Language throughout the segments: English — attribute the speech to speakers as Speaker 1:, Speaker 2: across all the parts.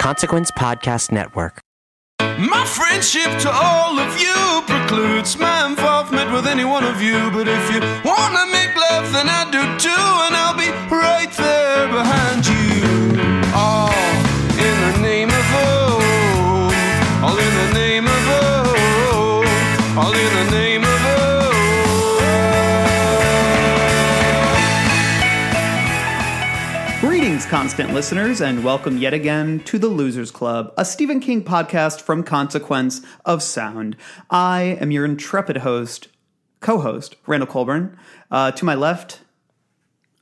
Speaker 1: Consequence Podcast Network.
Speaker 2: My friendship to all of you precludes my involvement with any one of you. But if you wanna make love, then I do too, and I'll be right there behind you. All in the name of oh, all in the name of oh, all in the name of oh.
Speaker 3: Greetings, constant listeners, and welcome yet again to the Losers Club, a Stephen King podcast from Consequence of Sound. I am your intrepid host, co host, Randall Colburn. Uh, to my left,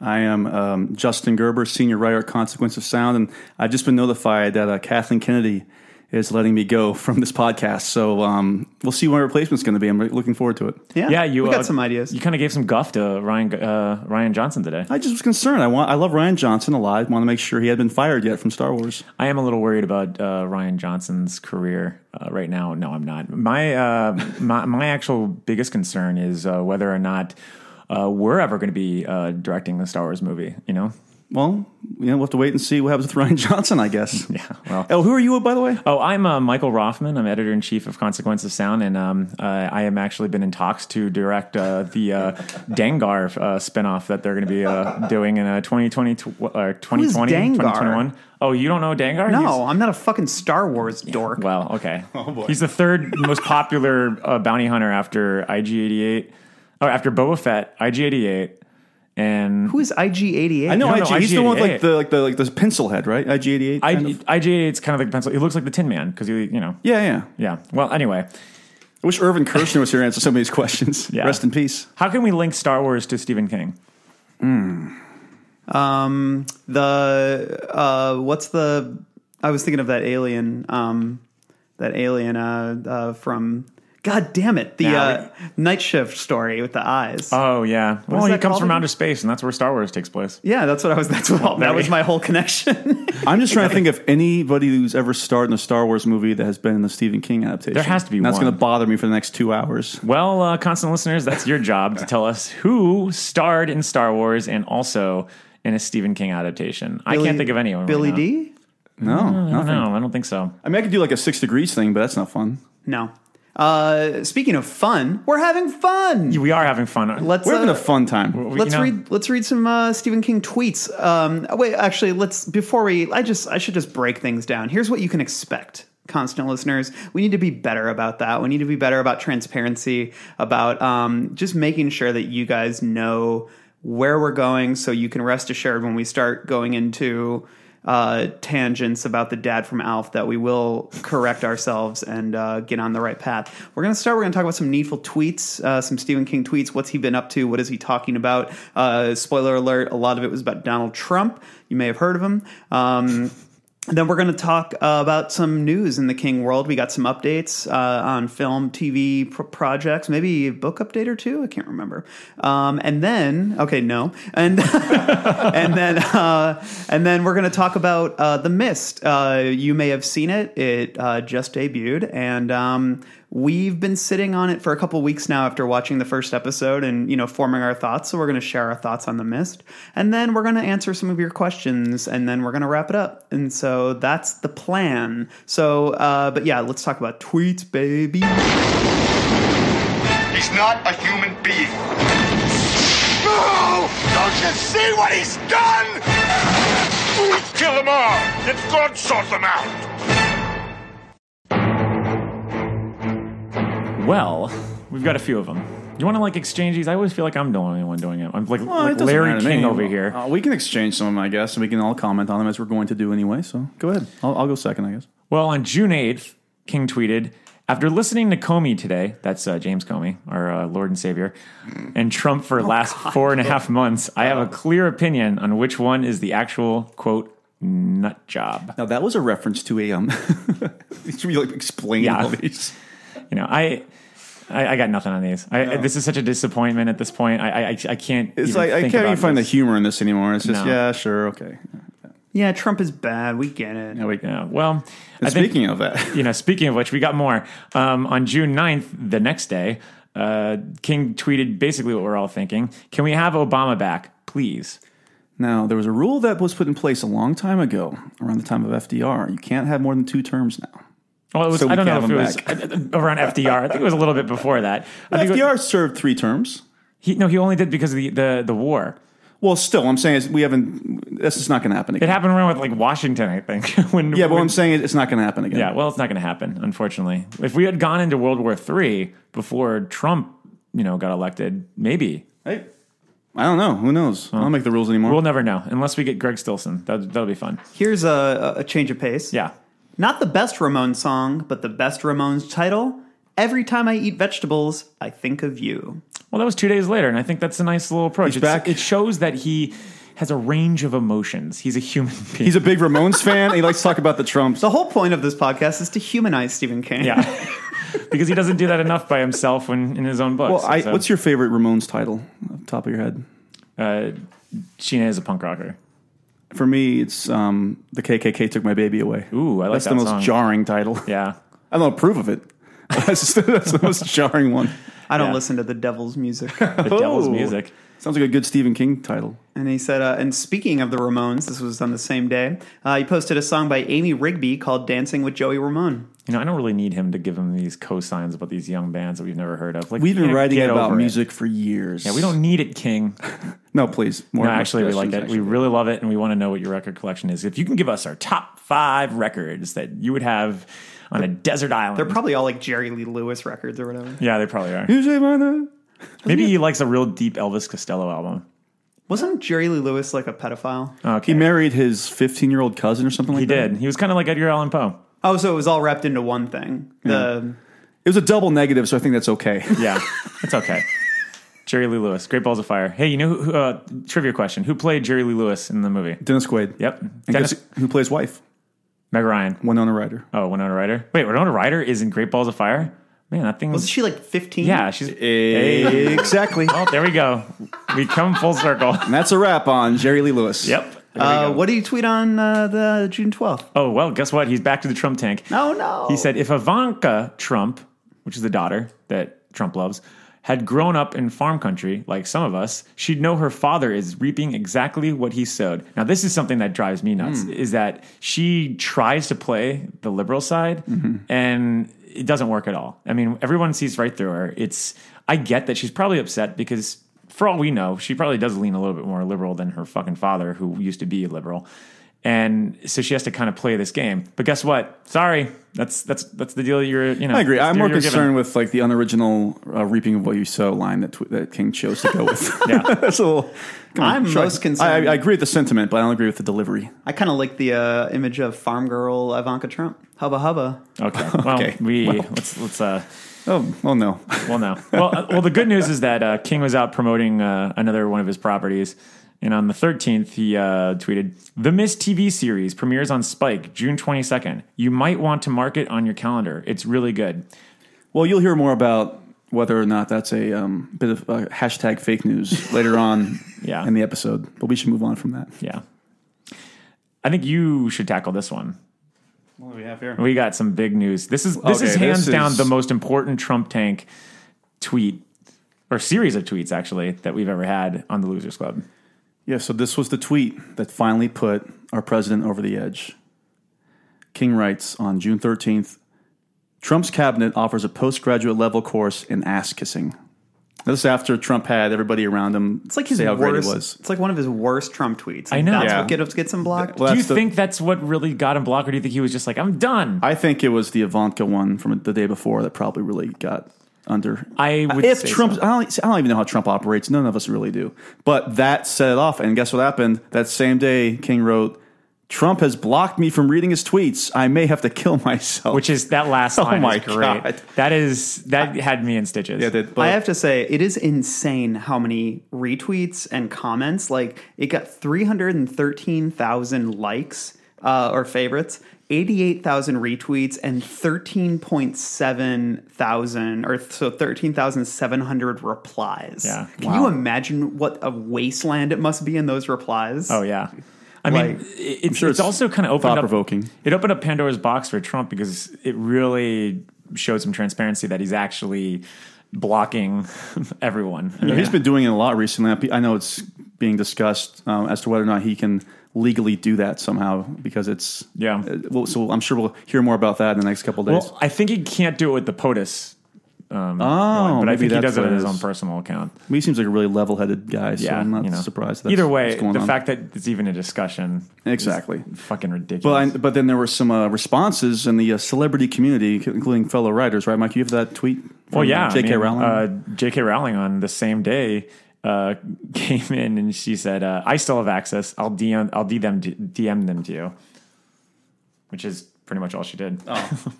Speaker 4: I am um, Justin Gerber, senior writer at Consequence of Sound, and I've just been notified that uh, Kathleen Kennedy is letting me go from this podcast. So um, we'll see what my replacement's going to be. I'm re- looking forward to it.
Speaker 3: yeah,
Speaker 5: Yeah, you
Speaker 3: we got
Speaker 5: uh,
Speaker 3: some ideas.
Speaker 5: You kind of gave some guff to Ryan uh, Ryan Johnson today.
Speaker 4: I just was concerned. I want. I love Ryan Johnson a lot. Want to make sure he had been fired yet from Star Wars.
Speaker 5: I am a little worried about uh, Ryan Johnson's career uh, right now. No, I'm not. My uh, my my actual biggest concern is uh, whether or not uh, we're ever going to be uh, directing the Star Wars movie. You know.
Speaker 4: Well, you know, we'll have to wait and see what happens with Ryan Johnson. I guess. yeah.
Speaker 5: well-
Speaker 4: Oh, who are you, by the way?
Speaker 5: Oh, I'm uh, Michael Rothman. I'm editor in chief of Consequence of Sound, and um, uh, I am actually been in talks to direct uh, the uh, Dangar uh, spinoff that they're going to be uh, doing in uh, 2020 tw- or 2020
Speaker 3: Dangar?
Speaker 5: 2021. Oh, you don't know Dangar? He's-
Speaker 3: no, I'm not a fucking Star Wars dork.
Speaker 5: Well, okay. He's the third most popular uh, bounty hunter after IG88, or Oh, after Boba Fett, IG88, and
Speaker 3: Who is IG88?
Speaker 4: I know.
Speaker 5: No, no,
Speaker 4: IG, he's the one with like
Speaker 5: IG-88.
Speaker 4: the like the like the pencil head, right? IG88.
Speaker 5: I,
Speaker 4: kind of?
Speaker 5: IG88 is kind of like the pencil. He looks like the Tin Man because he, you know, yeah.
Speaker 4: Yeah, yeah.
Speaker 5: Well, anyway,
Speaker 4: I wish Irvin Kershner was here to answer some of these questions.
Speaker 5: Yeah.
Speaker 4: Rest in peace.
Speaker 5: how can we link Star Wars to Stephen King?
Speaker 3: Um, the uh, what's the? I was thinking of that alien. Um, that alien uh, uh, from. God damn it! The
Speaker 5: Now
Speaker 3: uh, night shift story with the eyes.
Speaker 5: Oh yeah. well,
Speaker 3: is
Speaker 5: he
Speaker 3: that
Speaker 5: comes
Speaker 3: called
Speaker 5: from
Speaker 3: again?
Speaker 5: outer space, and that's where Star Wars takes place.
Speaker 3: yeah, that's what I was. That's what, that
Speaker 5: there
Speaker 3: was
Speaker 5: you-
Speaker 3: my whole connection.
Speaker 4: I'm just trying to think of anybody who's ever starred in a Star Wars movie that has been in the Stephen King adaptation.
Speaker 5: There has to be
Speaker 4: And That's
Speaker 5: one.
Speaker 4: going to bother me for the next two hours.
Speaker 5: Well, uh, constant listeners, that's your job to tell us who starred in Star Wars and also in a Stephen King adaptation. I can't think of anyone. right
Speaker 3: Billy
Speaker 5: now.
Speaker 3: D.
Speaker 4: No, nothing.
Speaker 5: No, I don't think so.
Speaker 4: I mean, I could do like a Six Degrees thing, but that's not fun.
Speaker 3: No. Uh, speaking of fun, we're having fun.
Speaker 5: We are having fun.
Speaker 3: let's
Speaker 4: We're
Speaker 3: uh,
Speaker 4: having a fun time.
Speaker 5: We-
Speaker 3: let's
Speaker 5: you know-
Speaker 3: read let's read some uh, Stephen King tweets. Um, wait, actually, let's before we. I just I should just break things down. Here's what you can expect. Constant listeners, we need to be better about that. We need to be better about transparency, about um, just making sure that you guys know where we're going, so you can rest assured when we start going into uh, tangents about the dad from Alf that we will correct ourselves and uh, get on the right path. We're going to start. We're going to talk about some needful tweets, uh, some Stephen King tweets. What's he been up to? What is he talking about? Uh, spoiler alert: a lot of it was about Donald Trump. You may have heard of him. Um, then we're going to talk uh, about some news in the King world. We got some updates uh, on film, TV pr- projects, maybe a book update or two. I can't remember. Um, and then, okay, no, and and then uh, and then we're going to talk about uh, the mist. Uh, you may have seen it; it uh, just debuted, and um, we've been sitting on it for a couple weeks now after watching the first episode and you know forming our thoughts. So we're going to share our thoughts on the mist, and then we're going to answer some of your questions, and then we're going to wrap it up. And so that's the plan. So, uh, but yeah, let's talk about tweets, baby.
Speaker 6: He's not a human being. No! Don't you see what he's done? Let's kill them all. Let God sort them out.
Speaker 5: Well, we've got a few of them. You want to like exchange these? I always feel like I'm the only one doing it. I'm like,
Speaker 4: Well, it
Speaker 5: like
Speaker 4: doesn't
Speaker 5: Larry
Speaker 4: matter to me.
Speaker 5: King over here.
Speaker 4: Uh, we can exchange some of them, I guess, and we can all comment on them as we're going to do anyway. So go ahead. I'll, I'll go second, I guess.
Speaker 5: Well, on June 8th, King tweeted, after listening to Comey today, that's uh, James Comey, our uh, Lord and Savior, and Trump for the
Speaker 4: Oh,
Speaker 5: last four and a half months, I have a clear opinion on which one is the actual, quote, nut job.
Speaker 4: Now that was a reference to a um. should we like explain
Speaker 5: Yeah.
Speaker 4: all these?
Speaker 5: You know, I... I, I got nothing on these. I, This is such a disappointment at this point. I I, I- I can't.
Speaker 4: It's
Speaker 5: even
Speaker 4: like I
Speaker 5: think
Speaker 4: can't even
Speaker 5: about
Speaker 4: find
Speaker 5: this.
Speaker 4: the humor in this anymore. It's just
Speaker 5: No.
Speaker 4: yeah, sure, okay.
Speaker 3: Yeah, Trump is bad. We get it.
Speaker 4: Yeah, we,
Speaker 5: Yeah, well,
Speaker 4: and
Speaker 5: I think-
Speaker 4: speaking of that,
Speaker 5: you know, speaking of which, we got more. Um, on June 9th, the next day, uh, King tweeted basically what we're all thinking Can we have Obama back, please?
Speaker 4: Now, there was a rule that was put in place a long time ago, around the time of FDR. You can't have more than two terms now.
Speaker 5: Well, it was,
Speaker 4: So we
Speaker 5: I don't know
Speaker 4: can
Speaker 5: if it was uh,
Speaker 4: have
Speaker 5: around FDR. I think it was a little bit before that. I think it-
Speaker 4: FDR served three terms.
Speaker 5: he, no, he only did because of the, the, the war.
Speaker 4: Well, still, I'm saying is we haven't. This is not going to happen
Speaker 5: It
Speaker 4: again.
Speaker 5: happened around with like Washington, I think. when,
Speaker 4: yeah, but what
Speaker 5: when-
Speaker 4: I'm saying is it's not going to happen again.
Speaker 5: yeah, well, it's not going to happen, unfortunately. If we had gone into World War III before Trump, you know, got elected, maybe
Speaker 4: Hey, I don't know. Who knows? I don't make the rules anymore.
Speaker 5: we'll never know unless we get Greg Stilson. That that'll be fun.
Speaker 3: Here's a, a change of pace.
Speaker 5: Yeah.
Speaker 3: Not the best Ramones song, but the best Ramones title. Every time I eat vegetables, I think of you.
Speaker 5: Well, that was two days later, and I think that's a nice little approach.
Speaker 4: He's
Speaker 5: It's-
Speaker 4: back.
Speaker 5: It shows that he has a range of emotions. He's a human being.
Speaker 4: He's a big Ramones fan. And he likes to talk about the Trumps.
Speaker 3: The whole point of this podcast is to humanize Stephen King.
Speaker 5: yeah. because he doesn't do that enough by himself when in his own books.
Speaker 4: Well, I,
Speaker 5: So,
Speaker 4: what's your favorite Ramones title, off the top of your head?
Speaker 5: uh, Sheena is a punk rocker.
Speaker 4: For me, it's um, the KKK took my baby away.
Speaker 5: Ooh, I like
Speaker 4: that's
Speaker 5: that
Speaker 4: the most
Speaker 5: song.
Speaker 4: jarring title.
Speaker 5: Yeah.
Speaker 4: I don't approve of it. that's, that's the most jarring one.
Speaker 3: I don't
Speaker 5: Yeah.
Speaker 3: listen to the devil's music.
Speaker 5: The devil's
Speaker 4: Oh.
Speaker 5: music.
Speaker 4: Sounds like a good Stephen King title.
Speaker 3: and he said, uh, and speaking of the Ramones, this was on the same day, uh, he posted a song by Amy Rigby called Dancing with Joey Ramone.
Speaker 5: You know, I don't really need him to give him these cosigns about these young bands that we've never heard of. Like
Speaker 4: We've been
Speaker 5: get-
Speaker 4: writing
Speaker 5: get
Speaker 4: about
Speaker 5: over it.
Speaker 4: music for years.
Speaker 5: Yeah, we don't need it, King.
Speaker 4: No, please. More
Speaker 5: No,
Speaker 4: more
Speaker 5: actually, we like it.
Speaker 4: suggestions,
Speaker 5: We really love it, and we want to know what your record collection is. If you can give us our top five records that you would have on a desert island,
Speaker 3: They're probably all like Jerry Lee Lewis records or whatever.
Speaker 5: yeah, they probably are.
Speaker 4: actually. Usually by the-
Speaker 5: Maybe he likes a real deep Elvis Costello album.
Speaker 3: Wasn't Jerry Lee Lewis like a pedophile?
Speaker 5: Okay,
Speaker 4: He married his 15 year old cousin or something
Speaker 5: he
Speaker 4: like that.
Speaker 5: did. He was kind of like Edgar Allan Poe.
Speaker 3: Oh, so it was all wrapped into one thing. The
Speaker 4: It was a double negative, so I think that's okay.
Speaker 5: Yeah, it's okay. Jerry Lee Lewis, Great Balls of Fire. Hey, you know, who- who, uh, trivia question: Who played Jerry Lee Lewis in the movie?
Speaker 4: Dennis Quaid.
Speaker 5: Yep,
Speaker 4: And
Speaker 5: Dennis,
Speaker 4: guess who plays wife?
Speaker 5: Meg Ryan.
Speaker 4: Winona Ryder.
Speaker 5: Oh, Winona Ryder. Wait, Winona Ryder is in Great Balls of Fire. Man, that thing was.
Speaker 3: was she like 15?
Speaker 5: yeah, she's.
Speaker 4: Eh. Exactly.
Speaker 5: Oh, there we go. We come full circle.
Speaker 4: and that's a wrap on Jerry Lee Lewis.
Speaker 5: Yep.
Speaker 3: Uh, what did he tweet on uh, the June 12th?
Speaker 5: Oh well, guess what? He's back to the Trump tank.
Speaker 3: Oh, no.
Speaker 5: He said if Ivanka Trump, which is the daughter that Trump loves, had grown up in farm country like some of us, she'd know her father is reaping exactly what he sowed. Now, this is something that drives me nuts is that she tries to play the liberal side and it doesn't work at all. I mean, everyone sees right through her. It's I get that she's probably upset because for all we know, she probably does lean a little bit more liberal than her fucking father who used to be a liberal. And so she has to kind of play this game. But guess what? Sorry. That's that's that's the deal you're, you know.
Speaker 4: I agree.
Speaker 5: that's
Speaker 4: I'm
Speaker 5: the
Speaker 4: more
Speaker 5: deal you're given.
Speaker 4: concerned with like the unoriginal uh, reaping of what you sow line that tw- that King chose to go with.
Speaker 5: Yeah.
Speaker 4: that's a little. come on,
Speaker 3: I'm
Speaker 4: try-
Speaker 3: most concerned-
Speaker 4: I, I agree with the sentiment, but I don't agree with the delivery.
Speaker 3: I kind of like the uh, image of farm girl Ivanka Trump. Hubba hubba.
Speaker 4: Oh,
Speaker 5: Okay. Well,
Speaker 4: Okay.
Speaker 5: we let's let's uh
Speaker 4: Oh, oh no.
Speaker 5: well no. Well, uh, well the good news is that uh, King was out promoting uh, another one of his properties. And on the 13th, he uh, tweeted, The Miss TV series premieres on Spike June 22nd. You might want to mark it on your calendar. It's really good.
Speaker 4: Well, you'll hear more about whether or not that's a um, bit of uh, hashtag fake news later on
Speaker 5: Yeah.
Speaker 4: in the episode, but we should move on from that.
Speaker 5: Yeah. I think you should tackle this one.
Speaker 4: What do we have here?
Speaker 5: We got some big news. This is this
Speaker 4: Okay,
Speaker 5: is
Speaker 4: this
Speaker 5: hands down
Speaker 4: is-
Speaker 5: the most important Trump tank tweet or series of tweets actually that we've ever had on the Losers Club.
Speaker 4: Yeah, so this was the tweet that finally put our president over the edge. King writes on June 13th Trump's cabinet offers a postgraduate level course in ass kissing. This is after Trump had everybody around him
Speaker 3: It's like his
Speaker 4: say how
Speaker 3: worst.
Speaker 4: great it was.
Speaker 3: It's like one of his worst Trump tweets.
Speaker 5: I know.
Speaker 3: That's
Speaker 5: Yeah.
Speaker 3: what get, gets him blocked.
Speaker 4: Well,
Speaker 5: do you
Speaker 4: that's the-
Speaker 5: think that's what really got him blocked, or do you think he was just like, "I'm done"?
Speaker 4: I think it was the Ivanka one from the day before that probably really got under.
Speaker 5: I would
Speaker 4: if
Speaker 5: say
Speaker 4: Trump,
Speaker 5: so.
Speaker 4: I don't, see, I don't even know how Trump operates. None of us really do. But that set it off, and guess what happened? That same day, King wrote, "Trump has blocked me from reading his tweets. I may have to kill myself."
Speaker 5: Which is that last line?
Speaker 4: Oh my
Speaker 5: is great.
Speaker 4: God.
Speaker 5: That is that had me in stitches.
Speaker 4: Yeah, that- but
Speaker 3: I have to say, it is insane how many retweets and comments. Like, it got 313,000 likes uh, or favorites, 88,000 retweets, and 13.7 thousand, or so 13,700 replies.
Speaker 5: Yeah.
Speaker 3: Can you imagine what a wasteland it must be in those replies?
Speaker 5: Oh yeah. I
Speaker 3: Like,
Speaker 5: mean, it- it's,
Speaker 4: sure
Speaker 5: it's,
Speaker 4: it's
Speaker 5: also kind of opened up,
Speaker 4: thought-provoking.
Speaker 5: It opened up Pandora's box for Trump because it really showed some transparency that he's actually blocking everyone. I mean,
Speaker 4: he's been doing it a lot recently. I know it's being discussed um, as to whether or not he can legally do that somehow because it's
Speaker 5: Yeah.
Speaker 4: uh, well, so I'm sure we'll hear more about that in the next couple days.
Speaker 5: Well, I think he can't do it with the POTUS. Um,
Speaker 4: Oh,
Speaker 5: but I
Speaker 4: maybe
Speaker 5: think he
Speaker 4: that's
Speaker 5: does it
Speaker 4: what
Speaker 5: on
Speaker 4: it
Speaker 5: his
Speaker 4: is.
Speaker 5: own personal account.
Speaker 4: he seems like a really level-headed guy, so
Speaker 5: yeah,
Speaker 4: I'm not
Speaker 5: you know.
Speaker 4: surprised. That's
Speaker 5: Either way,
Speaker 4: what's going
Speaker 5: the
Speaker 4: on.
Speaker 5: fact that it's even a discussion, is
Speaker 4: exactly.
Speaker 5: fucking
Speaker 4: Well,
Speaker 5: ridiculous.
Speaker 4: and, but then there were some uh, responses in the uh, celebrity community, c- including fellow writers, right, Mike? You have that tweet?
Speaker 5: Well,
Speaker 4: from
Speaker 5: yeah, I
Speaker 4: J.K.
Speaker 5: mean,
Speaker 4: Rowling.
Speaker 5: Uh, J.K. Rowling on the same day uh, came in and she said, uh, "I still have access. I'll DM. I'll DM DM them to you," which is pretty much all she did.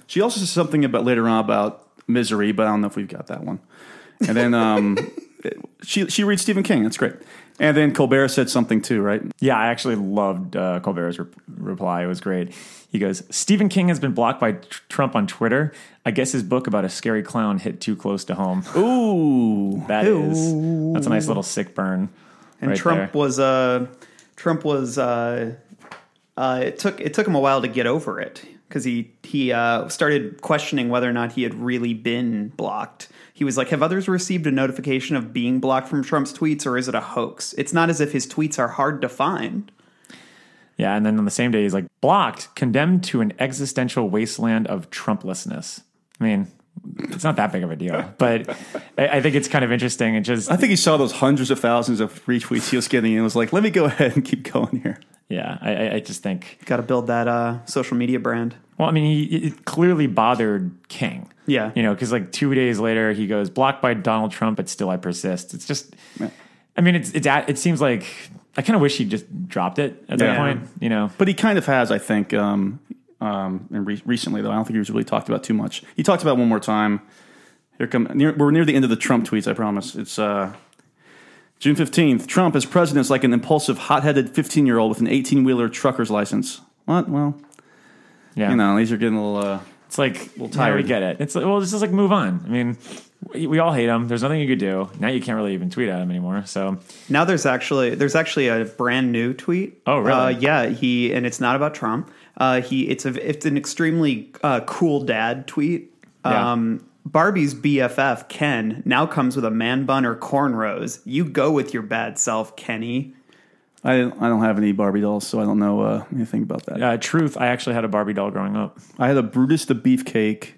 Speaker 4: She also says something about later on about misery, but I don't know if we've got that one. And then um, she she reads Stephen King. That's great. And then Colbert said something too, right?
Speaker 5: Yeah, I actually loved uh, Colbert's re- reply. It was great. He goes, Stephen King has been blocked by tr- Trump on Twitter. I guess his book about a scary clown hit too close to home.
Speaker 4: Ooh,
Speaker 5: That is, that's a nice little sick burn.
Speaker 3: and Trump was uh, Trump was uh, uh, it took it took him a while to get over it because he he uh, started questioning whether or not he had really been blocked. He was like, "Have others received a notification of being blocked from Trump's tweets, or is it a hoax? It's not as if his tweets are hard to find."
Speaker 5: Yeah, and then on the same day, he's like, blocked, condemned to an existential wasteland of Trumplessness. I mean, it's not that big of a deal, but I, I think it's kind of interesting. It just,
Speaker 4: I think he saw those hundreds of thousands of retweets he was getting, and was like, "Let me go ahead and keep going here."
Speaker 5: yeah, I, I- I just think
Speaker 3: Got to build that uh, social media brand.
Speaker 5: Well, I mean, he, it clearly bothered King.
Speaker 3: Yeah.
Speaker 5: You know, because like two days later, he goes blocked by Donald Trump, but still I persist. It's just, I mean, it's it's at, it seems like I kind of wish he just dropped it at that
Speaker 4: Yeah.
Speaker 5: point. You know,
Speaker 4: But he kind of has, I think, um, um, and re- recently though. I don't think he was really talked about too much. He talked about it one more time. Here come near, we're near the end of the Trump tweets. I promise. It's uh, June fifteenth. Trump as president is like an impulsive, hot-headed fifteen-year-old with an eighteen-wheeler trucker's license. What? Well,
Speaker 5: yeah,
Speaker 4: you know, these are getting a little. Uh,
Speaker 5: it's like well,
Speaker 4: tired.
Speaker 5: we get it. It's like, well, it's just like move on. I mean, we, we all hate him. There's nothing you could do now. You can't really even tweet at him anymore. So
Speaker 3: Now there's actually there's actually a brand new tweet.
Speaker 5: Oh, really?
Speaker 3: Uh, yeah, he and it's not about Trump. Uh, he it's a it's an extremely uh, cool dad tweet.
Speaker 5: Yeah.
Speaker 3: Um, Barbie's BFF Ken now comes with a man bun or cornrows. You go with your bad self, Kenny.
Speaker 4: I I don't have any Barbie dolls, so I don't know uh, anything about that.
Speaker 5: uh, truth, I actually had a Barbie doll growing up.
Speaker 4: I had a Brutus the Beefcake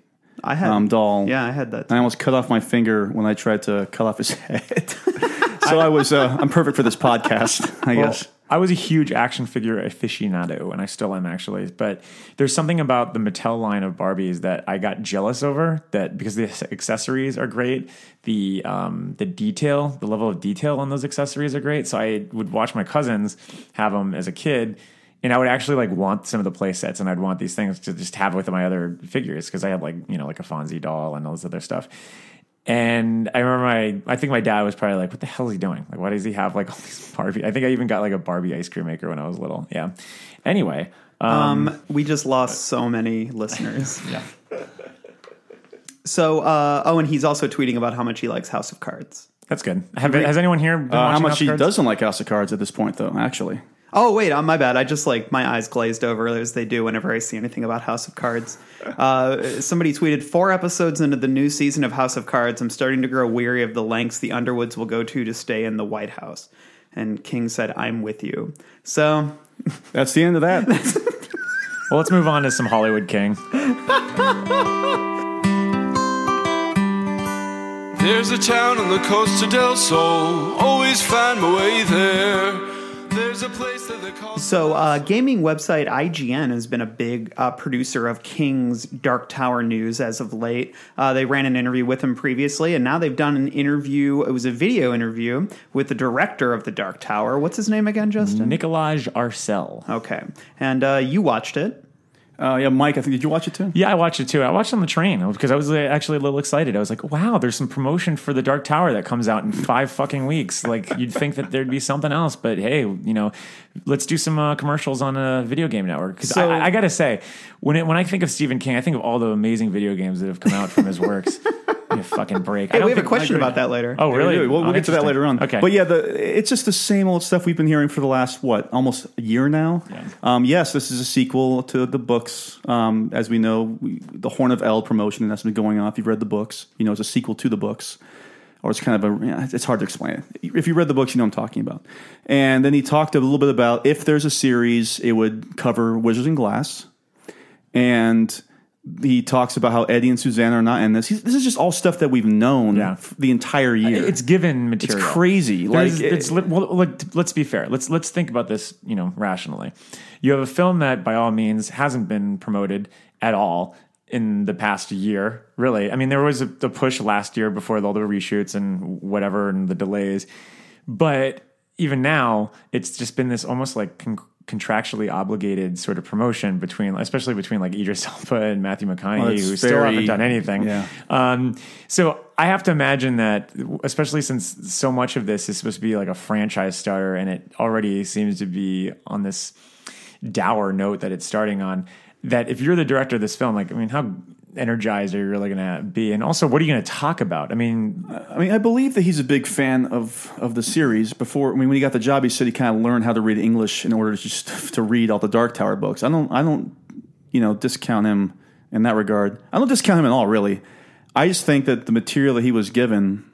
Speaker 3: I had
Speaker 4: um, doll.
Speaker 3: Yeah, I had that.
Speaker 4: I almost cut off my finger when I tried to cut off his head. so I was uh, I'm perfect for this podcast, I guess. Uh,
Speaker 5: I was a huge action figure aficionado, and I still am actually. But there's something about the Mattel line of Barbies that I got jealous over. That because the accessories are great, the um, the detail, the level of detail on those accessories are great. So I would watch my cousins have them as a kid, and I would actually like want some of the play sets, and I'd want these things to just have with my other figures because I had like you know like a Fonzie doll and all this other stuff. And I remember my, I think my dad was probably like, "What the hell is he doing? Like, why does he have like all these Barbie?" I think I even got like a Barbie ice cream maker when I was little. Yeah. Anyway, um,
Speaker 3: Um, we just lost so many listeners. yeah. So, uh, oh, and he's also tweeting about how much he likes House of Cards.
Speaker 5: that's good. Have, has anyone here been
Speaker 4: Uh, how
Speaker 5: watching
Speaker 4: much
Speaker 5: House
Speaker 4: he
Speaker 5: Cards?
Speaker 4: doesn't like House of Cards at this point, though. Actually,
Speaker 3: Oh wait, on my bad. I just like my eyes glazed over as they do whenever I see anything about House of Cards. Uh, somebody tweeted four episodes into the new season of House of Cards. I'm starting to grow weary of the lengths the Underwoods will go to to stay in the White House. And King said, "I'm with you." So
Speaker 4: that's the end of that.
Speaker 5: Well, let's move on to some Hollywood King.
Speaker 2: There's a town on the coast of Del Sol. Always find my way there. There's a place that they call.
Speaker 3: So, uh, gaming website IGN has been a big uh, producer of King's Dark Tower news as of late. Uh, they ran an interview with him previously, and now they've done an interview. It was a video interview with the director of the Dark Tower. What's his name again, Justin?
Speaker 5: Nicolaj Arcel.
Speaker 3: Okay, and uh, you watched it.
Speaker 4: Uh, yeah, Mike. I think did you watch it too?
Speaker 5: Yeah, I watched it too. I watched it on the train because I was uh, actually a little excited. I was like, "Wow, there's some promotion for the Dark Tower that comes out in five fucking weeks." Like you'd think that there'd be something else, but hey, you know, let's do some uh, commercials on a video game network. Because
Speaker 3: So-
Speaker 5: I, I gotta say, when it, when I think of Stephen King, I think of all the amazing video games that have come out from his works. Give me a fucking break. I
Speaker 3: Hey,
Speaker 5: don't
Speaker 3: we have a
Speaker 5: think-
Speaker 3: question
Speaker 5: I-
Speaker 3: about that later.
Speaker 5: Oh, really?
Speaker 4: We'll,
Speaker 5: Oh,
Speaker 4: we'll get to that
Speaker 5: interesting.
Speaker 4: later on.
Speaker 5: Okay,
Speaker 4: But yeah, the, it's just the same old stuff we've been hearing for the last, what, almost a year now?
Speaker 5: Yeah.
Speaker 4: Um, yes, this is a sequel to the books. Um, as we know, we, the Horn of Eld promotion that's been going on. If you've read the books, you know it's a sequel to the books. or it's kind of a yeah, it's hard to explain. If you read the books, you know what I'm talking about. And then he talked a little bit about if there's a series, it would cover Wizards and Glass, and he talks about how Eddie and Suzanne are not in this. He's, this is just all stuff that we've known
Speaker 5: Yeah.
Speaker 4: f- the entire year.
Speaker 5: It's given
Speaker 4: It's
Speaker 5: material.
Speaker 4: crazy.
Speaker 5: There's-
Speaker 4: Like
Speaker 5: it's, li- well, like, let's be fair. Let's let's think about this, you know, rationally. You have a film that, by all means, hasn't been promoted at all in the past year. Really, I mean, there was a, the push last year before all the reshoots and whatever and the delays, but even now, it's just been this almost like. Con- contractually obligated sort of promotion between especially between like Idris Elba and Matthew McConaughey
Speaker 4: Oh, it's
Speaker 5: who still
Speaker 4: very-
Speaker 5: haven't done anything
Speaker 4: Yeah.
Speaker 5: um, so I have to imagine that, especially since so much of this is supposed to be like a franchise starter, and it already seems to be on this dour note that it's starting on. That if you're the director of this film, like, I mean, how energized are you really going to be? And also, what are you going to talk about? I mean,
Speaker 4: I mean, I believe that he's a big fan of of the series. Before, I mean, when he got the job, he said he kind of learned how to read English in order to just to read all the Dark Tower books. I don't, I don't, you know, discount him in that regard. I don't discount him at all, really. I just think that the material that he was given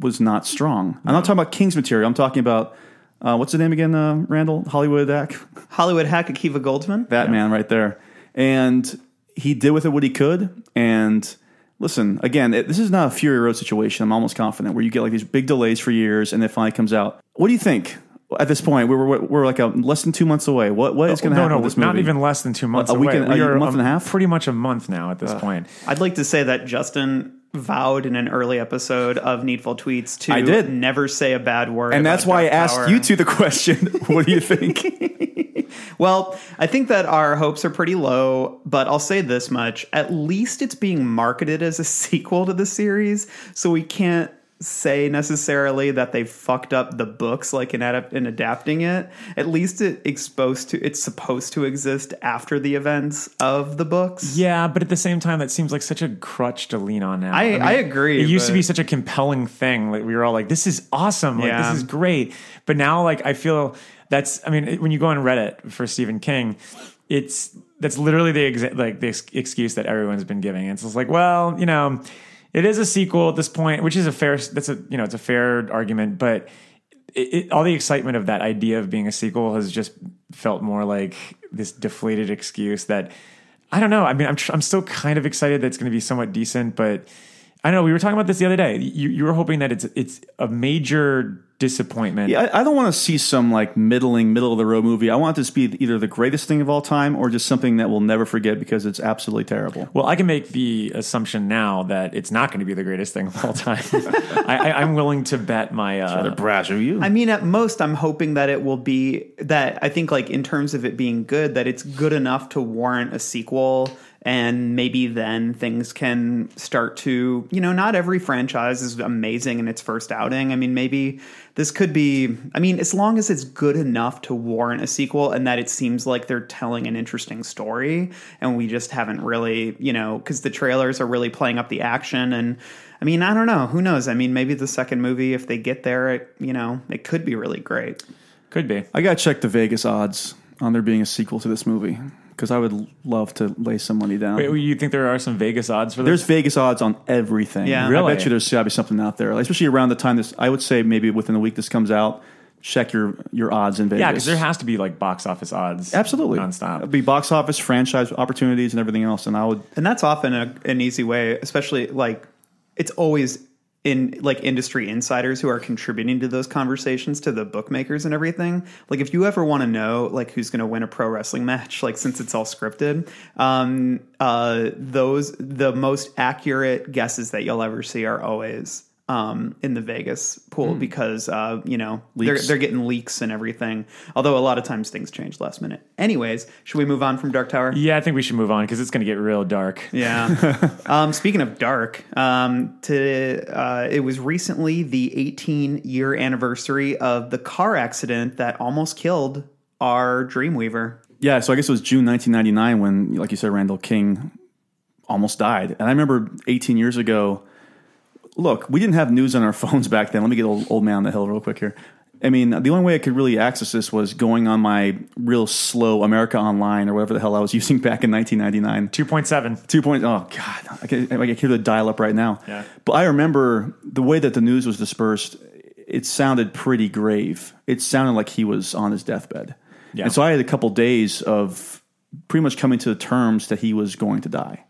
Speaker 4: was not strong. I'm not talking about King's material. I'm talking about uh, what's the name again? Uh, Randall Hollywood Act
Speaker 3: Hollywood hack Akiva Goldsman.
Speaker 4: that man right there. And he did with it what he could. And listen, again, it, this is not a Fury Road situation. I'm almost confident where you get like these big delays for years, and it finally comes out. What do you think at this point? We're we're, we're like a, less than two months away. What what is going to
Speaker 5: no,
Speaker 4: happen
Speaker 5: no,
Speaker 4: with this movie?
Speaker 5: not even less than two months.
Speaker 4: A
Speaker 5: away.
Speaker 4: week and- a month and a half?
Speaker 5: pretty much a month now at this point.
Speaker 3: I'd like to say that Justin vowed in an early episode of Needful Tweets to
Speaker 4: I did.
Speaker 3: never say a bad word.
Speaker 4: And
Speaker 3: about
Speaker 4: that's why I
Speaker 3: Jack
Speaker 4: asked
Speaker 3: Bauer.
Speaker 4: you two the question. what do you think?
Speaker 3: Well, I think that our hopes are pretty low, but I'll say this much. At least it's being marketed as a sequel to the series, so we can't say necessarily that they fucked up the books like in, adap- in adapting it. At least it exposed to it's supposed to exist after the events of the books.
Speaker 5: Yeah, but at the same time, that seems like such a crutch to lean on now.
Speaker 3: I- I agree,
Speaker 5: It used to
Speaker 3: but-
Speaker 5: be such a compelling thing. Like we were all like, "This is awesome! Like
Speaker 3: Yeah.
Speaker 5: this is great!" But now, like I feel that's. I mean, it- when you go on Reddit for Stephen King, it's that's literally the exa- like the ex- excuse that everyone's been giving. It's just like, well, you know, it is a sequel at this point, which is a fair. That's a you know, it's a fair argument, but it, it, all the excitement of that idea of being a sequel has just felt more like this deflated excuse that I don't know. I mean, I'm tr- I'm still kind of excited that it's going to be somewhat decent, but I don't know. We were talking about this the other day. You you were hoping that it's it's a major disappointment.
Speaker 4: Yeah, I, I don't want to see some like middling, middle of the road movie. I want this to be either the greatest thing of all time or just something that we'll never forget because it's absolutely terrible.
Speaker 5: Well, I can make the assumption now that it's not going to be the greatest thing of all time. I, I, I'm willing to bet my uh,
Speaker 4: brash of you.
Speaker 3: I mean, at most, I'm hoping that it will be that I think, like, in terms of it being good, that it's good enough to warrant a sequel. And maybe then things can start to, you know, not every franchise is amazing in its first outing. I mean, maybe this could be, I mean, as long as it's good enough to warrant a sequel and that it seems like they're telling an interesting story and we just haven't really, you know, because the trailers are really playing up the action and, I mean, I don't know. Who knows? I mean, maybe the second movie, if they get there, it, you know, it could be really great.
Speaker 5: could be.
Speaker 4: I gotta check the Vegas odds on there being a sequel to this movie because I would love to lay some money down.
Speaker 5: Wait, you think there are some Vegas odds for this?
Speaker 4: there's Vegas odds on everything.
Speaker 3: Yeah.
Speaker 4: I
Speaker 5: Really?
Speaker 4: bet you there's gotta be something out there, like, especially around the time this. I would say maybe within a week this comes out. Check your your odds in Vegas.
Speaker 5: yeah, because there has to be like box office odds.
Speaker 4: absolutely
Speaker 5: nonstop.
Speaker 4: It'd be box office, franchise opportunities, and everything else. And I would
Speaker 3: And that's often a, an easy way, especially like it's always in like industry insiders who are contributing to those conversations to the bookmakers and everything. Like if you ever want to know like who's going to win a pro wrestling match, like since it's all scripted, um, uh, those the most accurate guesses that you'll ever see are always um, in the Vegas pool because uh, you know they're
Speaker 4: Leaks.
Speaker 3: they're getting leaks and everything. Although a lot of times things change last minute. Anyways, should we move on from Dark Tower?
Speaker 5: Yeah, I think we should move on because it's going to get real dark.
Speaker 3: Yeah. um, speaking of dark, um, to uh, it was recently the 18 year anniversary of the car accident that almost killed our Dreamweaver.
Speaker 4: Yeah, so I guess it was June 1999 when, like you said, Randall King almost died. And I remember 18 years ago, look, we didn't have news on our phones back then. Let me get old, old man on the hill real quick here. I mean, the only way I could really access this was going on my real slow America Online or whatever the hell I was using back in 1999.
Speaker 5: Two point seven.
Speaker 4: Two point. Oh God, I can, I can hear the dial up right now.
Speaker 5: Yeah.
Speaker 4: But I remember the way that the news was dispersed. It sounded pretty grave. It sounded like he was on his deathbed.
Speaker 5: Yeah.
Speaker 4: And so I had a couple days of pretty much coming to the terms that he was going to die.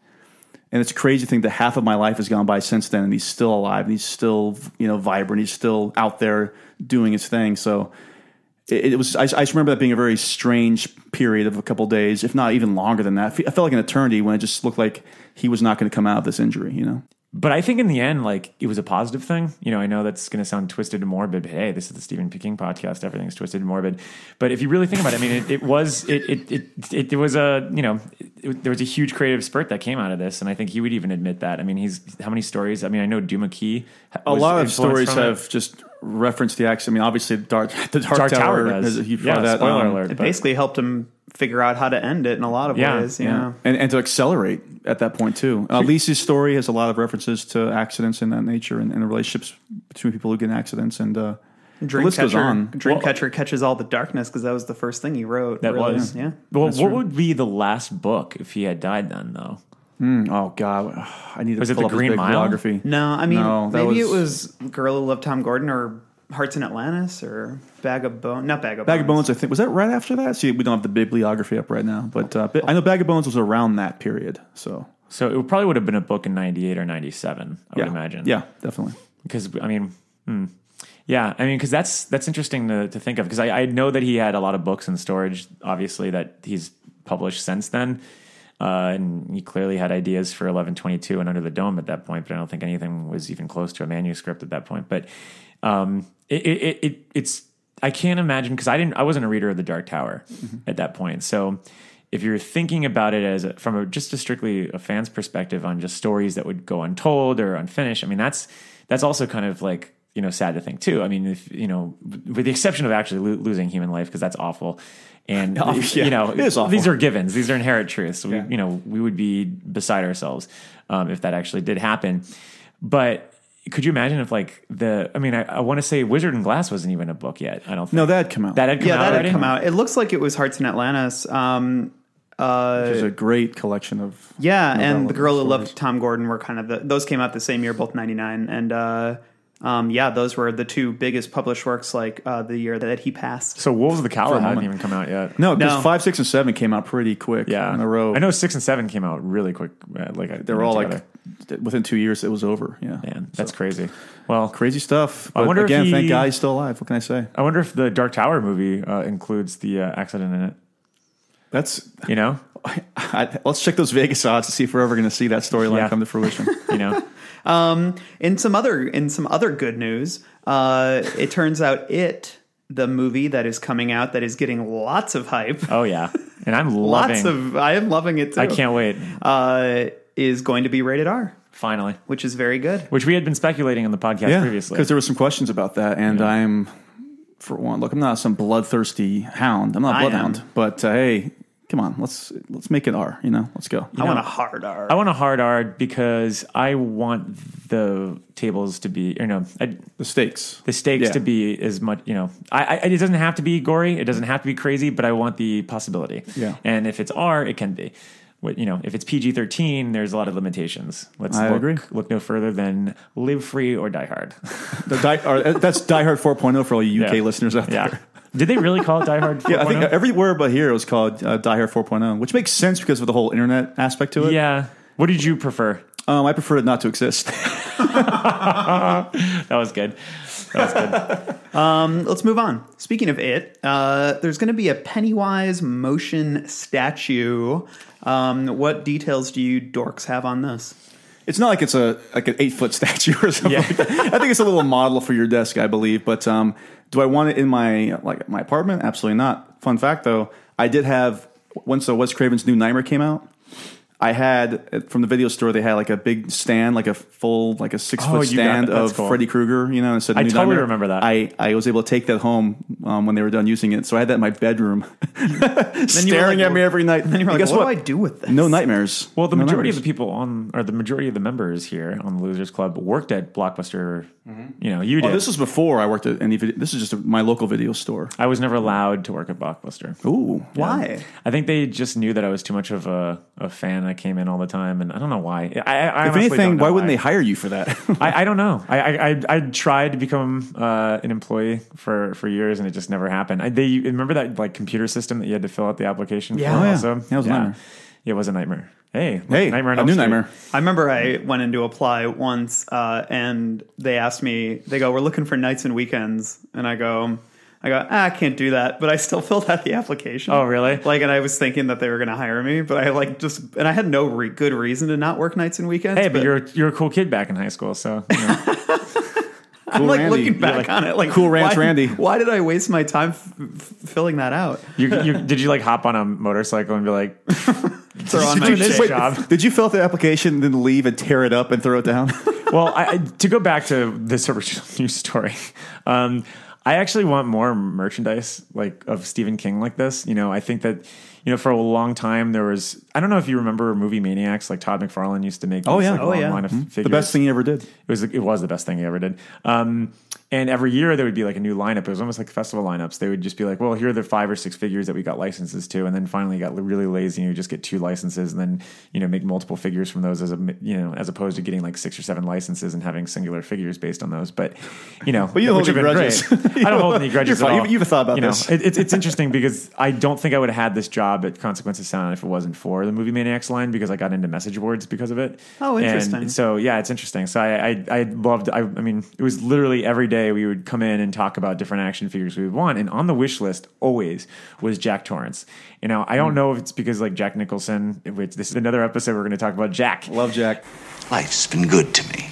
Speaker 4: And it's crazy to think that half of my life has gone by since then, and he's still alive, and he's still you know vibrant, he's still out there doing his thing. So it, it was I, I just remember that being a very strange period of a couple days, if not even longer than that. I fe- I felt like an eternity when it just looked like he was not going to come out of this injury. You know,
Speaker 5: But I think in the end, like it was a positive thing. You know, I know that's going to sound twisted and morbid, but hey, this is the Stephen King podcast. Everything's twisted and morbid. But if you really think about it, I mean, it, it was it it, it it it was a you know it, there was a huge creative spurt that came out of this, and I think he would even admit that. I mean, he's how many stories? I mean, I know Duma Key.
Speaker 4: a lot of stories have just referenced the accident. I mean, obviously, Dark the Dark,
Speaker 5: Dark
Speaker 4: Tower,
Speaker 5: Tower does.
Speaker 4: is a huge
Speaker 5: yeah,
Speaker 4: part of that.
Speaker 5: spoiler
Speaker 4: Um,
Speaker 5: alert.
Speaker 3: It
Speaker 5: but-
Speaker 3: basically helped him figure out how to end it in a lot of
Speaker 5: Yeah,
Speaker 3: ways.
Speaker 5: yeah.
Speaker 3: Yeah.
Speaker 4: and, and to accelerate at that point too. Uh, Lisa's story has a lot of references to accidents in that nature and, and relationships between people who get in accidents. And uh, the list goes on.
Speaker 3: Dreamcatcher, Dreamcatcher catches all the darkness because that was the first thing he wrote.
Speaker 5: that
Speaker 3: really.
Speaker 5: was
Speaker 3: yeah.
Speaker 5: Well, what would be the last book if he had died then though?
Speaker 4: oh God, I need to
Speaker 5: Was it
Speaker 4: pull
Speaker 5: The
Speaker 4: up his
Speaker 5: Green
Speaker 4: big
Speaker 5: Mile?
Speaker 4: biography.
Speaker 3: No, I mean
Speaker 4: No, that
Speaker 3: maybe it was Gorilla Love Tom Gordon or Hearts in Atlantis or Bag of Bone, not Bag of
Speaker 4: Bag of
Speaker 3: Bones.
Speaker 4: Bones. I think was that right after that. See, we don't have the bibliography up right now, but uh, I know Bag of Bones was around that period. So
Speaker 5: So it probably would have been a book in '98 or '97. I
Speaker 4: yeah,
Speaker 5: would imagine.
Speaker 4: Yeah, definitely.
Speaker 5: because I mean, hmm. yeah, I mean, because that's that's interesting to, to think of because I, I know that he had a lot of books in storage, obviously that he's published since then, uh, and he clearly had ideas for eleven twenty two and Under the Dome at that point, but I don't think anything was even close to a manuscript at that point. But um, it, it, it- it it's I can't imagine because I didn't I wasn't a reader of the Dark Tower
Speaker 4: Mm-hmm.
Speaker 5: at that point, so. If you're thinking about it as a, from a, just a strictly a fan's perspective on just stories that would go untold or unfinished, I mean that's that's also kind of like you know sad to think too. I mean, if you know, with the exception of actually lo- losing human life because that's awful, and
Speaker 4: Oh, yeah,
Speaker 5: you know,
Speaker 4: it is awful.
Speaker 5: these are givens, these are inherent truths. We,
Speaker 4: Yeah.
Speaker 5: You know, we would be beside ourselves um, if that actually did happen. But could you imagine if like the? I mean, I, I want to say Wizard and Glass wasn't even a book yet. I don't think.
Speaker 4: No, that had come out.
Speaker 5: that had come
Speaker 3: Yeah,
Speaker 5: out.
Speaker 3: that
Speaker 5: already?
Speaker 3: had come out. It looks like it was Hearts in Atlantis. Um,
Speaker 4: which is a great collection of
Speaker 3: yeah, and
Speaker 4: Novella
Speaker 3: the girl who
Speaker 4: stories.
Speaker 3: loved Tom Gordon were kind of the, those came out the same year, both ninety nine, and uh, um, yeah, those were the two biggest published works. Like uh, the year that he passed.
Speaker 5: So Wolves of the Cow hadn't
Speaker 4: moment.
Speaker 5: even come out yet.
Speaker 4: No, because
Speaker 3: No.
Speaker 4: five, six, and seven came out pretty quick.
Speaker 5: Yeah,
Speaker 4: in a row.
Speaker 5: I know six and seven came out really quick. uh, Like
Speaker 4: they were all like th- within two years. It was over. Yeah,
Speaker 5: man, that's crazy. Well,
Speaker 4: crazy stuff.
Speaker 5: I
Speaker 4: But
Speaker 5: wonder if
Speaker 4: again,
Speaker 5: he-
Speaker 4: thank God he's still alive. What can I say?
Speaker 5: I wonder if the Dark Tower movie uh, includes the uh, accident in it.
Speaker 4: That's
Speaker 5: You know,
Speaker 4: I, let's check those Vegas odds to see if we're ever going to see that storyline
Speaker 5: Yeah.
Speaker 4: come to fruition.
Speaker 5: you know,
Speaker 3: In some other in some other good news, uh, it turns out it the movie that is coming out that is getting lots of hype.
Speaker 5: oh yeah. And I'm
Speaker 3: Lots
Speaker 5: loving.
Speaker 3: of I am loving it too.
Speaker 5: I can't wait.
Speaker 3: uh, is going to be rated R,
Speaker 5: Finally,
Speaker 3: which is very good.
Speaker 5: which we had been speculating on the podcast previously.
Speaker 4: because there were some questions about that, and I'm for one. Look, I'm not some bloodthirsty hound. I'm not a
Speaker 3: I am.
Speaker 4: bloodhound, but uh, hey, come on, let's let's make it R. You know, let's go.
Speaker 3: I want a hard R.
Speaker 5: I want a hard R because I want the tables to be, or no, I,
Speaker 4: The stakes.
Speaker 5: the stakes
Speaker 4: Yeah.
Speaker 5: to be as much. You know, I, I it doesn't have to be gory. It doesn't have to be crazy, but I want the possibility.
Speaker 4: Yeah.
Speaker 5: And if it's R, it can be. What you know, if it's PG thirteen, there's a lot of limitations. Let's
Speaker 4: I
Speaker 5: look,
Speaker 4: agree.
Speaker 5: look no further than live free or die hard.
Speaker 4: The die, or, uh, that's Die Hard 4.0 for all you UK
Speaker 5: Yeah.
Speaker 4: listeners out there.
Speaker 5: Yeah. oh? Did they really call it Die Hard?
Speaker 4: Yeah, I think
Speaker 5: 4.0?
Speaker 4: everywhere but here it was called uh, Die Hard 4.0, which makes sense because of the whole internet aspect to it.
Speaker 5: yeah. What did you prefer?
Speaker 4: Um, I prefer it not to exist.
Speaker 5: That was good.
Speaker 3: Let's move on. Speaking of it, uh, there's going to be a Pennywise motion statue. Um, what details do you dorks have on this?
Speaker 4: It's not like it's a like an eight foot statue or something. Like that. I think it's a little model for your desk, I believe. But um, do I want it in my like my apartment? Absolutely not. Fun fact though, I did have once the Wes Craven's new Nightmare came out. I had uh, from the video store they had like a big stand, like a full like a six foot
Speaker 5: Oh, you got
Speaker 4: stand
Speaker 5: it. That's
Speaker 4: of
Speaker 5: cool.
Speaker 4: Freddy Krueger. You know, and said
Speaker 5: I
Speaker 4: new
Speaker 5: totally
Speaker 4: Nightmare.
Speaker 5: remember that.
Speaker 4: I I was able to take that home um, when they were done using it, so I had that in my bedroom
Speaker 3: you were
Speaker 4: staring
Speaker 3: like,
Speaker 4: at me every night.
Speaker 3: And then you're like,
Speaker 4: guess
Speaker 3: what,
Speaker 4: what?
Speaker 3: do I do with this?
Speaker 4: No nightmares.
Speaker 5: Well, the
Speaker 4: No
Speaker 5: majority
Speaker 4: nightmares.
Speaker 5: of the people on, or the majority of the members here on the Losers Club worked at Blockbuster. You know, you did.
Speaker 4: Oh, this was before I worked at any. Video, this is just my local video store.
Speaker 5: I was never allowed to work at Blockbuster.
Speaker 4: Ooh,
Speaker 3: Why?
Speaker 5: I think they just knew that I was too much of a, a fan. I came in all the time, and I don't know why. I, I, I
Speaker 4: If
Speaker 5: honestly
Speaker 4: anything,
Speaker 5: don't know
Speaker 4: why wouldn't
Speaker 5: why.
Speaker 4: they hire you for that?
Speaker 5: I, I don't know. I, I, I, I tried to become uh, an employee for, for years, and it just never happened. I, they remember that like computer system that you had to fill out the application
Speaker 3: Yeah.
Speaker 5: for.
Speaker 3: Oh, yeah.
Speaker 5: Also,
Speaker 4: That was a nightmare.
Speaker 5: Yeah, it was a nightmare. Hey,
Speaker 4: hey,
Speaker 5: nightmare. on
Speaker 4: a
Speaker 5: Elm
Speaker 4: new
Speaker 5: Street.
Speaker 4: nightmare.
Speaker 3: I remember I went in to apply once, uh, and they asked me, they go, "We're looking for nights and weekends," and I go, "I go, ah, I can't do that," but I still filled out the application.
Speaker 5: Oh, really?
Speaker 3: Like, and I was thinking that they were going to hire me, but I like just, and I had no re- good reason to not work nights and weekends.
Speaker 5: Hey, but you're you're a cool kid back in high school, so you know.
Speaker 3: I'm like
Speaker 4: Randy.
Speaker 3: looking back
Speaker 4: You're like,
Speaker 3: on it, like
Speaker 4: cool ranch
Speaker 3: why,
Speaker 4: Randy.
Speaker 3: Why did I waste my time f- f- filling that out?
Speaker 5: you, you did you like hop on a motorcycle and be like,
Speaker 3: Throw on my
Speaker 5: Dude, this-
Speaker 3: shit.
Speaker 5: wait, job.
Speaker 4: Did you fill out the application, then leave and tear it up and throw it down?
Speaker 5: well, I, I- to go back to this original news story, um, I actually want more merchandise like of Stephen King like this. You know, I think that you know for a long time there was I don't know if you remember movie maniacs like Todd McFarlane used to make.
Speaker 4: Oh,
Speaker 5: these,
Speaker 4: yeah.
Speaker 5: like,
Speaker 4: Oh,
Speaker 5: long
Speaker 3: yeah.
Speaker 5: line of
Speaker 4: the
Speaker 5: figures.
Speaker 4: best thing you ever did.
Speaker 5: It was it was the best thing he ever did. Um, and every year there would be like a new lineup. It was almost like festival lineups. They would just be like, well, here are the five or six figures that we got licenses to, and then finally you got really lazy and you just get two licenses and then you know make multiple figures from those as a you know as opposed to getting like six or seven licenses and having singular figures based on those. But you know, but
Speaker 4: you don't hold any grudges.
Speaker 5: I don't hold any
Speaker 4: You're
Speaker 5: grudges
Speaker 4: fine.
Speaker 5: at all.
Speaker 4: You've- you've thought about
Speaker 5: You know,
Speaker 4: this.
Speaker 5: it, it's it's interesting because I don't think I would have had this job at Consequence of Sound if it wasn't for the Movie Maniacs line because I got into message boards because of it.
Speaker 3: Oh,
Speaker 5: And
Speaker 3: interesting.
Speaker 5: so yeah, it's interesting. So I I, I loved. I, I mean, it was literally every day we would come in and talk about different action figures we would want, and on the wish list always was Jack Torrance. You know, I don't know if it's because like Jack Nicholson. Which this is another episode we're going to talk about Jack.
Speaker 4: Love Jack.
Speaker 7: Life's been good to me.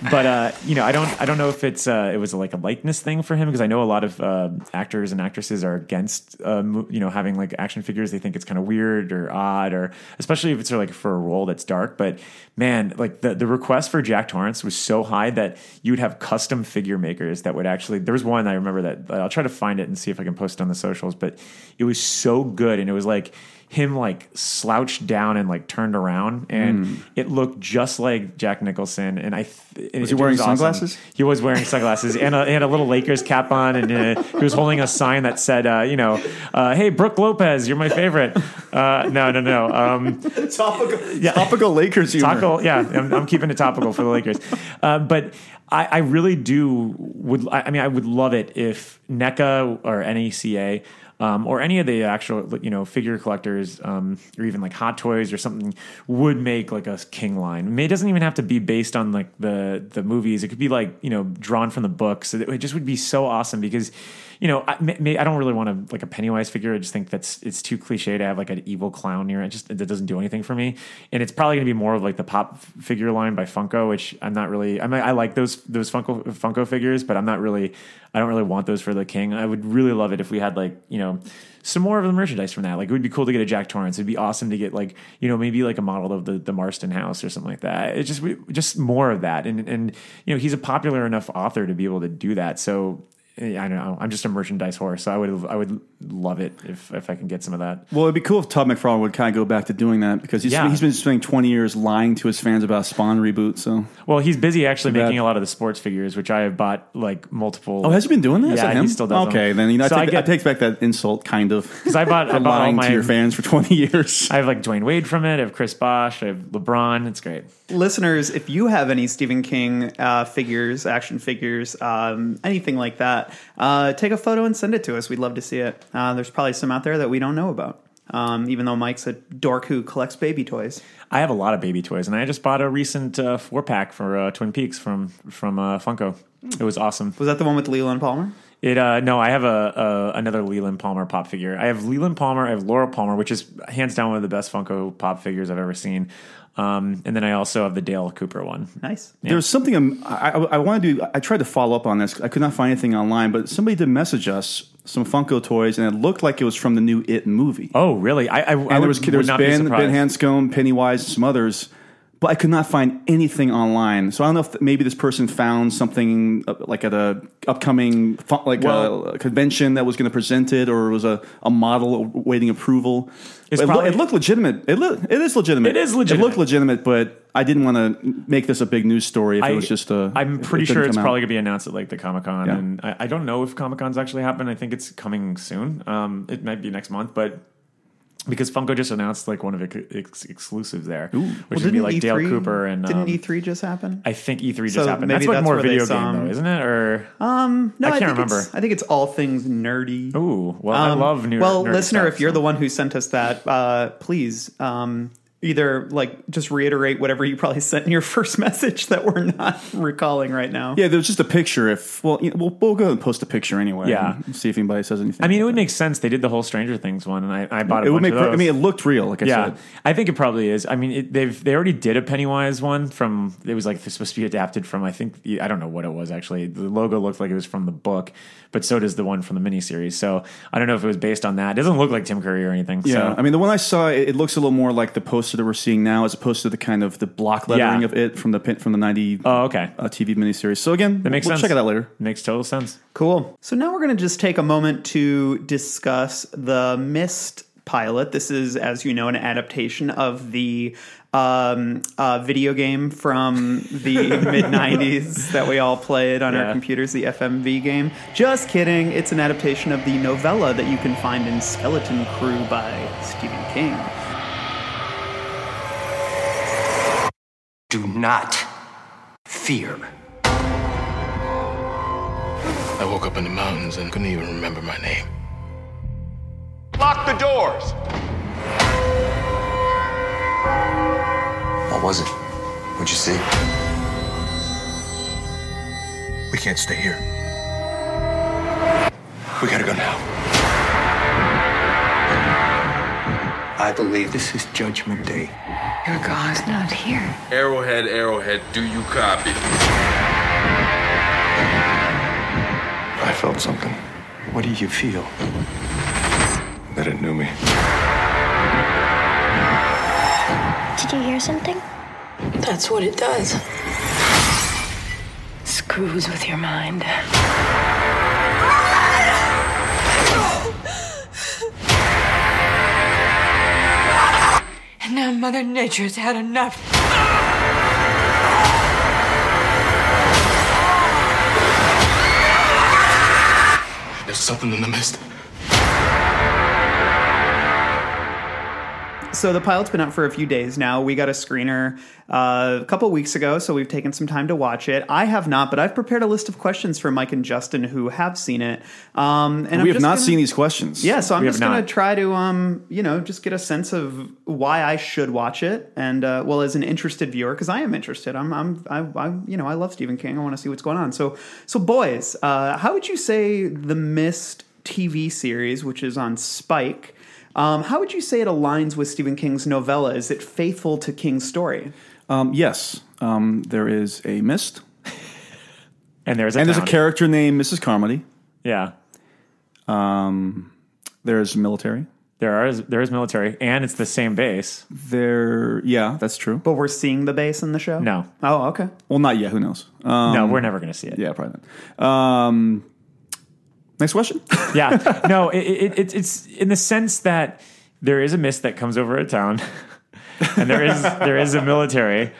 Speaker 5: but uh, you know, I don't, I don't know if it's uh, it was like a likeness thing for him because I know a lot of uh, actors and actresses are against uh, mo- you know having like action figures. They think it's kind of weird or odd, or especially if it's like for a role that's dark. But man, like the the request for Jack Torrance was so high that you would have custom figure makers that would actually. There was one I remember that I'll try to find it and see if I can post it on the socials, but it was so good and it was like him like slouched down and like turned around and
Speaker 4: Hmm.
Speaker 5: it looked just like Jack Nicholson and I th- was
Speaker 4: he wearing sunglasses?
Speaker 5: He was wearing sunglasses and a, he had a little Lakers cap on and uh, he was holding a sign that said uh, you know uh, hey Brooke Lopez you're my favorite uh, no no no um,
Speaker 4: Topical, topical Lakers humor.
Speaker 5: Topical, yeah. I'm, I'm keeping it topical for the Lakers, uh, but I, I really do would. I, I mean, I would love it if NECA or NECA. Um, or any of the actual, you know, figure collectors, um, or even like Hot Toys or something, would make like a King line. I mean, it doesn't even have to be based on like the the movies. It could be like you know drawn from the books. It it just would be so awesome because, you know, I, may, may- I don't really want to like a Pennywise figure. I just think that's it's too cliche to have like an evil clown near it. Just that doesn't do anything for me. And it's probably going to be more of like the pop f- figure line by Funko, which I'm not really. I mean, I like those those Funko Funko figures, but I'm not really. I don't really want those for the King. I would really love it if we had like you know some more of the merchandise from that. Like it would be cool to get a Jack Torrance. It'd be awesome to get like you know maybe like a model of the the Marston House or something like that. It's just we- just more of that. And and you know he's a popular enough author to be able to do that. So. I don't know. I'm just a merchandise horse, so I would I would love it if if I can get some of that.
Speaker 4: Well, it'd be cool if Todd McFarlane would kind of go back to doing that because he's,
Speaker 5: Yeah.
Speaker 4: he's been spending 20 years lying to his fans about Spawn reboot. So,
Speaker 5: Well, he's busy actually
Speaker 4: bad.
Speaker 5: making a lot of the sports figures, which I have bought like multiple.
Speaker 4: oh, has he been doing that? Is
Speaker 5: Yeah,
Speaker 4: that him?
Speaker 5: he still does.
Speaker 4: Okay,
Speaker 5: them.
Speaker 4: then you know,
Speaker 5: so
Speaker 4: I,
Speaker 5: I
Speaker 4: take,
Speaker 5: get
Speaker 4: I take back that insult, kind of.
Speaker 5: 'cause I bought I
Speaker 4: for
Speaker 5: bought all
Speaker 4: lying
Speaker 5: my.
Speaker 4: to your fans for 20 years.
Speaker 5: I have like Dwayne Wade from it. I have Chris Bosh. I have LeBron. It's great.
Speaker 3: listeners, if you have any Stephen King uh, figures, action figures, um, anything like that, uh, take a photo and send it to us. We'd love to see it. Uh, there's probably some out there that we don't know about. Um, even though Mike's a dork who collects baby toys,
Speaker 5: I have a lot of baby toys, and I just bought a recent uh, four pack for uh, Twin Peaks from from uh, Funko. It was awesome.
Speaker 3: was that the one with Leland Palmer?
Speaker 5: It uh, no, I have a, a another Leland Palmer pop figure. I have Leland Palmer. I have Laura Palmer, which is hands down one of the best Funko pop figures I've ever seen. Um, and then I also have the Dale Cooper one.
Speaker 3: Nice.
Speaker 5: Yeah.
Speaker 4: There was something um, I, I, I want to do. I tried to follow up on this. I could not find anything online, but somebody did message us some Funko toys, and it looked like it was from the new It movie.
Speaker 5: Oh, really? I I, I
Speaker 4: and
Speaker 5: would,
Speaker 4: there was,
Speaker 5: would
Speaker 4: there was
Speaker 5: not be
Speaker 4: Ben,
Speaker 5: surprised.
Speaker 4: ben Hanscom, Pennywise, some others. but I could not find anything online. So I don't know if maybe this person found something uh, like at a upcoming fu- like
Speaker 5: Well-
Speaker 4: a convention that was going to present it, or it was a, a model waiting approval.
Speaker 5: It's
Speaker 4: it, loo-
Speaker 5: probably-
Speaker 4: it looked legitimate. It, loo- it is legitimate.
Speaker 5: It is
Speaker 4: It looked
Speaker 5: legitimate.
Speaker 4: legitimate, but I didn't want to make this a big news story. If it was just a.
Speaker 5: I'm
Speaker 4: if it
Speaker 5: pretty
Speaker 4: didn't
Speaker 5: sure it's
Speaker 4: come out.
Speaker 5: probably going to be announced at like the Comic Con,
Speaker 4: Yeah.
Speaker 5: and I, I don't know if Comic Con's actually happened. I think it's coming soon. Um, it might be next month, but because Funko just announced like one of its ex- exclusives there, which would be
Speaker 3: didn't
Speaker 5: like Dale
Speaker 3: E3
Speaker 5: Cooper and
Speaker 3: didn't E
Speaker 5: um,
Speaker 3: E3 just happen?
Speaker 5: I think E3 just
Speaker 3: So
Speaker 5: happened.
Speaker 3: maybe
Speaker 5: That's like
Speaker 3: that's
Speaker 5: more
Speaker 3: where they
Speaker 5: video
Speaker 3: saw
Speaker 5: game
Speaker 3: him. Um,
Speaker 5: though, isn't it? Or
Speaker 3: no,
Speaker 5: I can't
Speaker 3: think it's-
Speaker 5: remember.
Speaker 3: I think it's all things nerdy.
Speaker 5: ooh, well, I
Speaker 3: Um,
Speaker 5: love new.
Speaker 3: Well,
Speaker 5: nerdy
Speaker 3: listener,
Speaker 5: stuff,
Speaker 3: if you're
Speaker 5: so.
Speaker 3: the one who sent us that, uh, please um, either like just reiterate whatever you probably sent in your first message that we're not recalling right now.
Speaker 4: Yeah, there was just a picture. If well, you know, we'll, we'll go and post a picture anyway.
Speaker 5: Yeah.
Speaker 4: and see if anybody says anything.
Speaker 5: I mean, it would make sense. They did the whole Stranger Things one, and I, I bought a
Speaker 4: it
Speaker 5: bunch
Speaker 4: would make.
Speaker 5: of those.
Speaker 4: I mean, it looked real. Like I
Speaker 5: Yeah,
Speaker 4: said,
Speaker 5: I think it probably is. I mean, it, they've they already did a Pennywise one from. It was like supposed to be adapted from. I think I don't know what it was actually. The logo looked like it was from the book, but so does the one from the miniseries. So I don't know if it was based on that. It doesn't look like Tim Curry or anything.
Speaker 4: Yeah,
Speaker 5: so.
Speaker 4: I mean the one I saw, it, it looks a little more like the poster that we're seeing now, as opposed to the kind of the block lettering
Speaker 5: Yeah.
Speaker 4: of it from the pin- from the ninety
Speaker 5: oh, okay,
Speaker 4: uh, TV miniseries. So again,
Speaker 5: that makes
Speaker 4: we'll
Speaker 5: sense.
Speaker 4: check it out later.
Speaker 5: Makes total sense.
Speaker 3: Cool. So now we're going to just take a moment to discuss the Mist pilot. This is, as you know, an adaptation of the um, uh, video game from the mid 90s that we all played on our
Speaker 5: Yeah.
Speaker 3: computers, the FMV game. Just kidding. It's an adaptation of the novella that you can find in Skeleton Crew by Stephen King.
Speaker 8: Do not fear.
Speaker 9: I woke up in the mountains and couldn't even remember my name.
Speaker 6: Lock the doors.
Speaker 7: What was it? What'd you see?
Speaker 9: We can't stay here. We gotta go now.
Speaker 7: I believe this is Judgment Day.
Speaker 10: Your God's not here.
Speaker 11: Arrowhead, Arrowhead, do you copy?
Speaker 9: I felt something.
Speaker 7: What do you feel?
Speaker 9: That it knew me.
Speaker 10: Did you hear something? That's what it does. Screws with your mind. And now Mother Nature's had enough.
Speaker 9: There's something in the mist.
Speaker 3: So the pilot's been out for a few days now. We got a screener uh, a couple weeks ago, so we've taken some time to watch it. I have not, but I've prepared a list of questions for Mike and Justin who have seen it. Um, and I'm
Speaker 4: we have
Speaker 3: just
Speaker 4: not
Speaker 3: gonna-
Speaker 4: seen these questions.
Speaker 3: Yeah, so I'm
Speaker 5: have
Speaker 3: just going to
Speaker 5: not.
Speaker 3: try to, um, you know, just get a sense of why I should watch it, and uh, well, as an interested viewer, because I am interested. I'm, I'm, I, I, you know, I love Stephen King. I want to see what's going on. So, so boys, uh, how would you say the Mist TV series, which is on Spike? Um, how would you say it aligns with Stephen King's novella? Is it faithful to King's story?
Speaker 4: Um, yes, um, there is a mist,
Speaker 5: And there's a
Speaker 4: and there's a
Speaker 5: town.
Speaker 4: character named Mrs. Carmody. Um,
Speaker 5: Yeah,
Speaker 4: There's military.
Speaker 5: there are there is military, and it's the same base.
Speaker 4: There, yeah, that's true.
Speaker 3: But we're seeing the base in the show.
Speaker 5: No,
Speaker 3: Oh, okay.
Speaker 4: Well, not yet. Who knows? Uh,
Speaker 5: no,
Speaker 3: Mm.
Speaker 5: we're never going to see it.
Speaker 4: yeah, probably not. Um, next question.
Speaker 5: yeah. No, it, it, it, it's in the sense that there is a mist that comes over a town, and there is there is a military,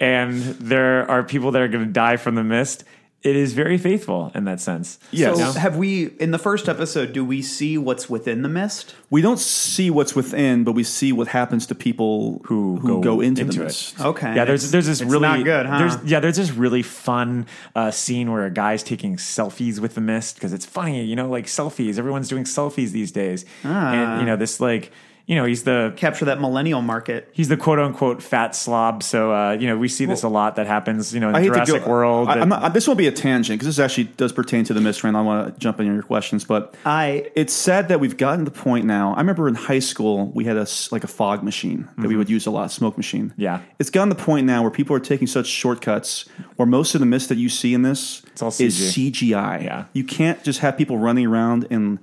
Speaker 5: and there are people that are going to die from the mist. It is very faithful in that sense.
Speaker 4: Yes.
Speaker 3: So, have we in the first episode? Do we see what's within the mist?
Speaker 4: we don't see what's within, but we see what happens to people
Speaker 5: Who
Speaker 4: go,
Speaker 5: go
Speaker 4: into,
Speaker 5: into
Speaker 4: the
Speaker 5: it.
Speaker 4: mist.
Speaker 3: Okay.
Speaker 5: Yeah, there's there's this really
Speaker 3: not good, huh?
Speaker 5: There's, yeah, there's this really fun uh, scene where a guy's taking selfies with the mist because it's funny, you know, like selfies. Everyone's doing selfies these days,
Speaker 3: Ah.
Speaker 5: and you know this like you know he's the
Speaker 3: capture that millennial market.
Speaker 5: he's the quote unquote fat slob. So uh, you know we see this a lot that happens. You know in
Speaker 4: I hate
Speaker 5: Jurassic
Speaker 4: to go,
Speaker 5: World.
Speaker 4: I,
Speaker 5: that-
Speaker 4: am not, this won't be a tangent because this actually does pertain to the mystery, and I want to jump in on your questions. But
Speaker 3: I
Speaker 4: it's sad that we've gotten to the point now. I remember in high school we had a s- like a fog machine that we would use a lot, smoke machine.
Speaker 5: Mm-hmm. Yeah.
Speaker 4: it's gotten to the point now where people are taking such shortcuts, where most of the mist that you see in this
Speaker 5: all
Speaker 4: is
Speaker 5: CG.
Speaker 4: CGI.
Speaker 5: Yeah.
Speaker 4: you can't just have people running around in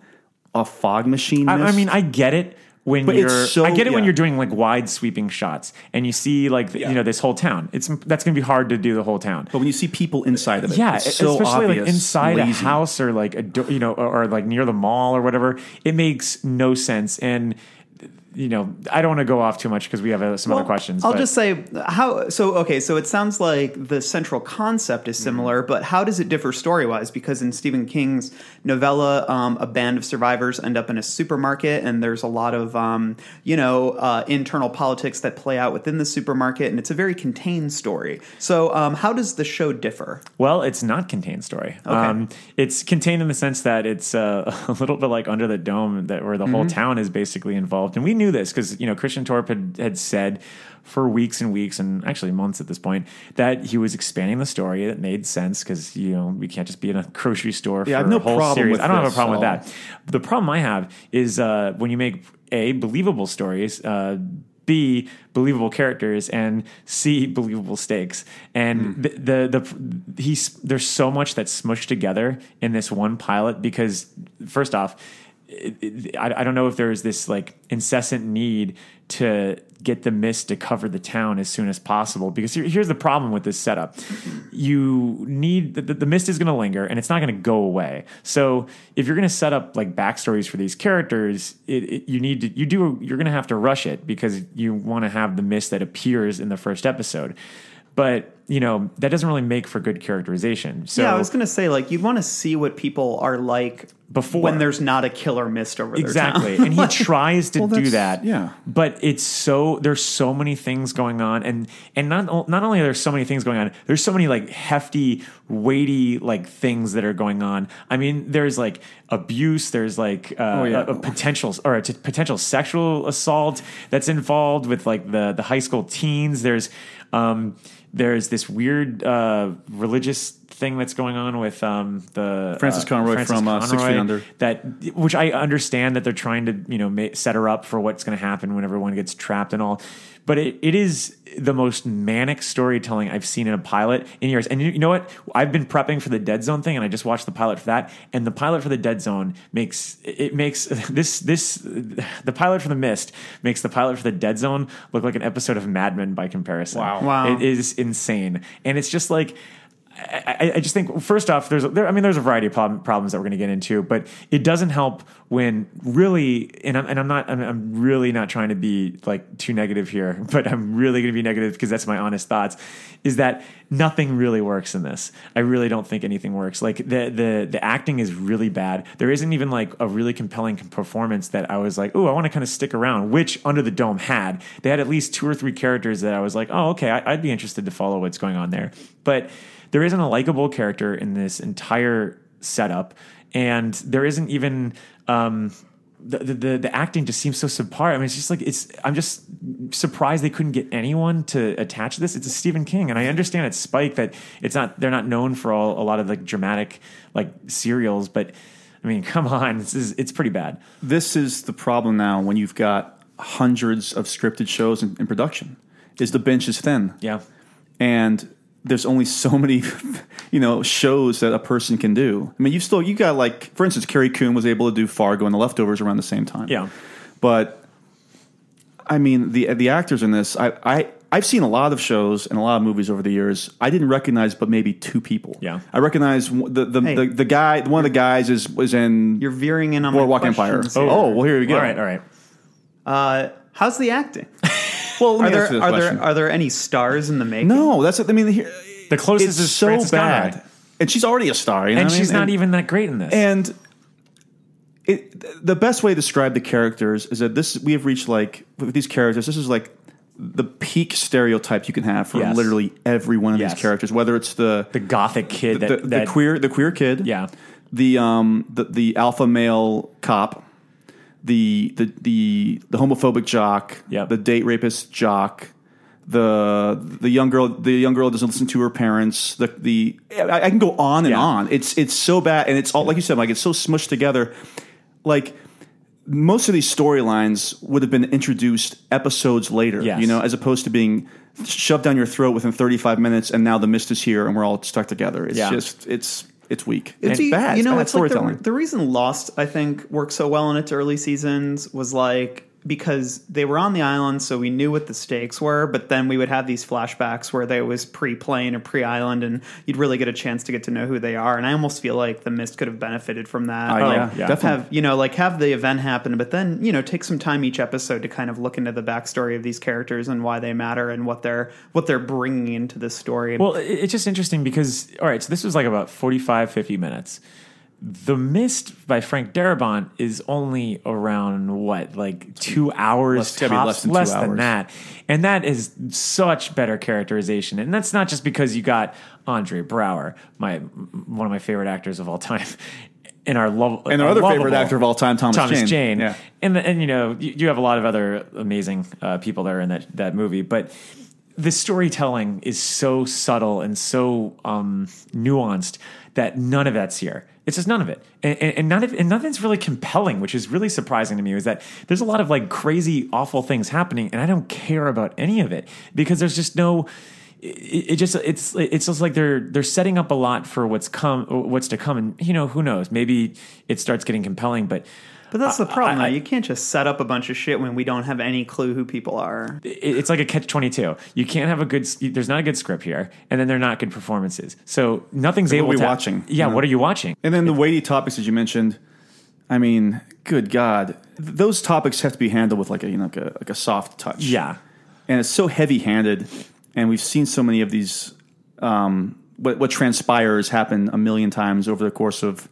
Speaker 4: a fog machine.
Speaker 5: I, I
Speaker 4: mist.
Speaker 5: mean, I get it, when
Speaker 4: But it's
Speaker 5: you're.
Speaker 4: so-
Speaker 5: I get it when
Speaker 4: yeah.
Speaker 5: you're doing like wide sweeping shots and you see like the- you know this whole town. It's that's going to be hard to do the whole town.
Speaker 4: But when you see people inside of it,
Speaker 5: Yeah, e-,
Speaker 4: it's so
Speaker 5: especially
Speaker 4: obvious,
Speaker 5: like inside a
Speaker 4: lazy.
Speaker 5: house or like a do- you know or, or, like near the mall or whatever. It makes no sense and. You know, I don't want to go off too much because we have uh, some other
Speaker 3: Well,
Speaker 5: questions.
Speaker 3: I'll
Speaker 5: but-
Speaker 3: just say how. So okay, so it sounds like the central concept is similar,
Speaker 5: Mm-hmm.
Speaker 3: but how does it differ story wise? Because in Stephen King's novella, um, a band of survivors end up in a supermarket, and there's a lot of um, you know uh, internal politics that play out within the supermarket, and it's a very contained story. So um, how does the show differ?
Speaker 5: Well, it's not contained story. Um, it's contained in the sense that it's uh, a little bit like Under the Dome, that where the
Speaker 4: Mm-hmm.
Speaker 5: whole town is basically involved. And we knew this because you know Christian Torp had, had said for weeks and weeks, and actually months at this point, that he was expanding the story. It made sense because you know we can't just be in a grocery store.
Speaker 4: Yeah, I
Speaker 5: for
Speaker 4: have no
Speaker 5: a whole
Speaker 4: problem
Speaker 5: series.
Speaker 4: with
Speaker 5: I don't have
Speaker 4: this
Speaker 5: a problem
Speaker 4: at all.
Speaker 5: with that. The problem I have is uh, when you make a believable stories, uh, b believable characters, and c believable stakes. And the, the the he's there's so much that's smushed together in this one pilot because first off. it- it- I, I don't know if there is this like incessant need to get the mist to cover the town as soon as possible because here, here's the problem with this setup you need the, the, the mist is going to linger and it's not going to go away so if you're going to set up like backstories for these characters it, it, you need to you do you're going to have to rush it because you want to have the mist that appears in the first episode but you know that doesn't really make for good characterization so
Speaker 3: yeah, I was gonna say like you'd want to see what people are like
Speaker 5: Before.
Speaker 3: when there's not a killer mist over
Speaker 5: exactly
Speaker 3: their town.
Speaker 5: and he tries to
Speaker 4: Well,
Speaker 5: do
Speaker 4: that's-
Speaker 5: that
Speaker 4: yeah.
Speaker 5: but it's so there's so many things going on and and not o- not only are there so many things going on there's so many like hefty weighty like things that are going on i mean there's like abuse there's like uh,
Speaker 4: Oh, yeah.
Speaker 5: a, a potential or a t- potential sexual assault that's involved with like the the high school teens there's um there's this weird uh religious thing that's going on with um the
Speaker 4: Frances
Speaker 5: uh,
Speaker 4: Conroy from, uh, Six Feet Under.
Speaker 5: that which I understand that they're trying to you know ma- set her up for what's going to happen when everyone gets trapped and all, but it, it is the most manic storytelling I've seen in a pilot in years. And you, you know what? I've been prepping for the Dead Zone thing, and I just watched the pilot for that. And the pilot for the Dead Zone makes it makes this this the pilot for the Mist makes the pilot for the Dead Zone look like an episode of Mad Men by comparison. Wow,
Speaker 3: Wow.
Speaker 5: it is insane, and it's just like. I, I- I just think first off, there's there, I mean there's a variety of problem, problems that we're going to get into, but it doesn't help when really and I'm and I'm not I'm, I'm really not trying to be like too negative here, but I'm really going to be negative because that's my honest thoughts. Is that nothing really works in this? I really don't think anything works. Like the the the acting is really bad. There isn't even like a really compelling performance that I was like, oh, I want to kind of stick around. Which Under the Dome had they had at least two or three characters that I was like, oh, okay, I, I'd be interested to follow what's going on there, but there isn't a likable character in this entire setup, and there isn't even um, the, the the the acting just seems so subpar. I mean, it's just like it's. I'm just surprised they couldn't get anyone to attach this. It's a Stephen King, and I understand it's Spike that it's not. They're not known for all a lot of like dramatic like serials, but. I mean, come on! This is it's pretty bad.
Speaker 4: this is the problem now when you've got hundreds of scripted shows in, in production is the bench is thin
Speaker 5: Yeah,
Speaker 4: and there's only so many you know shows that a person can do i mean you've still you got like for instance carrie coon was able to do fargo and the leftovers around the same time
Speaker 5: Yeah.
Speaker 4: but i mean the the actors in this i i I've seen a lot of shows and a lot of movies over the years. I didn't recognize, but maybe two people.
Speaker 5: Yeah.
Speaker 4: I recognize w- the the,
Speaker 3: Hey.
Speaker 4: the, the guy. One of the guys is was in
Speaker 3: You're veering in on my
Speaker 4: Boardwalk Empire.
Speaker 3: questions
Speaker 4: Oh,
Speaker 3: here.
Speaker 4: well, here we go.
Speaker 5: all right, all right.
Speaker 3: Uh, how's the acting?
Speaker 4: Well, let
Speaker 3: Are
Speaker 4: me
Speaker 3: there
Speaker 4: answer this
Speaker 3: are
Speaker 4: question.
Speaker 3: there are there any stars in the making?
Speaker 4: No, that's what I mean. Here,
Speaker 5: The closest
Speaker 4: it's
Speaker 5: is
Speaker 4: so
Speaker 5: Frances Conrad.
Speaker 4: bad, and she's already a star, you know
Speaker 5: and
Speaker 4: what I
Speaker 5: she's
Speaker 4: mean?
Speaker 5: not even that great in this.
Speaker 4: And, and it, the best way to describe the characters is that this we have reached like with these characters. This is like the peak stereotype you can have for
Speaker 5: Yes.
Speaker 4: literally every one of
Speaker 5: Yes.
Speaker 4: these characters, whether it's the
Speaker 5: the gothic kid
Speaker 4: the,
Speaker 5: that,
Speaker 4: the
Speaker 5: that
Speaker 4: queer the queer kid,
Speaker 5: Yeah.
Speaker 4: the um the, the alpha male cop, the the the the homophobic jock,
Speaker 5: Yep.
Speaker 4: the date rapist jock, the the young girl the young girl doesn't listen to her parents. The the I, I can go on and
Speaker 5: Yeah.
Speaker 4: on. It's it's so bad, and it's all like you said, like it's so smushed together, like. Most of these storylines would have been introduced episodes later,
Speaker 5: Yes.
Speaker 4: you know, as opposed to being shoved down your throat within 35 minutes, and now the mist is here, and we're all stuck together. It's
Speaker 5: Yeah.
Speaker 4: just, it's, it's weak.
Speaker 3: It's
Speaker 4: It's
Speaker 3: e-
Speaker 4: bad.
Speaker 3: You know,
Speaker 4: bad
Speaker 3: it's like the,
Speaker 4: storytelling.
Speaker 3: the reason Lost I think worked so well in its early seasons was like because they were on the island, so we knew what the stakes were. But then we would have these flashbacks where they was pre-plane or pre-island, and you'd really get a chance to get to know who they are. And I almost feel like the mist could have benefited from that.
Speaker 4: Oh, yeah,
Speaker 3: Like,
Speaker 4: yeah. definitely.
Speaker 3: Have you know, like have the event happen, but then you know, take some time each episode to kind of look into the backstory of these characters and why they matter and what they're what they're bringing into this story.
Speaker 5: Well, i- it's just interesting because, all right, so this was like about 45, 50 minutes. The Mist by Frank Darabont is only around what, like two hours
Speaker 4: Less- gotta be
Speaker 5: tops?
Speaker 4: less than two hours.
Speaker 5: that. And that is such better characterization. And that's not just because you got Andre Brower, my one of my favorite actors of all time, and our love
Speaker 4: And our other favorite actor of all time, Thomas Jane. Yeah.
Speaker 5: and and you know you, you have a lot of other amazing uh, people there in that that movie, but the storytelling is so subtle and so um, nuanced that none of that's here. It's just none of it, and, and, and none of and nothing's really compelling, which is really surprising to me. Is that there's a lot of like crazy, awful things happening, and I don't care about any of it because there's just no it, it just it's it's just like they're they're setting up a lot for what's come what's to come and you know who knows maybe it starts getting compelling but
Speaker 3: But that's the problem.
Speaker 5: I- I-
Speaker 3: though. you can't just set up a bunch of shit when we don't have any clue who people are.
Speaker 5: it- it's like a catch 22 you can't have a good s- there's not a good script here and then they're not good performances so nothing's
Speaker 4: Then
Speaker 5: able
Speaker 4: what are we
Speaker 5: to
Speaker 4: watching,
Speaker 5: yeah
Speaker 4: you know?
Speaker 5: what are you watching
Speaker 4: And then the weighty topics that you mentioned, I mean, good God, Th- those topics have to be handled with like a you know like a, like a soft touch.
Speaker 5: yeah
Speaker 4: and it's so heavy handed, and we've seen so many of these. Um, what, what transpires happen a million times over the course of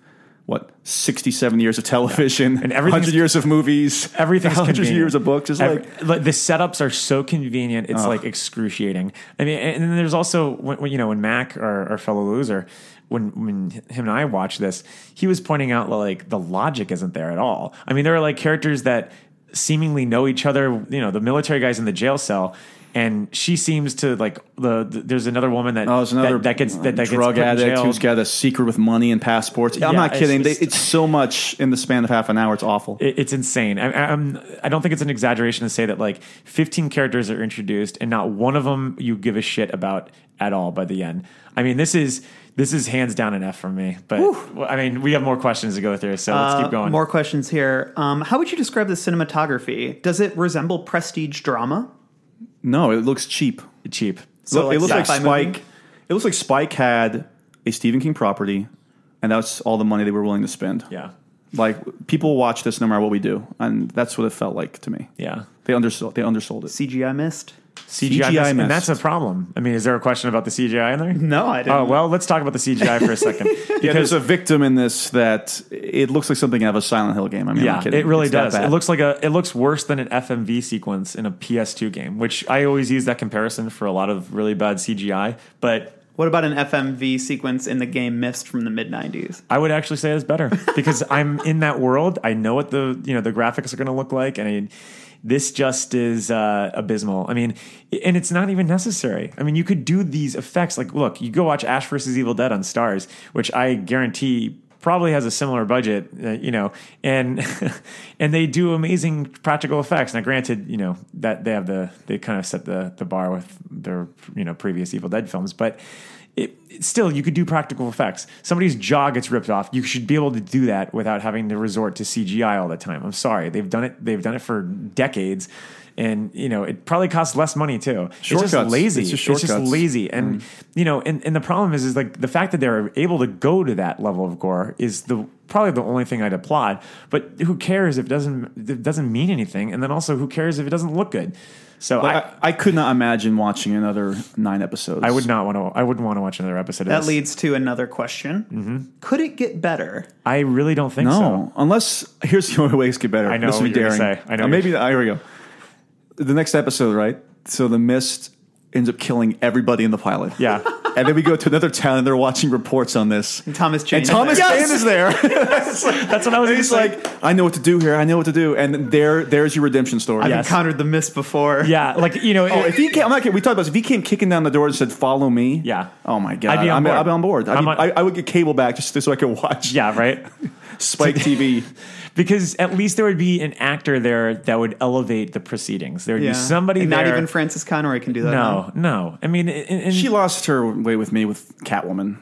Speaker 4: what 60, 70 years of television,
Speaker 5: And everything's-
Speaker 4: hundred years of movies,
Speaker 5: everything's
Speaker 4: hundred
Speaker 5: convenient.
Speaker 4: years of books. It's
Speaker 5: Every-
Speaker 4: like
Speaker 5: the setups are so convenient. It's like excruciating. I mean, and then there's also when, when you know when Mac, our, our fellow loser, when when him and I watched this, he was pointing out like the logic isn't there at all. I mean, there are like characters that seemingly know each other. You know, the military guys in the jail cell. And she seems to like the, the- There's another woman that
Speaker 4: Oh, it's another
Speaker 5: that, that gets that, that
Speaker 4: drug
Speaker 5: gets put in
Speaker 4: addict
Speaker 5: jail.
Speaker 4: who's got a secret with money and passports. I'm
Speaker 5: Yeah,
Speaker 4: not
Speaker 5: it's
Speaker 4: kidding. They- It's,
Speaker 5: just-
Speaker 4: so much in the span of half an hour. It's awful.
Speaker 5: It- it's insane. I, I- I'm, I don't think it's an exaggeration to say that like 15 characters are introduced and not one of them you give a shit about at all by the end. I mean, this is this is hands down an F for me. But well, I mean, we have more questions to go through, so let's
Speaker 3: Uh,
Speaker 5: keep going.
Speaker 3: More questions here. Um, how would you describe the cinematography? Does it resemble prestige drama?
Speaker 4: No, it looks cheap.
Speaker 5: cheap.
Speaker 3: So,
Speaker 4: Look, it
Speaker 3: like,
Speaker 4: looks like
Speaker 3: sci-fi
Speaker 4: Spike.
Speaker 3: movie?
Speaker 4: It looks like Spike had a Stephen King property, and that's all the money they were willing to spend.
Speaker 5: Yeah,
Speaker 4: Like people watch this no matter what we do, and that's what it felt like to me.
Speaker 5: yeah.
Speaker 4: They undersold. They undersold it.
Speaker 3: CGI missed.
Speaker 5: CGI,
Speaker 4: CGI
Speaker 5: missed-
Speaker 4: missed.
Speaker 5: and that's a problem. I mean, is there a question about the CGI in there?
Speaker 3: No, I didn't.
Speaker 5: Oh well, let's talk about the CGI for a second because
Speaker 4: Yeah, there's a victim in this that it looks like something out of a Silent Hill game. I mean, I'm
Speaker 5: Yeah,
Speaker 4: not kidding.
Speaker 5: it really
Speaker 4: It's that
Speaker 5: does.
Speaker 4: bad.
Speaker 5: It looks like a it looks worse than an FMV sequence in a PS2 game, which I always use that comparison for a lot of really bad CGI, but
Speaker 3: What about an FMV sequence in the game Mist from the mid '90s?
Speaker 5: I would actually say it's better because I'm in that world. I know what the, you know, the graphics are going to look like and I this just is uh, abysmal. I mean, and it's not even necessary. I mean, you could do these effects. Like, look, you go watch Ash versus Evil Dead on Stars, which I guarantee probably has a similar budget, uh, you know, and and they do amazing practical effects. Now, granted, you know that they have the they kind of set the the bar with their you know previous Evil Dead films, but it, it's still you could do practical effects. Somebody's jaw gets ripped off. You should be able to do that without having to resort to CGI all the time. I'm sorry, they've done it. They've done it for decades. And you know it probably costs less money too. It's just
Speaker 4: Shortcuts.
Speaker 5: lazy.
Speaker 4: It's just
Speaker 5: lazy
Speaker 4: shortcuts.
Speaker 5: lazy and you know and, and the problem is is like the fact that they're able to go to that level of gore is the probably the only thing i'd applaud but who cares if it doesn't if it doesn't mean anything and then also who cares if it doesn't look good so
Speaker 4: Like,
Speaker 5: I,
Speaker 4: I, I could not imagine watching another nine episodes.
Speaker 5: I would not want to i wouldn't want to watch another episode of
Speaker 3: That
Speaker 5: this.
Speaker 3: leads to another question:
Speaker 5: Mm-hmm.
Speaker 3: Could it get better?
Speaker 5: i really don't think so
Speaker 4: No, unless here's the only way it get better.
Speaker 5: I know
Speaker 4: this would
Speaker 5: what
Speaker 4: be
Speaker 5: you're
Speaker 4: daring.
Speaker 5: gonna say. I know
Speaker 4: Uh,
Speaker 5: what
Speaker 4: maybe
Speaker 5: you're-
Speaker 4: the, here we go. The next episode, right? So the mist ends up killing everybody in the pilot.
Speaker 5: Yeah.
Speaker 4: and then we go to another town and they're watching reports on this. And
Speaker 3: Thomas Jane
Speaker 4: And
Speaker 3: is
Speaker 4: Thomas
Speaker 3: there.
Speaker 4: Jane is there.
Speaker 5: that's what i was
Speaker 4: and he's like, I know what to do here. I know what to do. And there, there's your redemption story.
Speaker 3: I've
Speaker 5: Yes.
Speaker 3: encountered the Mist before.
Speaker 5: yeah like you know
Speaker 4: Oh, if he came, I'm not kidding. We talked about this. If he came kicking down the door and said, "Follow me,"
Speaker 5: Yeah.
Speaker 4: Oh my god,
Speaker 5: I'd be on
Speaker 4: I'm-
Speaker 5: board.
Speaker 4: I'd be on board. I'd
Speaker 5: I'm
Speaker 4: be-
Speaker 5: on-
Speaker 4: I, I would get cable back just so I could watch
Speaker 5: yeah right
Speaker 4: Spike TV.
Speaker 5: because at least there would be an actor there that would elevate the proceedings there would
Speaker 3: Yeah.
Speaker 5: be somebody
Speaker 3: And
Speaker 5: there
Speaker 3: not even Francis Conroy can do that. huh?
Speaker 5: no no i mean and, and
Speaker 4: She lost her way with me with Catwoman.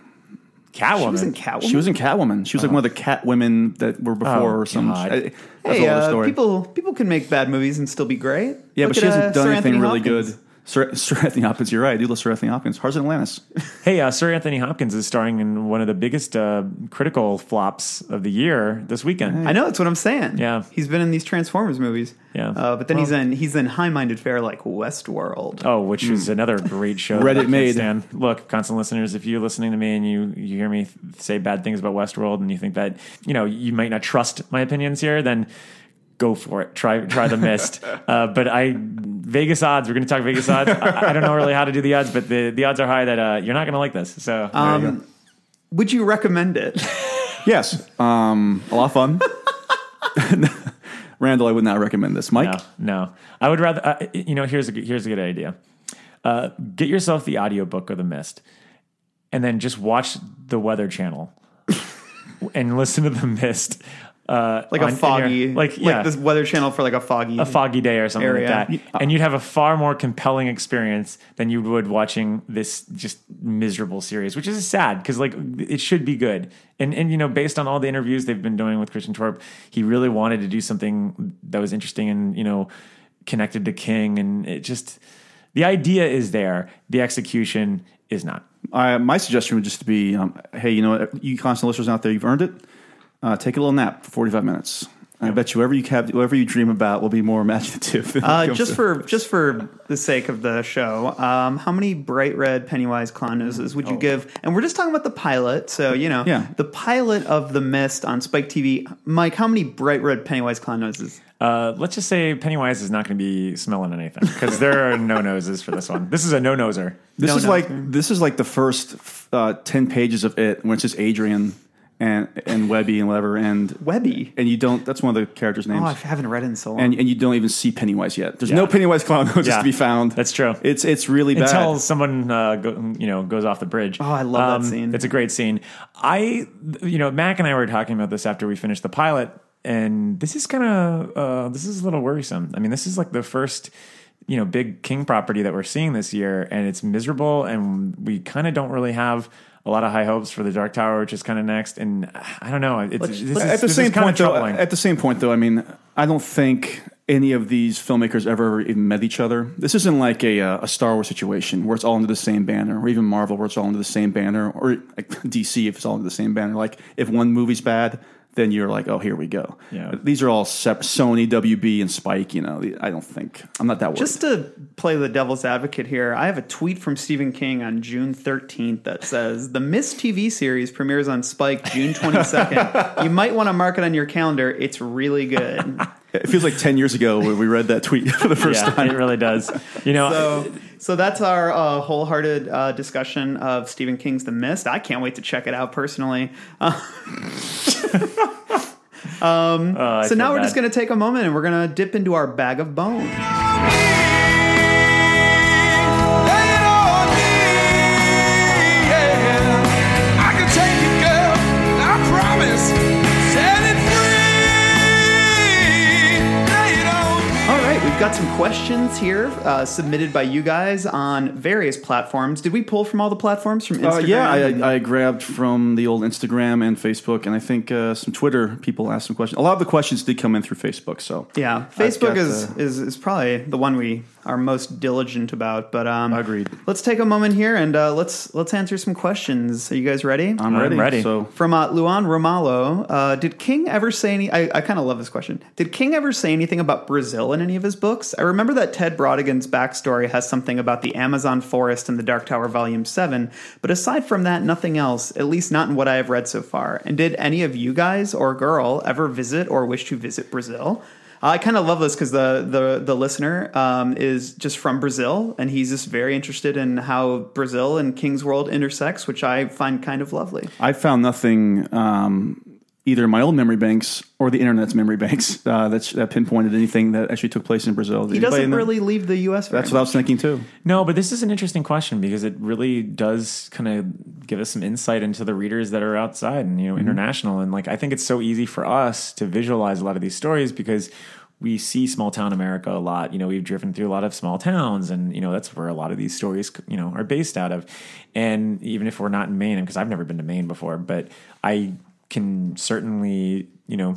Speaker 5: Catwoman. She
Speaker 3: was in Catwoman. Oh.
Speaker 4: She was in Catwoman. She was like one of the cat women that were before
Speaker 5: Oh,
Speaker 4: or some.
Speaker 5: God.
Speaker 4: I- that's
Speaker 3: Hey,
Speaker 4: a whole other
Speaker 3: uh,
Speaker 4: story.
Speaker 3: people people can make bad movies and still be great.
Speaker 4: yeah,
Speaker 3: Look
Speaker 4: but she
Speaker 3: at,
Speaker 4: hasn't
Speaker 3: uh,
Speaker 4: done
Speaker 3: Sir
Speaker 4: anything
Speaker 3: Anthony
Speaker 4: really
Speaker 3: Hopkins.
Speaker 4: good. Sir, Sir Anthony Hopkins, you're right. I do love Sir Anthony Hopkins. Hearts and Atlantis.
Speaker 5: Hey, uh, Sir Anthony Hopkins is starring in one of the biggest uh, critical flops of the year this weekend.
Speaker 3: I know that's what I'm saying.
Speaker 5: Yeah.
Speaker 3: he's been in these Transformers movies.
Speaker 5: Yeah.
Speaker 3: uh, but then he's in he's in high minded fare like Westworld.
Speaker 5: Oh, which is another great show.
Speaker 4: Reddit
Speaker 5: that I can't
Speaker 4: made.
Speaker 5: stand. Look, constant listeners, if you're listening to me and you you hear me th- say bad things about Westworld and you think that you know you might not trust my opinions here, then go for it. Try try the mist. uh, but I Vegas odds. We're going to talk Vegas odds. I, I don't know really how to do the odds, but the the odds are high that uh, you're not going to like this. So there you go.
Speaker 3: Would you recommend it?
Speaker 4: Yes, um, a lot of fun. Randall, I would not recommend this. Mike,
Speaker 5: No, no. I would rather, uh, you know, here's a, good- here's a good idea. Uh, get yourself the audiobook of The Mist and then just watch the Weather Channel and listen to The Mist. Uh,
Speaker 3: Like a
Speaker 4: Oh,
Speaker 5: on- in your-
Speaker 3: foggy,
Speaker 5: like, yeah,
Speaker 3: this Weather Channel for like a foggy.
Speaker 5: a foggy day or something
Speaker 3: Area.
Speaker 5: like that. And you'd have a far more compelling experience than you would watching this just miserable series, which is sad because like it should be good. And and you know, based on all the interviews they've been doing with Christian Torp, he really wanted to do something that was interesting and you know connected to King. And it just the idea is there, the execution is not.
Speaker 4: I, my suggestion would just be, um, hey, you know what, you constant listeners out there, you've earned it. Uh, take a little nap for 45 minutes. I bet you whatever you have, whatever you dream about will be more imaginative. than it
Speaker 3: Uh,
Speaker 4: comes
Speaker 3: just
Speaker 4: to-
Speaker 3: for just for the sake of the show, um, how many bright red Pennywise clown noses would you give? And we're just talking about the pilot, so you know,
Speaker 4: Yeah.
Speaker 3: the pilot of The Mist on Spike TV. Mike, how many bright red Pennywise clown noses?
Speaker 5: Uh, let's just say Pennywise is not going to be smelling anything because there are no noses for this one. This is a no noser.
Speaker 4: This
Speaker 3: No,
Speaker 4: is
Speaker 3: no.
Speaker 4: like this is like the first uh, ten pages of it when it's just Adrian and and Webby and whatever and
Speaker 3: Webby.
Speaker 4: and you don't. That's one of the characters' names.
Speaker 3: Oh, I haven't read it in so long.
Speaker 4: and and you don't even see Pennywise yet. There's no Pennywise clown noses
Speaker 5: Yeah.
Speaker 4: to be found.
Speaker 5: That's true.
Speaker 4: It's it's really bad.
Speaker 5: until someone uh, go, you know goes off the bridge. Oh,
Speaker 3: I love that scene.
Speaker 5: It's a great scene. I, you know, Mac and I were talking about this after we finished the pilot, and this is kind of uh, this is a little worrisome. I mean, this is like the first you know big King property that we're seeing this year, and it's miserable, and we kind of don't really have. A lot of high hopes for the Dark Tower, which is kind of next, and uh, I don't know. It's, this
Speaker 4: But
Speaker 5: is,
Speaker 4: at the
Speaker 5: this
Speaker 4: same
Speaker 5: is kinda
Speaker 4: point, though,
Speaker 5: troubling.
Speaker 4: at the same point, though, I mean, I don't think any of these filmmakers ever even met each other. This isn't like a, uh, a Star Wars situation where it's all under the same banner, or even Marvel where it's all under the same banner, or like DC if it's all under the same banner. Like if one movie's bad, then you're like, oh, here we go.
Speaker 5: Yeah.
Speaker 4: But These are all sep- Sony, WB, and Spike. You know, the- I don't think I'm not that worried.
Speaker 3: Just to play the devil's advocate here, I have a tweet from Stephen King on June 13th that says The Mist TV series premieres on Spike June 22nd. you might want to mark it on your calendar. It's really good.
Speaker 4: it feels like ten years ago when we read that tweet for the first
Speaker 5: yeah,
Speaker 4: time.
Speaker 5: it really does. You know,
Speaker 3: So, so that's our uh, wholehearted uh, discussion of Stephen King's The Mist. I can't wait to check it out personally.
Speaker 5: uh,
Speaker 3: so now
Speaker 5: I feel
Speaker 3: we're
Speaker 5: bad.
Speaker 3: just going to take a moment and we're going to dip into our bag of bones. All right, we've got some questions here uh, submitted by you guys on various platforms. Did we pull from all the platforms from
Speaker 4: Uh,
Speaker 3: Instagram?
Speaker 4: yeah,
Speaker 3: and-
Speaker 4: I, I grabbed from the old Instagram and Facebook, and I think uh, some Twitter people asked some questions. A lot of the questions did come in through Facebook, so
Speaker 3: Yeah,
Speaker 4: I've
Speaker 3: Facebook
Speaker 4: got
Speaker 3: is,
Speaker 4: the-
Speaker 3: is is probably the one we are most diligent about. But um,
Speaker 4: Agreed.
Speaker 3: Let's take a moment here and uh, let's let's answer some questions. Are you guys ready?
Speaker 4: I'm ready.
Speaker 5: ready.
Speaker 4: So
Speaker 3: From uh, Luan Romalo, uh, did King ever say any? I, I kind of love this question. Did King ever say anything about Brazil in any of his books? I remember that Ted Brodigan's backstory has something about the Amazon forest in the Dark Tower Volume Seven, but aside from that, nothing else. At least not in what I have read so far. And did any of you guys or girl ever visit or wish to visit Brazil? I kind of love this because the the the listener um, is just from Brazil and he's just very interested in how Brazil and King's World intersects, which I find kind of lovely.
Speaker 4: I found nothing um, either in my old memory banks or the internet's memory banks uh, that that pinpointed anything that actually took place in Brazil.
Speaker 3: He doesn't really leave the U.S. very
Speaker 4: That's what I was thinking too.
Speaker 5: No, but this is an interesting question because it really does kind of give us some insight into the readers that are outside and you know international and like I think it's so easy for us to visualize a lot of these stories because we see small town America a lot. You know, we've driven through a lot of small towns, and you know that's where a lot of these stories, you know, are based out of. And even if we're not in Maine, because I've never been to Maine before, but I can certainly, you know,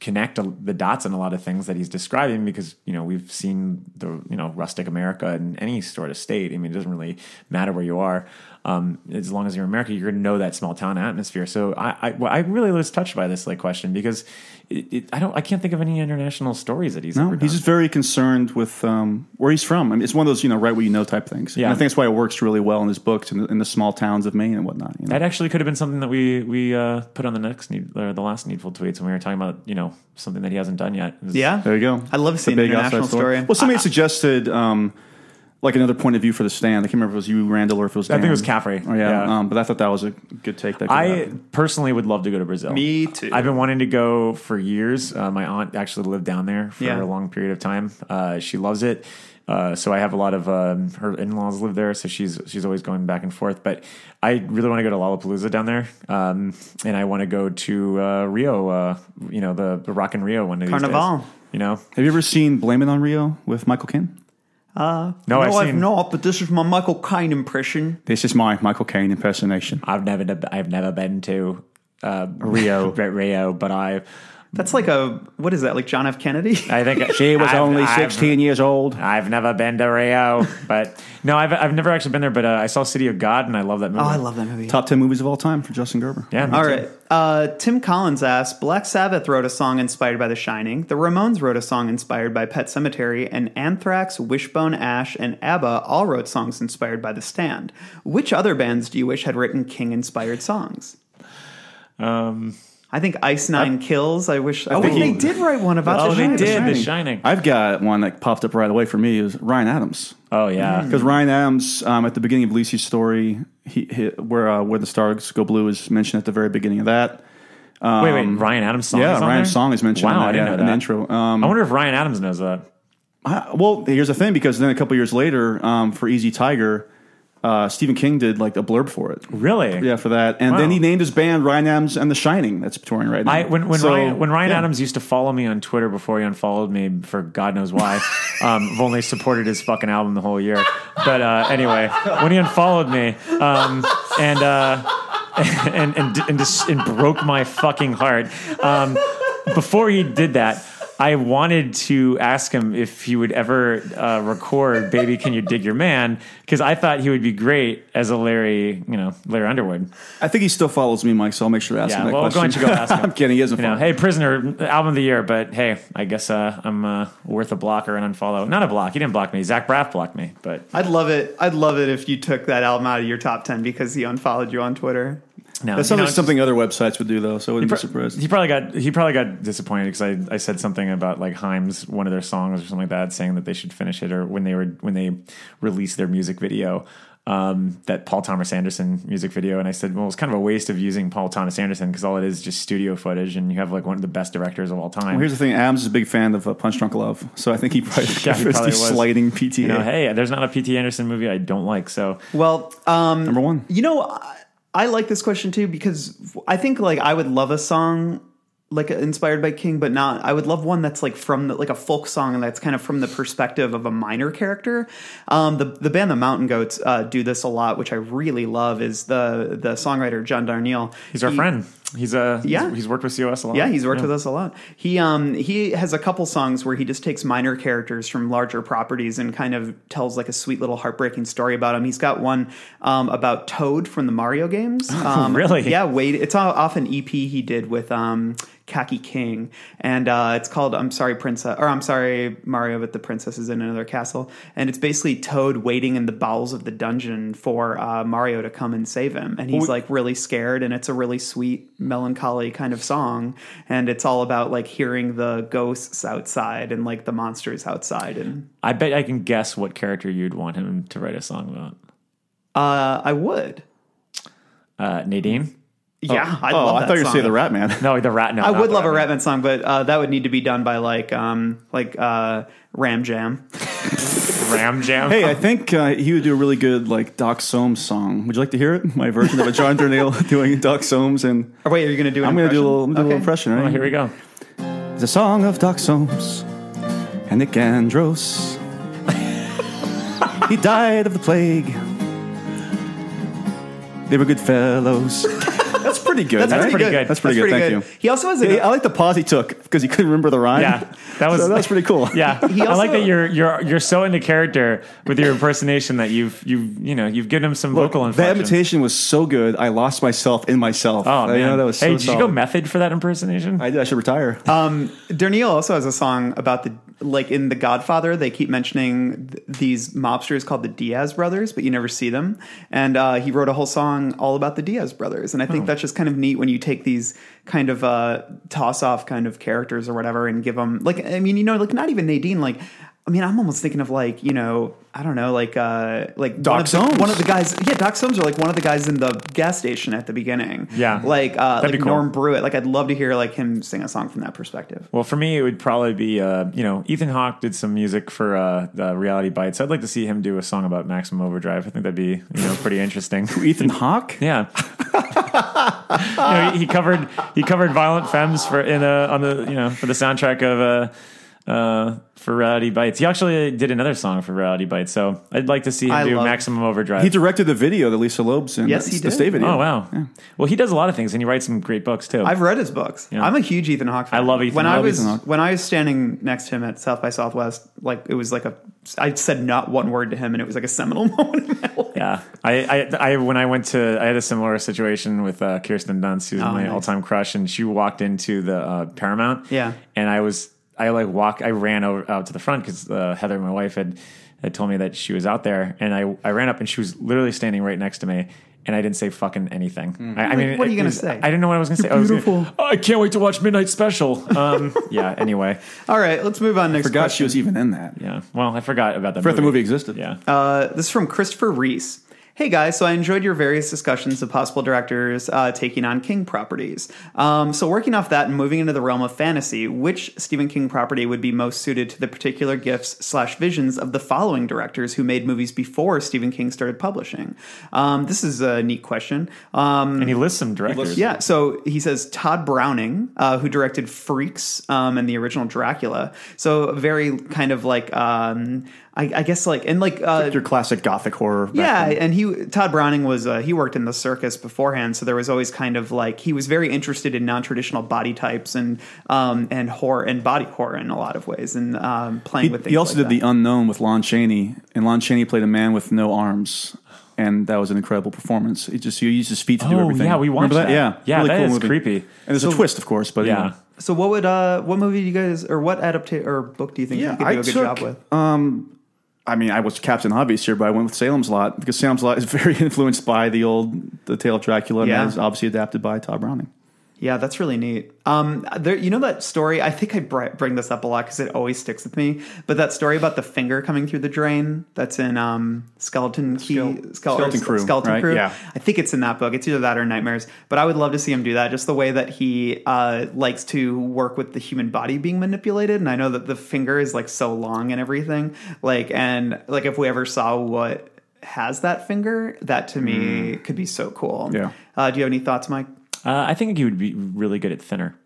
Speaker 5: connect the dots on a lot of things that he's describing because you know we've seen the you know rustic America in any sort of state. I mean, it doesn't really matter where you are, um, as long as you're in America, you're going to know that small town atmosphere. So I I, well, I really was touched by this like question because it, it, I don't I can't think of any international stories that he's no,
Speaker 4: he's just very concerned with um, where he's from. I mean, it's one of those you know right where you know type things. Yeah, and I think that's why it works really well in his books and in, in, the small towns of Maine and whatnot. You know?
Speaker 5: That actually could have been something that we we uh, put on the next need, or the last needful tweets when we were talking about you know something that he hasn't done yet.
Speaker 3: It's, yeah,
Speaker 4: there you go.
Speaker 3: I love seeing the international story. story.
Speaker 4: Well, somebody uh, suggested um, like another point of view for the stand. I can't remember if it was you, Randall, or if it was. Dan.
Speaker 5: I think it was Caffrey.
Speaker 4: Oh yeah, yeah. Um, but I thought that was a good take. That
Speaker 5: I happen. personally would love to go to Brazil.
Speaker 3: Me too.
Speaker 5: I've been wanting to go for years. Uh, my aunt actually lived down there for yeah. a long period of time. Uh, she loves it. Uh, so I have a lot of um, her in-laws live there, so she's she's always going back and forth. But I really want to go to Lollapalooza down there, um, and I want to go to uh, Rio. Uh, you know the, the Rock and Rio one of
Speaker 3: Carnival.
Speaker 5: Days, you know,
Speaker 4: have you ever seen Blame It on Rio with Michael Caine?
Speaker 3: Uh, no, no, I've, I've not. But this is my Michael Caine impression.
Speaker 4: This is my Michael Caine impersonation.
Speaker 5: I've never I've never been to uh,
Speaker 4: Rio,
Speaker 5: Rio, but I've.
Speaker 3: That's like a what is that? Like John F. Kennedy?
Speaker 5: I think
Speaker 4: she was I've, only sixteen I've, years old.
Speaker 5: I've never been to Rio, but no, I've I've never actually been there. But uh, I saw City of God, and I love that movie. Oh,
Speaker 3: I love that movie.
Speaker 4: Top ten movies of all time for Justin Gerber.
Speaker 5: Yeah.
Speaker 3: All right. Uh, Tim Collins asks: Black Sabbath wrote a song inspired by The Shining. The Ramones wrote a song inspired by Pet Cemetery, and Anthrax, Wishbone, Ash, and ABBA all wrote songs inspired by The Stand. Which other bands do you wish had written King-inspired songs?
Speaker 5: Um.
Speaker 3: I think Ice Nine I, Kills. I wish. I oh, wait, they did write one about. the
Speaker 5: Oh, they
Speaker 3: Shining.
Speaker 5: did. The Shining. the Shining.
Speaker 4: I've got one that popped up right away for me. Is Ryan Adams.
Speaker 5: Oh yeah,
Speaker 4: because mm. Ryan Adams um, at the beginning of Lisi's story, he, he where uh, where the stars go blue is mentioned at the very beginning of that.
Speaker 5: Um, wait, wait, Ryan Adams song.
Speaker 4: Yeah,
Speaker 5: is
Speaker 4: Ryan song is mentioned.
Speaker 5: Wow,
Speaker 4: that,
Speaker 5: I didn't
Speaker 4: yeah,
Speaker 5: know that.
Speaker 4: In intro. Um,
Speaker 5: I wonder if Ryan Adams knows that.
Speaker 4: I, well, here's the thing, because then a couple years later, um, for Easy Tiger. Uh, Stephen King did like a blurb for it.
Speaker 5: Really?
Speaker 4: Yeah, for that. And wow. then he named his band Ryan Adams and The Shining. That's touring right now.
Speaker 5: I, when, when so, Ryan, when Ryan yeah. Adams used to follow me on Twitter before he unfollowed me for God knows why. um, I've only supported his fucking album the whole year. But uh, anyway, when he unfollowed me, um, and, uh, and and and just, and, broke my fucking heart. Um, before he did that. I wanted to ask him if he would ever uh, record "Baby, Can You Dig Your Man" because I thought he would be great as a Larry, you know, Larry Underwood.
Speaker 4: I think he still follows me, Mike. So I'll make sure to ask
Speaker 5: yeah,
Speaker 4: him. That
Speaker 5: well,
Speaker 4: question.
Speaker 5: go and ask him.
Speaker 4: I'm kidding. He isn't.
Speaker 5: You know, hey, prisoner, album of the year, but hey, I guess uh, I'm uh, worth a block or an unfollow. Not a block. He didn't block me. Zach Braff blocked me. But
Speaker 3: I'd love it. I'd love it if you took that album out of your top ten because he unfollowed you on Twitter.
Speaker 4: No, that sounds like something other websites would do, though. So I wouldn't
Speaker 5: pro-
Speaker 4: be surprised.
Speaker 5: He probably got he probably got disappointed because I, I said something about like Himes one of their songs or something like that, saying that they should finish it or when they were when they released their music video. Um, that Paul Thomas Anderson music video, and I said, well, it's kind of a waste of using Paul Thomas Anderson because all it is, is just studio footage, and you have like one of the best directors of all time.
Speaker 4: Well, here's the thing: Adams is a big fan of uh, Punch Drunk Love, so I think he probably, yeah, he probably was slighting PT.
Speaker 5: You know, hey, there's not a PT Anderson movie I don't like. So,
Speaker 3: well, um,
Speaker 4: number one,
Speaker 3: you know. I- I like this question too because I think like I would love a song like inspired by King, but not. I would love one that's like from the, like a folk song and that's kind of from the perspective of a minor character. Um, the the band the Mountain Goats uh, do this a lot, which I really love. Is the the songwriter John Darnielle?
Speaker 5: He's our he, friend. He's a yeah. He's, he's, worked with COS a lot.
Speaker 3: Yeah, he's worked yeah. with us a lot. He um he has a couple songs where he just takes minor characters from larger properties and kind of tells like a sweet little heartbreaking story about him. He's got one um, about Toad from the Mario games. Um,
Speaker 5: really?
Speaker 3: Yeah. Wait, it's off an EP he did with um Khaki King, and uh, it's called "I'm Sorry, Princess," or "I'm Sorry, Mario," but the princess is in another castle, and it's basically Toad waiting in the bowels of the dungeon for uh, Mario to come and save him, and he's like really scared, and it's a really sweet, melancholy kind of song, and it's all about like hearing the ghosts outside and like the monsters outside, and
Speaker 5: I bet I can guess what character you'd want him to write a song about.
Speaker 3: Uh, I would.
Speaker 5: Uh, Nadine.
Speaker 3: Yeah, oh, I oh, I
Speaker 4: thought you
Speaker 3: were
Speaker 4: saying the Rat Man.
Speaker 5: No, the Rat. No,
Speaker 3: I would love
Speaker 5: Rat
Speaker 3: a Rat Man song, but uh, that would need to be done by like um, like uh, Ram Jam.
Speaker 5: Ram Jam.
Speaker 4: Hey, I think uh, he would do a really good like Doc Soames song. Would you like to hear it? My version of a John Darnielle doing Doc Soames and.
Speaker 3: Oh, wait, are you going to do?
Speaker 4: I'm
Speaker 3: going to
Speaker 4: do a little, do okay. a little impression. Right?
Speaker 5: Oh, here we go.
Speaker 4: The song of Doc Soames. and Nick Andros. he died of the plague. They were good fellows. That's pretty good.
Speaker 3: That's
Speaker 4: right?
Speaker 3: pretty good.
Speaker 4: That's pretty,
Speaker 3: That's pretty
Speaker 4: good. Thank
Speaker 3: good.
Speaker 4: you.
Speaker 3: He also has a-
Speaker 4: Yeah, I like the pause he took because he couldn't remember the rhyme.
Speaker 5: Yeah, that was
Speaker 4: So that was pretty cool.
Speaker 5: Yeah,
Speaker 3: He
Speaker 5: I like
Speaker 3: also-
Speaker 5: that you're you're you're so into character with your impersonation that you've you've you know you've given him some vocal
Speaker 4: that
Speaker 5: inflection.
Speaker 4: imitation was so good. I lost myself in myself. Uh,
Speaker 5: oh man,
Speaker 4: You know, that was so
Speaker 5: hey, did you
Speaker 4: solid.
Speaker 5: go Uh, method for that impersonation?
Speaker 4: I did. I should retire.
Speaker 3: Derniel also has a song about the like in The Godfather. They keep mentioning th- these mobsters called the Diaz brothers, but you never see them. And uh, he wrote a whole song all about the Diaz brothers. And I
Speaker 5: Oh.
Speaker 3: think that's just kind of neat when you take these kind of uh, toss off kind of characters or whatever and give them like I mean you know like not even Nadine like. I mean, I'm almost thinking of like you know, I don't know, like uh, like one
Speaker 4: Doc
Speaker 3: of the-
Speaker 4: Soames.
Speaker 3: one of the guys, yeah, Doc Soames, or like one of the guys in the gas station at the beginning,
Speaker 5: Yeah.
Speaker 3: like uh,
Speaker 5: That'd
Speaker 3: like
Speaker 5: be cool.
Speaker 3: Norm Brewitt. Like, I'd love to hear like him sing a song from that perspective.
Speaker 5: Well, for me, it would probably be uh, you know Ethan Hawke did some music for uh, the Reality Bites. I'd like to see him do a song about Maximum Overdrive. I think that'd be you know pretty interesting.
Speaker 4: Ethan Hawke.
Speaker 5: Yeah. You know, he, he covered he covered Violent Femmes for in uh on the you know for the soundtrack of uh uh for Reality Bites. He actually did another song for Reality Bites, so I'd like to see him
Speaker 3: I
Speaker 5: do
Speaker 3: love-
Speaker 5: Maximum Overdrive.
Speaker 4: He directed the video that Lisa Loeb's in.
Speaker 3: Yes,
Speaker 4: That's
Speaker 3: he
Speaker 4: The
Speaker 3: did.
Speaker 4: stay video.
Speaker 5: oh wow. Well, he does a lot of things and he writes some great books too.
Speaker 3: I've read his books. I'm a huge Ethan Hawke fan.
Speaker 5: I love Ethan
Speaker 3: When
Speaker 5: Hawke.
Speaker 3: I
Speaker 5: I love
Speaker 3: was
Speaker 5: Ethan
Speaker 4: Hawke.
Speaker 3: when I was standing next to him at South by Southwest, like it was like a I said not one word to him, and it was like a seminal moment. In my life.
Speaker 5: Yeah, I, I, I, when I went to, I had a similar situation with uh, Kirsten Dunst, who's my
Speaker 3: Oh, nice.
Speaker 5: all-time crush, and she walked into the uh, Paramount.
Speaker 3: Yeah.
Speaker 5: and I was, I like walk, I ran over out to the front because uh, Heather, my wife, had, had told me that she was out there, and I, I ran up, and she was literally standing right next to me. And I didn't say fucking anything.
Speaker 4: Mm-hmm.
Speaker 5: I, I mean,
Speaker 3: what are
Speaker 5: it
Speaker 3: you gonna
Speaker 5: was-
Speaker 3: say?
Speaker 5: I didn't know what I was going to say. I was gonna-
Speaker 3: beautiful.
Speaker 5: "Oh, I can't wait to watch Midnight Special. Um, yeah. Anyway.
Speaker 3: All right, let's move on. Next
Speaker 4: Forgot
Speaker 3: question.
Speaker 4: she was even in that.
Speaker 5: Yeah. Well, I forgot about that.
Speaker 4: Forgot the movie existed.
Speaker 5: Yeah.
Speaker 3: Uh, this is from Christopher Reese. Hey guys, so I enjoyed your various discussions of possible directors uh, taking on King properties. Um, so, working off that and moving into the realm of fantasy, which Stephen King property would be most suited to the particular gifts slash visions of the following directors who made movies before Stephen King started publishing? Um, this is a neat question. Um,
Speaker 5: and he lists some directors.
Speaker 3: yeah, so he says Todd Browning, uh, who directed Freaks um, and the original Dracula. So a very kind of like, um, I, I guess like and like, uh,
Speaker 4: Your classic gothic horror. back
Speaker 3: yeah,
Speaker 4: then.
Speaker 3: and he Todd Browning was uh, he worked in the circus beforehand, so there was always kind of like he was very interested in non traditional body types and um, and horror and body horror in a lot of ways and um, playing with
Speaker 4: He,
Speaker 3: things.
Speaker 4: he also
Speaker 3: like
Speaker 4: did
Speaker 3: that.
Speaker 4: The Unknown with Lon Chaney, and Lon Chaney played a man with no arms, and that was an incredible performance. He just he used his feet to do
Speaker 5: Oh,
Speaker 4: everything.
Speaker 5: yeah, we watched
Speaker 4: Remember that.
Speaker 5: that.
Speaker 4: Yeah,
Speaker 5: Yeah, that is
Speaker 4: movie.
Speaker 5: creepy.
Speaker 4: And there's a twist, of course, but you
Speaker 5: Yeah.
Speaker 4: know.
Speaker 3: So what would uh, what movie do you guys or what adaptation or book do you think you could do a
Speaker 4: I
Speaker 3: good
Speaker 4: took,
Speaker 3: job with?
Speaker 4: Um, I mean, I was Captain Obvious here, but I went with Salem's Lot because Salem's Lot is very influenced by the old The Tale of Dracula,
Speaker 3: Yeah.
Speaker 4: and that is obviously adapted by Todd Browning.
Speaker 3: Yeah, that's really neat. Um, there, you know that story. I think I br- bring this up a lot because it always sticks with me. But that story about the finger coming through the drain that's in um, Skeleton Key,
Speaker 4: Skel-
Speaker 3: Skel- or
Speaker 4: Skeleton
Speaker 3: S-
Speaker 4: Crew,
Speaker 3: Skeleton
Speaker 4: right?
Speaker 3: Crew.
Speaker 4: Yeah.
Speaker 3: I think it's in that book. It's either that or Nightmares. But I would love to see him do that. Just the way that he uh, likes to work with the human body being manipulated. And I know that the finger is like so long and everything. Like and like if we ever saw what has that finger, that to me could be so cool.
Speaker 4: Mm. Yeah.
Speaker 3: Uh, do you have any thoughts, Mike?
Speaker 5: Uh, I think he would be really good at Thinner.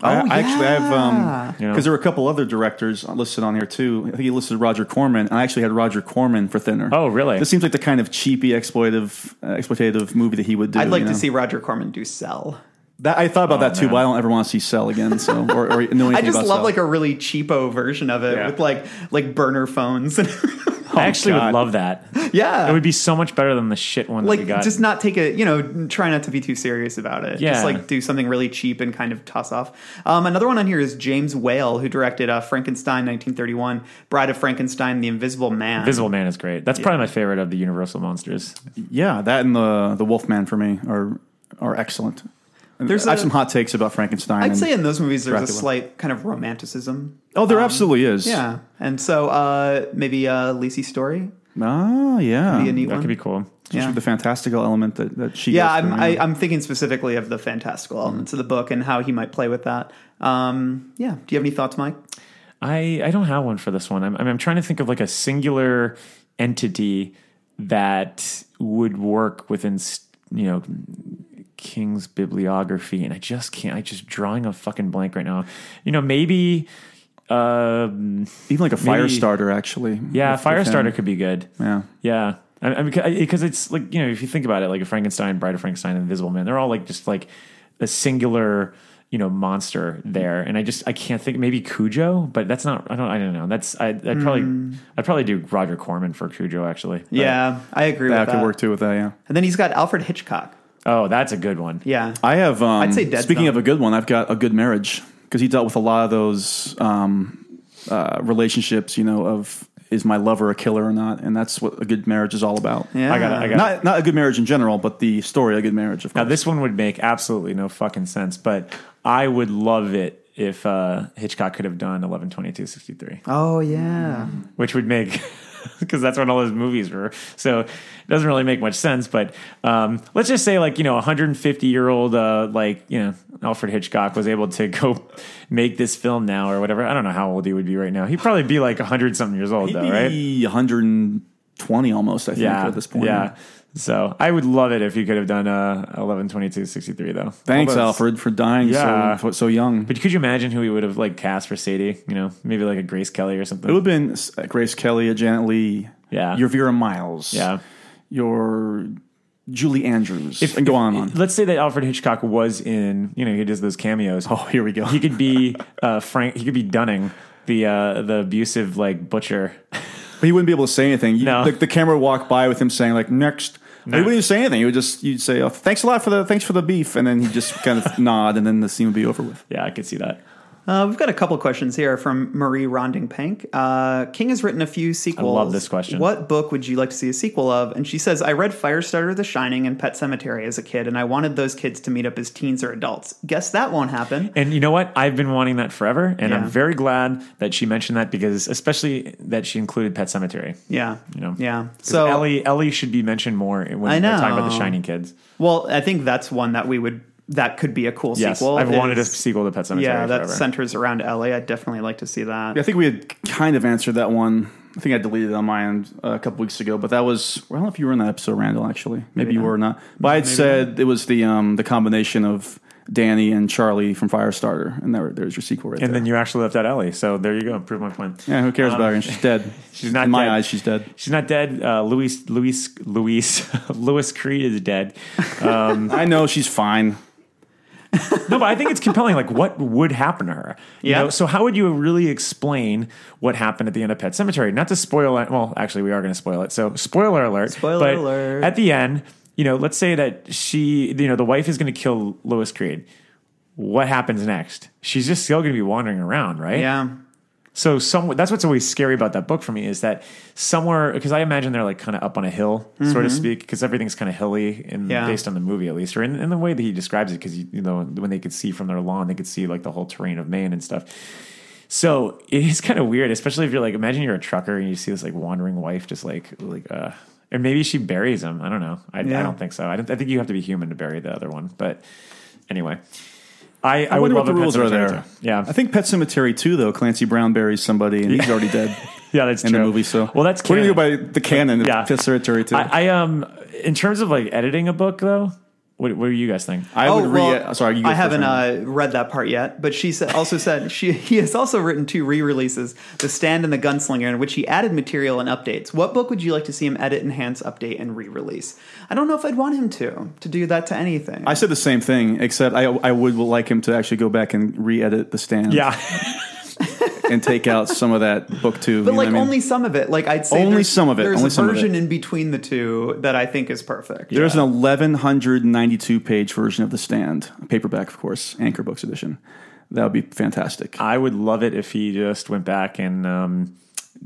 Speaker 4: I,
Speaker 3: Oh,
Speaker 4: I actually have um because
Speaker 5: You know.
Speaker 4: there were a couple other directors listed on here too. I think he listed Roger Corman. I actually had Roger Corman for Thinner.
Speaker 5: Oh, really?
Speaker 4: This seems like the kind of cheapy exploitive uh, exploitative movie that he would do.
Speaker 3: I'd like
Speaker 4: you
Speaker 3: to
Speaker 4: know?
Speaker 3: see Roger Corman do Cell.
Speaker 4: that. I thought about that too,
Speaker 5: man.
Speaker 4: but I don't ever want to see Cell again. So or, or know anything
Speaker 3: I just
Speaker 4: about
Speaker 3: love
Speaker 4: Cell.
Speaker 3: like a really cheapo version of it
Speaker 4: Yeah.
Speaker 3: with like like burner phones and
Speaker 5: I actually
Speaker 4: God.
Speaker 5: would love that.
Speaker 3: Oh, yeah,
Speaker 5: It would be so much better than the shit one that
Speaker 3: like
Speaker 5: we got.
Speaker 3: just not take it. You know, try not to be too serious about it.
Speaker 5: Yeah.
Speaker 3: Just like do something really cheap and kind of toss off. Um, another one on here is James Whale, who directed uh, Frankenstein 1931, Bride of Frankenstein, The Invisible Man.
Speaker 5: Invisible Man is great. That's probably my favorite of the Universal monsters.
Speaker 4: yeah, that and the the Wolfman for me are are excellent. And
Speaker 3: There's
Speaker 4: I have
Speaker 3: a-
Speaker 4: some hot takes about Frankenstein.
Speaker 3: I'd
Speaker 4: and-
Speaker 3: say in those movies there's a
Speaker 4: Dracula.
Speaker 3: slight kind of romanticism.
Speaker 4: oh, there absolutely is.
Speaker 3: Yeah, and so uh, maybe uh, Lacey Story
Speaker 4: Oh, yeah.
Speaker 3: be a neat
Speaker 5: That
Speaker 3: one.
Speaker 5: could be cool.
Speaker 3: yeah.
Speaker 4: The fantastical element that, that she.
Speaker 3: Yeah,
Speaker 4: goes
Speaker 3: I'm,
Speaker 4: through,
Speaker 3: I,
Speaker 4: you know.
Speaker 3: I'm thinking specifically of the fantastical
Speaker 5: Mm-hmm.
Speaker 3: elements of the book and how he might play with that. Um, yeah. Do you have any thoughts, Mike?
Speaker 5: I, I don't have one for this one. I'm, I'm trying to think of like a singular entity that would work within, you know, King's bibliography. And I just can't, I just drawing a fucking blank right now. You know, maybe Um,
Speaker 4: Even like a fire maybe, starter, actually.
Speaker 5: Yeah, with, fire with starter could be good.
Speaker 4: Yeah,
Speaker 5: yeah. I mean, because it's like you know, if you think about it, like a Frankenstein, Bride of Frankenstein, Invisible Man, they're all like just like a singular you know monster there and i just i can't think maybe cujo but that's not i don't i don't know that's I, would probably mm. i'd probably do roger corman for cujo actually but
Speaker 3: yeah i agree that,
Speaker 4: that could work too with that yeah
Speaker 3: and then he's got alfred hitchcock
Speaker 5: oh that's a good one
Speaker 3: yeah
Speaker 4: i have um, i'd say Dead speaking Zone. of a good one i've got a good marriage because he dealt with a lot of those um, uh, relationships you know of is my lover a killer or not? And that's what a good marriage is all about.
Speaker 5: Yeah. I got it. I got
Speaker 4: not,
Speaker 5: it.
Speaker 4: not a good marriage in general, but the story, a good marriage, of course.
Speaker 5: Now, this one would make absolutely no fucking sense, but I would love it if uh, Hitchcock could have done 11, 22, 63.
Speaker 3: Oh, yeah.
Speaker 5: Which would make. Because that's when all his movies were, so it doesn't really make much sense. But um, let's just say, like you know, 150 year old, uh, like you know, Alfred Hitchcock was able to go make this film now or whatever. I don't know how old he would be right now. He'd probably be like 100 something years old,
Speaker 4: He'd
Speaker 5: though, right?
Speaker 4: 120 almost, I think,
Speaker 5: yeah,
Speaker 4: at this point.
Speaker 5: Yeah. So I would love it if you could have done uh, 11, 22, 63, though.
Speaker 4: Thanks, Although, Alfred, for dying yeah. so, so young.
Speaker 5: But could you imagine who he would have like cast for Sadie? You know, maybe like a Grace Kelly or something.
Speaker 4: It would have been uh, Grace Kelly, a Janet Lee,
Speaker 5: yeah,
Speaker 4: your Vera Miles,
Speaker 5: yeah,
Speaker 4: your Julie Andrews, if, and go on and on.
Speaker 5: Let's say that Alfred Hitchcock was in, you know, he does those cameos.
Speaker 4: Oh, here we go.
Speaker 5: He could be uh, Frank. He could be Dunning, the uh, the abusive like butcher.
Speaker 4: But he wouldn't be able to say anything. No. The, the camera would walk by with him saying like next. No. He wouldn't even say anything. He would just you'd say, oh, "Thanks a lot for the thanks for the beef," and then he just kind of nod, and then the scene would be over with.
Speaker 5: Yeah, I could see that.
Speaker 3: Uh, we've got a couple questions here from Marie Ronding Pank. Uh, King has written a few sequels.
Speaker 5: I love this question.
Speaker 3: What book would you like to see a sequel of? And she says, I read Firestarter, The Shining, and Pet Cemetery as a kid, and I wanted those kids to meet up as teens or adults. Guess that won't happen.
Speaker 5: And you know what? I've been wanting that forever, and yeah. I'm very glad that she mentioned that because, especially that she included Pet Cemetery.
Speaker 3: Yeah.
Speaker 5: You know.
Speaker 3: Yeah. So
Speaker 5: Ellie, Ellie should be mentioned more when I know. they're talking about The Shining kids.
Speaker 3: Well, I think that's one that we would that could be a cool yes, sequel.
Speaker 5: I've wanted it's, a sequel to Pet Cemetery.
Speaker 3: Yeah, that
Speaker 5: forever.
Speaker 3: centers around LA. I'd definitely like to see that.
Speaker 4: Yeah, I think we had kind of answered that one. I think I deleted it on my end uh, a couple weeks ago, but that was well, I don't know if you were in that episode, Randall. Actually, maybe, maybe you not. were or not. But I had said not. it was the um, the combination of Danny and Charlie from Firestarter, and there, there's your sequel right
Speaker 5: and
Speaker 4: there.
Speaker 5: then you actually left out Ellie, so there you go. Prove my point.
Speaker 4: Yeah, who cares um, about her? And she's dead.
Speaker 5: Uh, she's not.
Speaker 4: In my
Speaker 5: dead.
Speaker 4: eyes, she's dead.
Speaker 5: She's not dead. Uh, Louis Louis Louis Louis Creed is dead. Um,
Speaker 4: I know she's fine.
Speaker 5: no, but I think it's compelling. Like, what would happen to her? You yeah. Know? So, how would you really explain what happened at the end of Pet Cemetery? Not to spoil it. Well, actually, we are going to spoil it. So, spoiler alert.
Speaker 3: Spoiler alert.
Speaker 5: At the end, you know, let's say that she, you know, the wife is going to kill Lois Creed. What happens next? She's just still going to be wandering around, right?
Speaker 3: Yeah.
Speaker 5: So some that's what's always scary about that book for me is that somewhere because I imagine they're like kind of up on a hill, mm-hmm. so to speak, because everything's kind of hilly and
Speaker 3: yeah.
Speaker 5: based on the movie at least, or in, in the way that he describes it, because you, you, know when they could see from their lawn, they could see like the whole terrain of Maine and stuff. So it is kind of weird, especially if you're like imagine you're a trucker and you see this like wandering wife just like like uh or maybe she buries him. I don't know. I, yeah. I don't think so. I, don't, I think you have to be human to bury the other one, but anyway. I, I,
Speaker 4: I, wonder
Speaker 5: would
Speaker 4: what the rules
Speaker 5: Cemetery
Speaker 4: are there.
Speaker 5: Too. Yeah,
Speaker 4: I think Pet Cemetery too, though. Clancy Brown buries somebody, and he's already dead.
Speaker 5: yeah, that's
Speaker 4: in
Speaker 5: true.
Speaker 4: the movie. So
Speaker 5: well, that's
Speaker 4: canon. what do you do by the canon? But, yeah, Pet Cemetery too.
Speaker 5: I, I, um, in terms of like editing a book though. What, what do you guys think?
Speaker 4: I
Speaker 3: oh,
Speaker 4: would
Speaker 3: well,
Speaker 4: re- Sorry,
Speaker 3: I haven't uh, read that part yet. But she said, also said she he has also written two re-releases, "The Stand and the Gunslinger," in which he added material and updates. What book would you like to see him edit, enhance, update, and re-release? I don't know if I'd want him to to do that to anything.
Speaker 4: I said the same thing, except I I would like him to actually go back and re-edit the Stand.
Speaker 5: Yeah.
Speaker 4: and take out some of that book too.
Speaker 3: But
Speaker 4: you know
Speaker 3: like
Speaker 4: I mean?
Speaker 3: only some of it. Like I'd say
Speaker 4: only
Speaker 3: there's,
Speaker 4: some of it.
Speaker 3: There's
Speaker 4: only
Speaker 3: a version in between the two that I think is perfect.
Speaker 4: There's yeah. an 1192 page version of The Stand, paperback, of course, Anchor Books edition. That would be fantastic.
Speaker 5: I would love it if he just went back and. Um,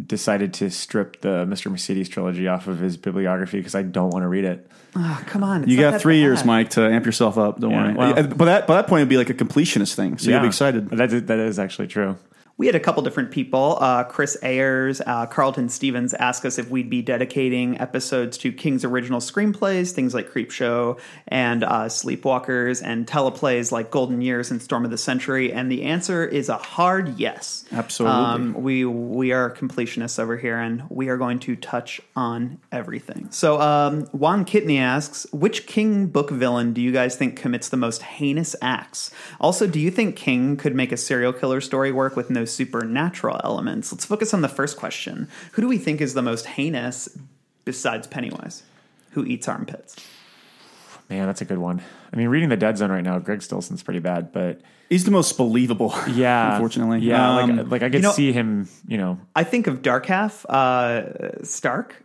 Speaker 5: decided to strip the Mr. Mercedes trilogy off of his bibliography because I don't want to read it.
Speaker 3: Oh, come on!
Speaker 4: You got three
Speaker 3: bad.
Speaker 4: years, Mike, to amp yourself up. Don't worry.
Speaker 5: Yeah, well-
Speaker 4: but that by that point, it'd be like a completionist thing. So you'd
Speaker 5: Yeah.
Speaker 4: be excited.
Speaker 5: That is, that is actually true.
Speaker 3: we had a couple different people uh, chris ayers uh, carlton stevens asked us if we'd be dedicating episodes to king's original screenplays things like creep show and uh, sleepwalkers and teleplays like golden years and storm of the century and the answer is a hard yes Um,
Speaker 4: Absolutely.
Speaker 3: we, we are completionists over here and we are going to touch on everything so um, juan kitney asks which king book villain do you guys think commits the most heinous acts also do you think king could make a serial killer story work with no supernatural elements. Let's focus on the first question. Who do we think is the most heinous besides Pennywise? Who eats armpits?
Speaker 5: Man, that's a good one. I mean, reading the Dead Zone right now, Greg Stilson's pretty bad, but
Speaker 4: he's the most believable.
Speaker 5: Yeah,
Speaker 4: unfortunately.
Speaker 5: Yeah, um, like, like I could
Speaker 3: you know,
Speaker 5: see him. You know,
Speaker 3: I think of Dark Half, uh, Stark.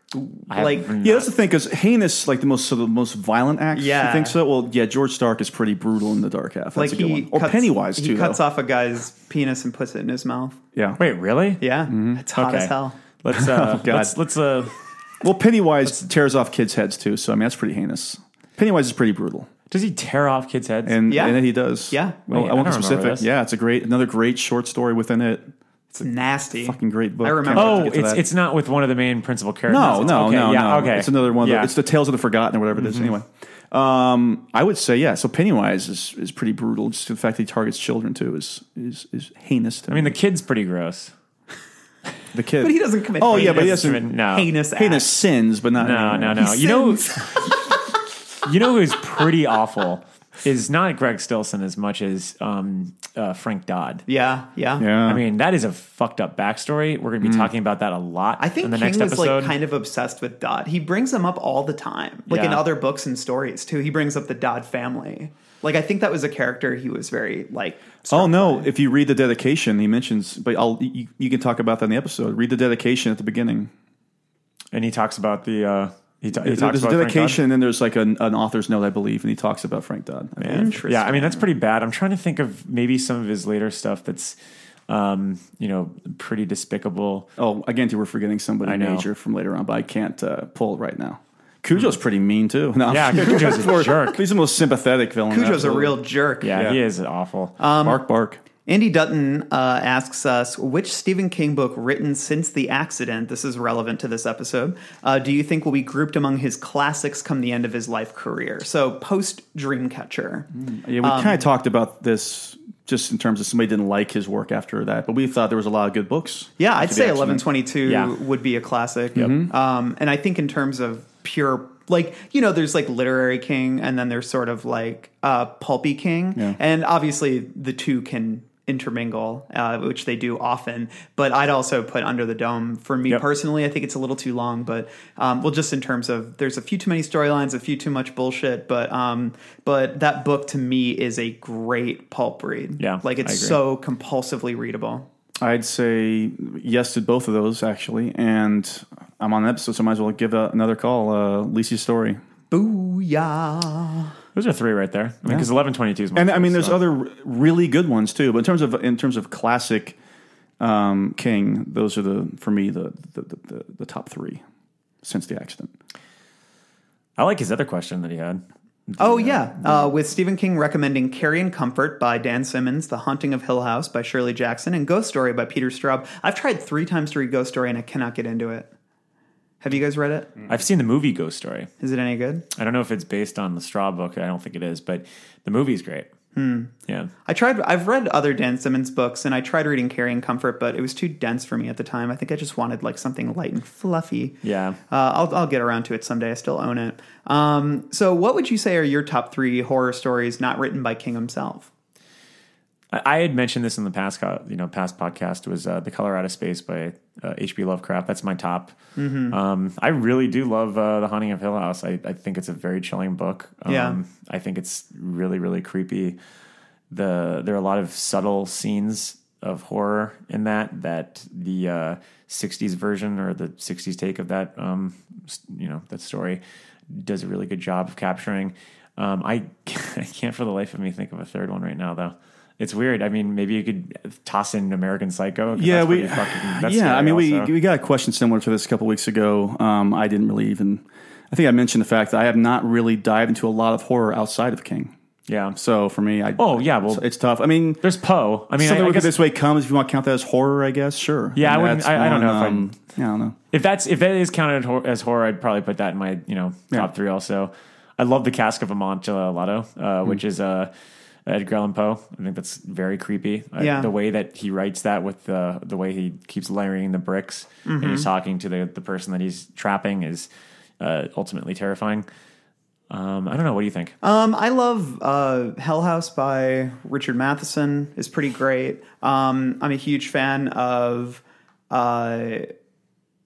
Speaker 5: I
Speaker 3: like,
Speaker 5: haven't-
Speaker 4: Yeah, that's the thing because heinous, like the most so the most violent acts.
Speaker 3: Yeah.
Speaker 4: you think so? Well, yeah, George Stark is pretty brutal in the Dark Half. That's
Speaker 3: like
Speaker 4: a good
Speaker 3: he
Speaker 4: one. or
Speaker 3: cuts,
Speaker 4: Pennywise
Speaker 3: He
Speaker 4: too.
Speaker 3: cuts
Speaker 4: though.
Speaker 3: off a guy's penis and puts it in his mouth.
Speaker 4: Yeah.
Speaker 5: wait, really?
Speaker 3: Yeah,
Speaker 4: Mm-hmm.
Speaker 3: it's hot
Speaker 5: Okay.
Speaker 3: as hell.
Speaker 5: Let's uh,
Speaker 4: Oh, God.
Speaker 5: let's let's uh,
Speaker 4: Well, Pennywise tears off kids' heads too. So I mean, that's pretty heinous. Pennywise is pretty brutal,
Speaker 5: does he tear off kids' heads?
Speaker 4: and
Speaker 3: Yeah.
Speaker 4: and he does.
Speaker 3: Yeah.
Speaker 4: Well,
Speaker 5: Wait,
Speaker 4: I won't be
Speaker 5: I don't remember
Speaker 4: specific.
Speaker 5: this.
Speaker 4: Yeah, it's a great another great short story within it.
Speaker 3: It's nasty.
Speaker 4: Fucking great book.
Speaker 3: I remember.
Speaker 4: Can't wait to
Speaker 5: oh,
Speaker 4: get to
Speaker 5: it's
Speaker 4: that.
Speaker 5: it's not with one of the main principal characters.
Speaker 4: No,
Speaker 5: It's-
Speaker 4: no,
Speaker 5: okay,
Speaker 4: no,
Speaker 5: yeah,
Speaker 4: no.
Speaker 5: Okay,
Speaker 4: It's another one. Of
Speaker 5: Yeah.
Speaker 4: the, it's the Tales of the Forgotten or whatever it is. Anyway, um, I would say yeah. So Pennywise is is pretty brutal. Just the fact that he targets children too is is is heinous. To
Speaker 5: I mean, the kid's pretty gross.
Speaker 4: the kid,
Speaker 3: But he doesn't commit
Speaker 4: Oh yeah, but he
Speaker 3: heinous-
Speaker 4: doesn't
Speaker 5: No,
Speaker 3: heinous,
Speaker 4: heinous
Speaker 3: act.
Speaker 4: sins, but not
Speaker 5: No, no, no. You know, you know who's pretty awful is not Greg Stilson as much as um, uh, Frank Dodd.
Speaker 3: Yeah, yeah,
Speaker 4: Yeah,
Speaker 5: I mean, that is a fucked up backstory. We're going
Speaker 4: Mm.
Speaker 5: to be talking about that a lot
Speaker 3: I think
Speaker 5: in the
Speaker 3: King
Speaker 5: next
Speaker 3: was
Speaker 5: episode.
Speaker 3: like kind of obsessed with Dodd. He brings them up all the time, like in
Speaker 5: Yeah.
Speaker 3: other books and stories too. He brings up the Dodd family. Like I think that was a character he was very like.
Speaker 4: Oh no! If you read the dedication, he mentions. But I'll you, you can talk about that in the episode. Read the dedication at the beginning.
Speaker 5: and he talks about the uh, he, ta- he talks
Speaker 4: there's a
Speaker 5: about Frank Dodd.
Speaker 4: dedication, and then there's like an, an author's note, I believe, and he talks about Frank Dodd. I believe.
Speaker 5: Yeah, I mean that's pretty bad. I'm trying to think of maybe some of his later stuff that's um, you know pretty despicable.
Speaker 4: Oh, again, we're forgetting somebody
Speaker 5: know.
Speaker 4: major from later on, but I can't uh, pull it right now. Cujo's pretty mean too. No, I'm
Speaker 5: Yeah,
Speaker 4: kidding.
Speaker 5: Cujo's a
Speaker 4: Poor-
Speaker 5: jerk.
Speaker 4: He's the most sympathetic villain.
Speaker 3: Cujo's a
Speaker 4: absolutely.
Speaker 3: real jerk.
Speaker 5: Yeah,
Speaker 4: Yeah. Um,
Speaker 5: he is awful.
Speaker 4: bark, bark.
Speaker 3: Andy Dutton uh, asks us which Stephen King book written since the accident. This is relevant to this episode. Uh, do you think will be grouped among his classics come the end of his life career? So post Dreamcatcher.
Speaker 4: Yeah, we kind of talked about this just in terms of somebody didn't like his work after that, but we thought there was a lot of good books.
Speaker 3: Yeah, I'd
Speaker 4: after the
Speaker 3: say
Speaker 4: X-Men.
Speaker 3: eleven twenty two
Speaker 5: Yeah.
Speaker 3: would be a classic. Um, and I think in terms of pure, like you know, there's like literary king, and then there's sort of like uh, pulpy king, and obviously the two can intermingle, uh, which they do often. But I'd also put Under the Dome for me
Speaker 5: Yep.
Speaker 3: personally. I think it's a little too long, but um, well, just in terms of there's a few too many storylines, a few too much bullshit. But um, but that book to me is a great pulp read.
Speaker 5: Yeah,
Speaker 3: like
Speaker 5: I
Speaker 3: it's
Speaker 5: agree.
Speaker 3: so compulsively readable.
Speaker 4: I'd say yes to both of those actually, and I'm on an episode, so I might as well give a, another call. Uh, Lisi's story,
Speaker 3: Booyah.
Speaker 5: Those are three right there. I mean, because eleven twenty two is my
Speaker 4: and I mean,
Speaker 5: favorite,
Speaker 4: there's
Speaker 5: so.
Speaker 4: other r- really good ones too. But in terms of in terms of classic um, King, those are the for me the the, the, the the top three since the accident.
Speaker 5: I like his other question that he had.
Speaker 3: Oh yeah, Uh, with Stephen King recommending *Carrie and Comfort* by Dan Simmons, *The Haunting of Hill House* by Shirley Jackson, and *Ghost Story* by Peter Straub. I've tried three times to read *Ghost Story* and I cannot get into it. Have you guys read it?
Speaker 4: Mm.
Speaker 5: I've seen the movie Ghost Story.
Speaker 3: Is it any good?
Speaker 5: I don't know if it's based on the Straw book. I don't think it is, but the movie's great.
Speaker 4: Hmm.
Speaker 5: Yeah.
Speaker 3: I tried. I've read other Dan Simmons books, and I tried reading *Carrie and Comfort*, but it was too dense for me at the time. I think I just wanted like something light and fluffy.
Speaker 5: Yeah.
Speaker 3: Uh, I'll, I'll get around to it someday. I still own it. Um, so, what would you say are your top three horror stories not written by King himself?
Speaker 5: I I had mentioned this in the past, co- you know, past podcast was uh, the Colorado Space by uh, H.P. Lovecraft. That's my top.
Speaker 4: Mm-hmm.
Speaker 5: Um, I really do love uh, the Haunting of Hill House. I, I think it's a very chilling book. Um,
Speaker 3: Yeah.
Speaker 5: I think it's really really creepy. The there are a lot of subtle scenes of horror in that that the uh, '60s version or the '60s take of that, um, s- you know, that story does a really good job of capturing. Um, I I can't for the life of me think of a third one right now though. It's weird. I mean, maybe you could toss in American Psycho. 'cause
Speaker 4: Yeah,
Speaker 5: that's
Speaker 4: we.
Speaker 5: pretty fucking- that's
Speaker 4: yeah, I
Speaker 5: scary
Speaker 4: mean, we
Speaker 5: also.
Speaker 4: we got a question similar to this a couple weeks ago. Um, I didn't really even. I think I mentioned the fact that I have not really dived into a lot of horror outside of King.
Speaker 5: yeah.
Speaker 4: So for me, I
Speaker 5: Oh, yeah, well-
Speaker 4: it's, it's tough. I mean,
Speaker 5: There's Poe. I mean, I,
Speaker 4: something
Speaker 5: I
Speaker 4: with
Speaker 5: guess
Speaker 4: this way comes. If you want to count that as horror, I guess sure.
Speaker 5: Yeah, I
Speaker 4: mean,
Speaker 5: wouldn't-
Speaker 4: that's um,
Speaker 5: I- I don't know if I'd-
Speaker 4: yeah, I don't know.
Speaker 5: if that's if that is counted as hor- as horror, I'd probably put that in my you know top three. Also, I love the Cask of Amontillado, uh,
Speaker 4: Hmm.
Speaker 5: which is uh, Edgar Allan Poe. I think that's very creepy. I-
Speaker 3: Yeah.
Speaker 5: the way that he writes that with the the way he keeps layering the bricks
Speaker 4: Mm-hmm.
Speaker 5: and he's talking to the the person that he's trapping is uh, ultimately terrifying. Um, I don't know. What do you think?
Speaker 3: Um, I love uh, Hell House by Richard Matheson. is pretty great. Um, I'm a huge fan of. Uh,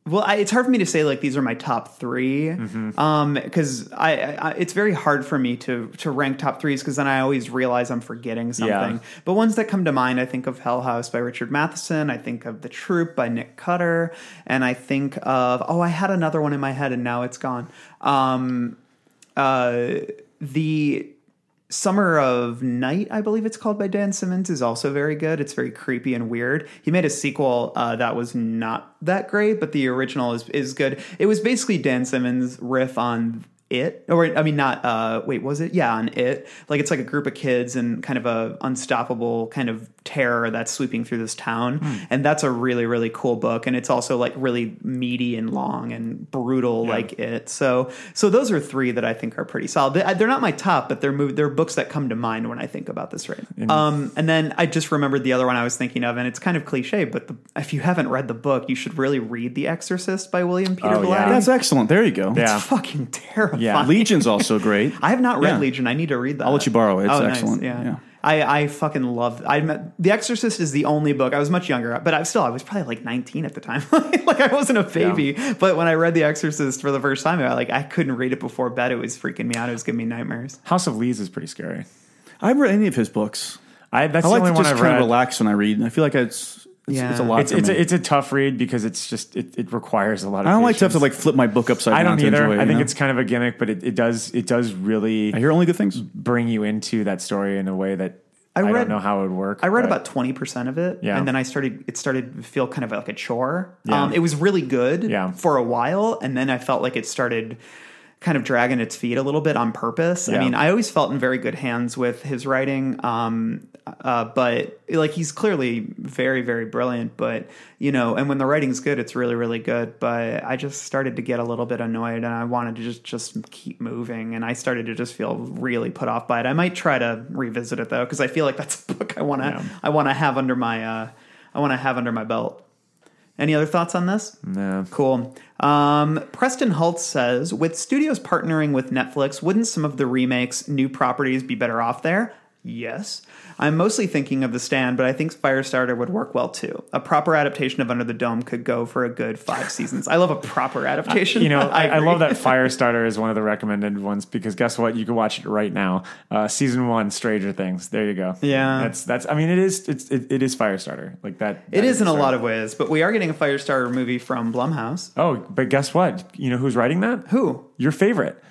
Speaker 3: well, I, it's hard for me to say like these are my top 3 because mm-hmm. um, I, I it's very hard for me to to rank top threes because then I always realize I'm forgetting something.
Speaker 5: Yeah.
Speaker 3: But ones that come to mind, I think of Hell House by Richard Matheson. I think of The Troop by Nick Cutter, and I think of oh, I had another one in my head and now it's gone. Um, uh, the Summer of Night, I believe it's called by Dan Simmons, is also very good. It's very creepy and weird. He made a sequel uh, that was not that great, but the original is is good. It was basically Dan Simmons' riff on it, or I mean, not uh, wait, was it? Yeah, on it. Like it's like a group of kids and kind of a unstoppable kind of terror that's sweeping through this town, mm. and that's a really really cool book, and it's also like really meaty and long and brutal yeah. like it. So so those are three that I think are pretty solid. They're not my top, but they're mov- they're books that come to mind when I think about this right. Mm. Um, and then I just remembered the other one I was thinking of, and it's kind of cliche, but the, if you haven't read the book, you should really read The Exorcist by William Peter oh,
Speaker 4: yeah. That's excellent. There you go.
Speaker 3: It's yeah. fucking terrible.
Speaker 4: Yeah, Fine. Legion's also great.
Speaker 3: I have not read yeah. Legion. I need to read that.
Speaker 4: I'll let you borrow it. It's oh, excellent.
Speaker 3: Nice. Yeah. yeah. I, I fucking love I met, The Exorcist is the only book I was much younger but I still I was probably like 19 at the time like I wasn't a baby yeah. but when I read The Exorcist for the first time I like I couldn't read it before bed it was freaking me out it was giving me nightmares
Speaker 5: House of Leaves is pretty scary
Speaker 4: I've read any of his books
Speaker 5: I that's I like the
Speaker 4: to
Speaker 5: only
Speaker 4: just
Speaker 5: one I've
Speaker 4: kind
Speaker 5: read.
Speaker 4: of relax when I read I feel like it's it's, yeah. it's a lot.
Speaker 5: It's it's a, it's a, tough read because it's just it, it requires a lot. of
Speaker 4: I don't like
Speaker 5: patience.
Speaker 4: to have to like flip my book upside.
Speaker 5: I don't
Speaker 4: down
Speaker 5: either.
Speaker 4: Enjoy,
Speaker 5: I think
Speaker 4: know?
Speaker 5: it's kind of a gimmick, but it, it does it does really.
Speaker 4: I hear only good things.
Speaker 5: Bring you into that story in a way that I, read, I don't know how it would work.
Speaker 3: I read about twenty percent of it,
Speaker 5: yeah.
Speaker 3: and then I started. It started to feel kind of like a chore. Yeah. Um, it was really good
Speaker 5: yeah.
Speaker 3: for a while, and then I felt like it started kind of dragging its feet a little bit on purpose.
Speaker 5: Yeah.
Speaker 3: I mean, I always felt in very good hands with his writing. Um, uh, but like he's clearly very, very brilliant, but you know, and when the writing's good, it's really, really good. But I just started to get a little bit annoyed and I wanted to just, just keep moving. And I started to just feel really put off by it. I might try to revisit it though. Cause I feel like that's a book I want to, yeah. I want to have under my, uh, I want to have under my belt. Any other thoughts on this?
Speaker 5: No.
Speaker 3: Cool. Um, Preston Hultz says With studios partnering with Netflix, wouldn't some of the remakes, new properties be better off there? Yes. I'm mostly thinking of The Stand, but I think Firestarter would work well too. A proper adaptation of Under the Dome could go for a good five seasons. I love a proper adaptation.
Speaker 5: I, you know, I, I, love that Firestarter is one of the recommended ones because guess what? You can watch it right now. Uh, season one, Stranger Things. There you go.
Speaker 3: Yeah,
Speaker 5: that's that's. I mean, it is it's it, it is Firestarter like that.
Speaker 3: that it is in a lot of ways, but we are getting a Firestarter movie from Blumhouse.
Speaker 5: Oh, but guess what? You know who's writing that?
Speaker 3: Who?
Speaker 5: Your favorite.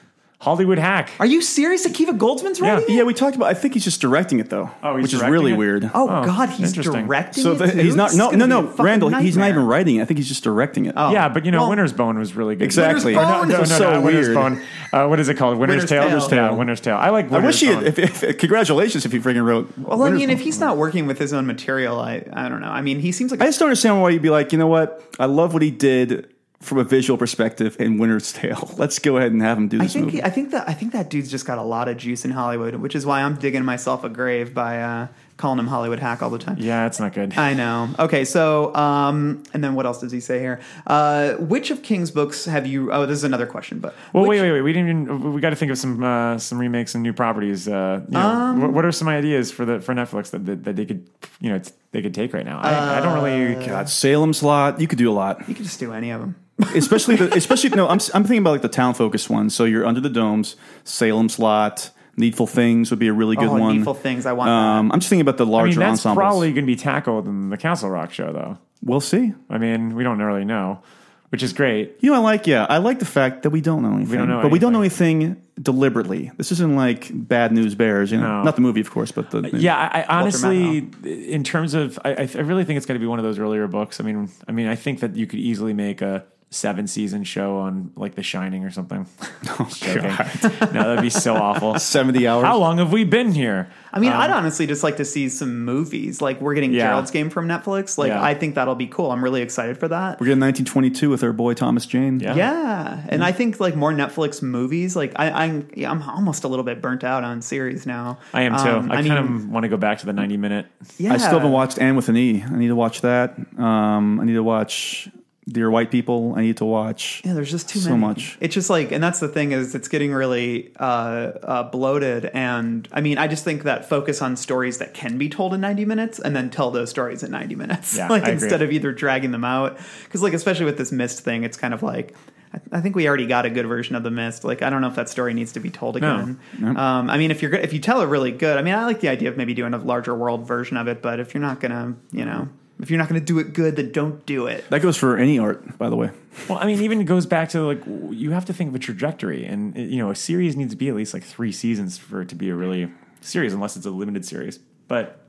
Speaker 5: Hollywood Hack.
Speaker 3: Are you serious? Akiva Goldsman's
Speaker 4: yeah.
Speaker 3: writing
Speaker 4: yeah. Yeah, we talked about. I think he's just directing it though,
Speaker 5: oh,
Speaker 4: which is
Speaker 5: directing
Speaker 4: really
Speaker 5: it?
Speaker 4: weird.
Speaker 3: Oh, oh, God, he's directing. So
Speaker 4: the,
Speaker 3: it,
Speaker 4: he's not.
Speaker 3: It's
Speaker 4: No, no, no, Randall.
Speaker 3: nightmare.
Speaker 4: He's not even writing. it. I think he's just directing it.
Speaker 3: Oh.
Speaker 5: Yeah, but you know,
Speaker 3: Well-
Speaker 5: Winter's Bone was really good.
Speaker 4: Exactly.
Speaker 5: Or
Speaker 3: Winter's
Speaker 5: No, no,
Speaker 3: Bone
Speaker 5: no, no,
Speaker 3: is
Speaker 4: so
Speaker 5: not Winter's
Speaker 4: weird.
Speaker 5: Bone. Uh, what is it called? Winter's,
Speaker 3: Winter's
Speaker 5: Tale.
Speaker 3: Tale. Winter's
Speaker 5: Yeah,
Speaker 3: Tale.
Speaker 5: Winter's Tale. I like. Winter's
Speaker 4: I wish he.
Speaker 5: Bone.
Speaker 4: Had, if, if, congratulations, if he freaking wrote.
Speaker 3: Well, I
Speaker 4: Winter's
Speaker 3: mean,
Speaker 4: Bone.
Speaker 3: if he's not working with his own material, I I don't know. I mean, he seems like
Speaker 4: I
Speaker 3: a
Speaker 4: just don't understand why you'd be like, you know what? I love what he did from a visual perspective in Winter's Tale. Let's go ahead and have him do
Speaker 3: I
Speaker 4: this
Speaker 3: think
Speaker 4: movie.
Speaker 3: I think that I think that dude's just got a lot of juice in Hollywood, which is why I'm digging myself a grave by uh, calling him Hollywood hack all the time.
Speaker 5: yeah, it's not good.
Speaker 3: I know. Okay, so um, and then what else does he say here? Uh, which of King's books have you? Oh, this is another question, but
Speaker 5: Well,
Speaker 3: which-
Speaker 5: wait, wait, wait. We didn't even. We got to think of some uh, some remakes and new properties. Uh, you know,
Speaker 3: Um,
Speaker 5: what, what are some ideas for the for Netflix that, that, that they could you know they could take right now? I, I don't really.
Speaker 4: God, Salem's Lot. You could do a lot,
Speaker 3: you could just do any of them.
Speaker 4: especially the, especially no. I'm I'm thinking about like the town focused ones. So you're Under the Domes, Salem's Lot, Needful Things would be a really good
Speaker 3: oh,
Speaker 4: one.
Speaker 3: Needful Things. I want.
Speaker 4: Um, I'm just thinking about the
Speaker 5: I
Speaker 4: larger
Speaker 5: mean, that's
Speaker 4: ensembles.
Speaker 5: probably going to be tackled in the Castle Rock show, though.
Speaker 4: we'll see.
Speaker 5: I mean, we don't really know, which is great.
Speaker 4: You know, I like yeah, I like the fact that we don't know anything,
Speaker 5: don't know
Speaker 4: but we don't know anything deliberately. This isn't like Bad News Bears, you know,
Speaker 5: No.
Speaker 4: not the movie, of course, but the
Speaker 5: Yeah, I, I
Speaker 3: Walter
Speaker 5: honestly, in terms of, I, I I really think it's going to be one of those earlier books. I mean, I mean, I think that you could easily make a seven season show on like The Shining or something. Oh, no, that'd be so awful.
Speaker 4: seventy hours.
Speaker 5: How long have we been here?
Speaker 3: I mean, I'd honestly just like to see some movies. Like we're getting
Speaker 5: Yeah.
Speaker 3: Gerald's Game from Netflix. Like
Speaker 5: Yeah.
Speaker 3: I think that'll be cool. I'm really excited for that.
Speaker 4: We're getting 1922 with our boy Thomas Jane.
Speaker 5: Yeah.
Speaker 3: Yeah, and I think like more Netflix movies. Like I, I'm, yeah, I'm almost a little bit burnt out on series now.
Speaker 5: I am too.
Speaker 3: Um,
Speaker 5: I, kind of want to go back to the 90 minute.
Speaker 3: yeah.
Speaker 4: I still haven't watched Anne with an E. I need to watch that. Um, I need to watch Dear White People. I need to watch.
Speaker 3: Yeah, there's just too
Speaker 4: so
Speaker 3: many.
Speaker 4: much.
Speaker 3: It's just like, and that's the thing is, it's getting really uh, uh, bloated. And I mean, I just think that focus on stories that can be told in 90 minutes, and then tell those stories in 90 minutes.
Speaker 5: Yeah,
Speaker 3: like
Speaker 5: I agree.
Speaker 3: instead of either dragging them out, because like especially with this mist thing, it's kind of like. I- I think we already got a good version of the mist. Like, I don't know if that story needs to be told
Speaker 5: No.
Speaker 3: again. Um, I mean, if you're go- if you tell it really good, I mean, I like the idea of maybe doing a larger world version of it. But if you're not gonna, you know, if you're not gonna do it good, then don't do it.
Speaker 4: That goes for any art, by the way.
Speaker 5: Well, I mean, even it goes back to like w- you have to think of a trajectory, and uh, you know, a series needs to be at least like three seasons for it to be a really series, unless it's a limited series. But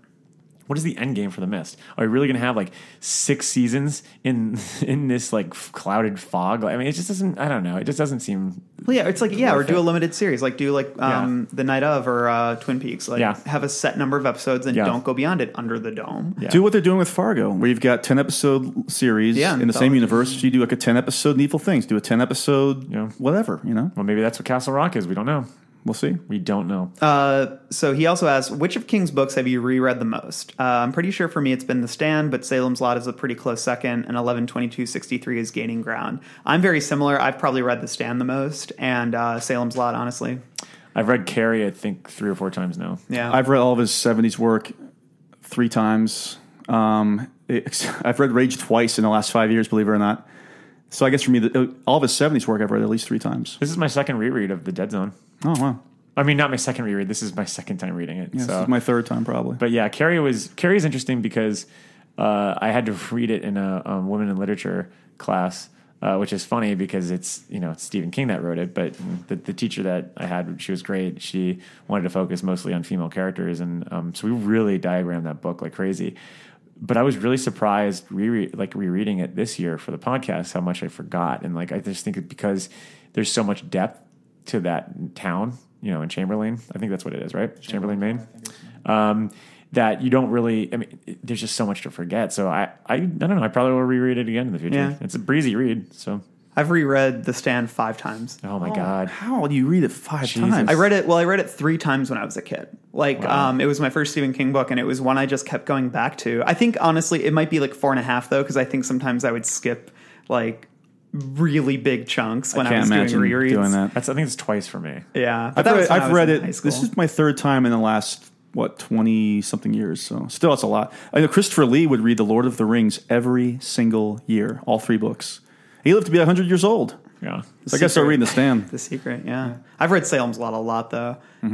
Speaker 5: what is the end game for the Mist? Are we really going to have like six seasons in in this like f- clouded fog? I mean, it just doesn't. I don't know. It just doesn't seem.
Speaker 3: Well, yeah, it's like yeah, or
Speaker 5: Worth
Speaker 3: do
Speaker 5: it.
Speaker 3: a limited series, like do like um, the night of or uh, Twin Peaks, like
Speaker 5: Yeah.
Speaker 3: have a set number of episodes and
Speaker 5: Yeah.
Speaker 3: don't go beyond it. Under the dome,
Speaker 5: Yeah.
Speaker 4: Do what they're doing with Fargo, where you've got ten episode series
Speaker 3: Yeah,
Speaker 4: in the same
Speaker 3: anthology.
Speaker 4: universe. You do like a ten episode Needful Things, do a ten episode
Speaker 5: Yeah.
Speaker 4: whatever. You know,
Speaker 5: Well, maybe that's what Castle Rock is. We don't know.
Speaker 4: we'll see.
Speaker 5: We don't know.
Speaker 3: Uh, so he also asks, which of King's books have you reread the most? Uh, I'm pretty sure for me it's been The Stand, but Salem's Lot is a pretty close second, and 112263 is gaining ground. I'm very similar. I've probably read The Stand the most, and uh, Salem's Lot, honestly.
Speaker 5: I've read Carrie, I think, three or four times now.
Speaker 3: Yeah,
Speaker 4: I've read all of his '70s work three times. Um, it- I've read Rage twice in the last five years, believe it or not. So I guess for me, the, uh, all of his '70s work I've read at least three times.
Speaker 5: This is my second reread of The Dead Zone.
Speaker 4: Oh wow,
Speaker 5: I mean, not my second reread. This is my second time reading it.
Speaker 4: yeah, this
Speaker 5: so
Speaker 4: is my third time probably.
Speaker 5: But yeah, Carrie was Carrie's interesting because uh, I had to read it in a um, women in literature class, uh, which is funny because it's you know it's Stephen King that wrote it, but the, the teacher that I had she was great. She wanted to focus mostly on female characters, and um, so we really diagrammed that book like crazy. But I was really surprised, re like rereading it this year for the podcast, how much I forgot, and like I just think it because there's so much depth to that town, you know, in Chamberlain. I think that's what it is, right? Chamberlain, Maine. Um, that you don't really. I mean, it- there's just so much to forget. So I, I, I don't know. I probably will reread it again in the future.
Speaker 3: Yeah.
Speaker 5: It's a breezy read. So,
Speaker 3: I've reread The Stand five times.
Speaker 5: oh my god,
Speaker 4: How do you read it five
Speaker 5: Jesus.
Speaker 4: times?
Speaker 3: I read it. Well, I read it three times when I was a kid. Like, um, it was my first Stephen King book, and it was one I just kept going back to. I think honestly, it might be like four and a half though, because I think sometimes I would skip like really big chunks when I,
Speaker 4: Can't
Speaker 3: was doing
Speaker 4: imagine
Speaker 3: rereads.
Speaker 4: doing that.
Speaker 5: that's I think it's twice for me.
Speaker 3: Yeah, but
Speaker 4: I've
Speaker 3: that
Speaker 4: read,
Speaker 3: was when I
Speaker 4: I've
Speaker 3: was
Speaker 4: read
Speaker 3: in
Speaker 4: it.
Speaker 3: high school.
Speaker 4: This is my third time in the last what twenty something years. So still, that's a lot. I know Christopher Lee would read The Lord of the Rings every single year, all three books. He lived to be hundred years old.
Speaker 5: Yeah,
Speaker 4: So I guess I'll read The Stand.
Speaker 3: The Secret. Yeah, I've read Salem's Lot a lot though.
Speaker 4: Mm-hmm.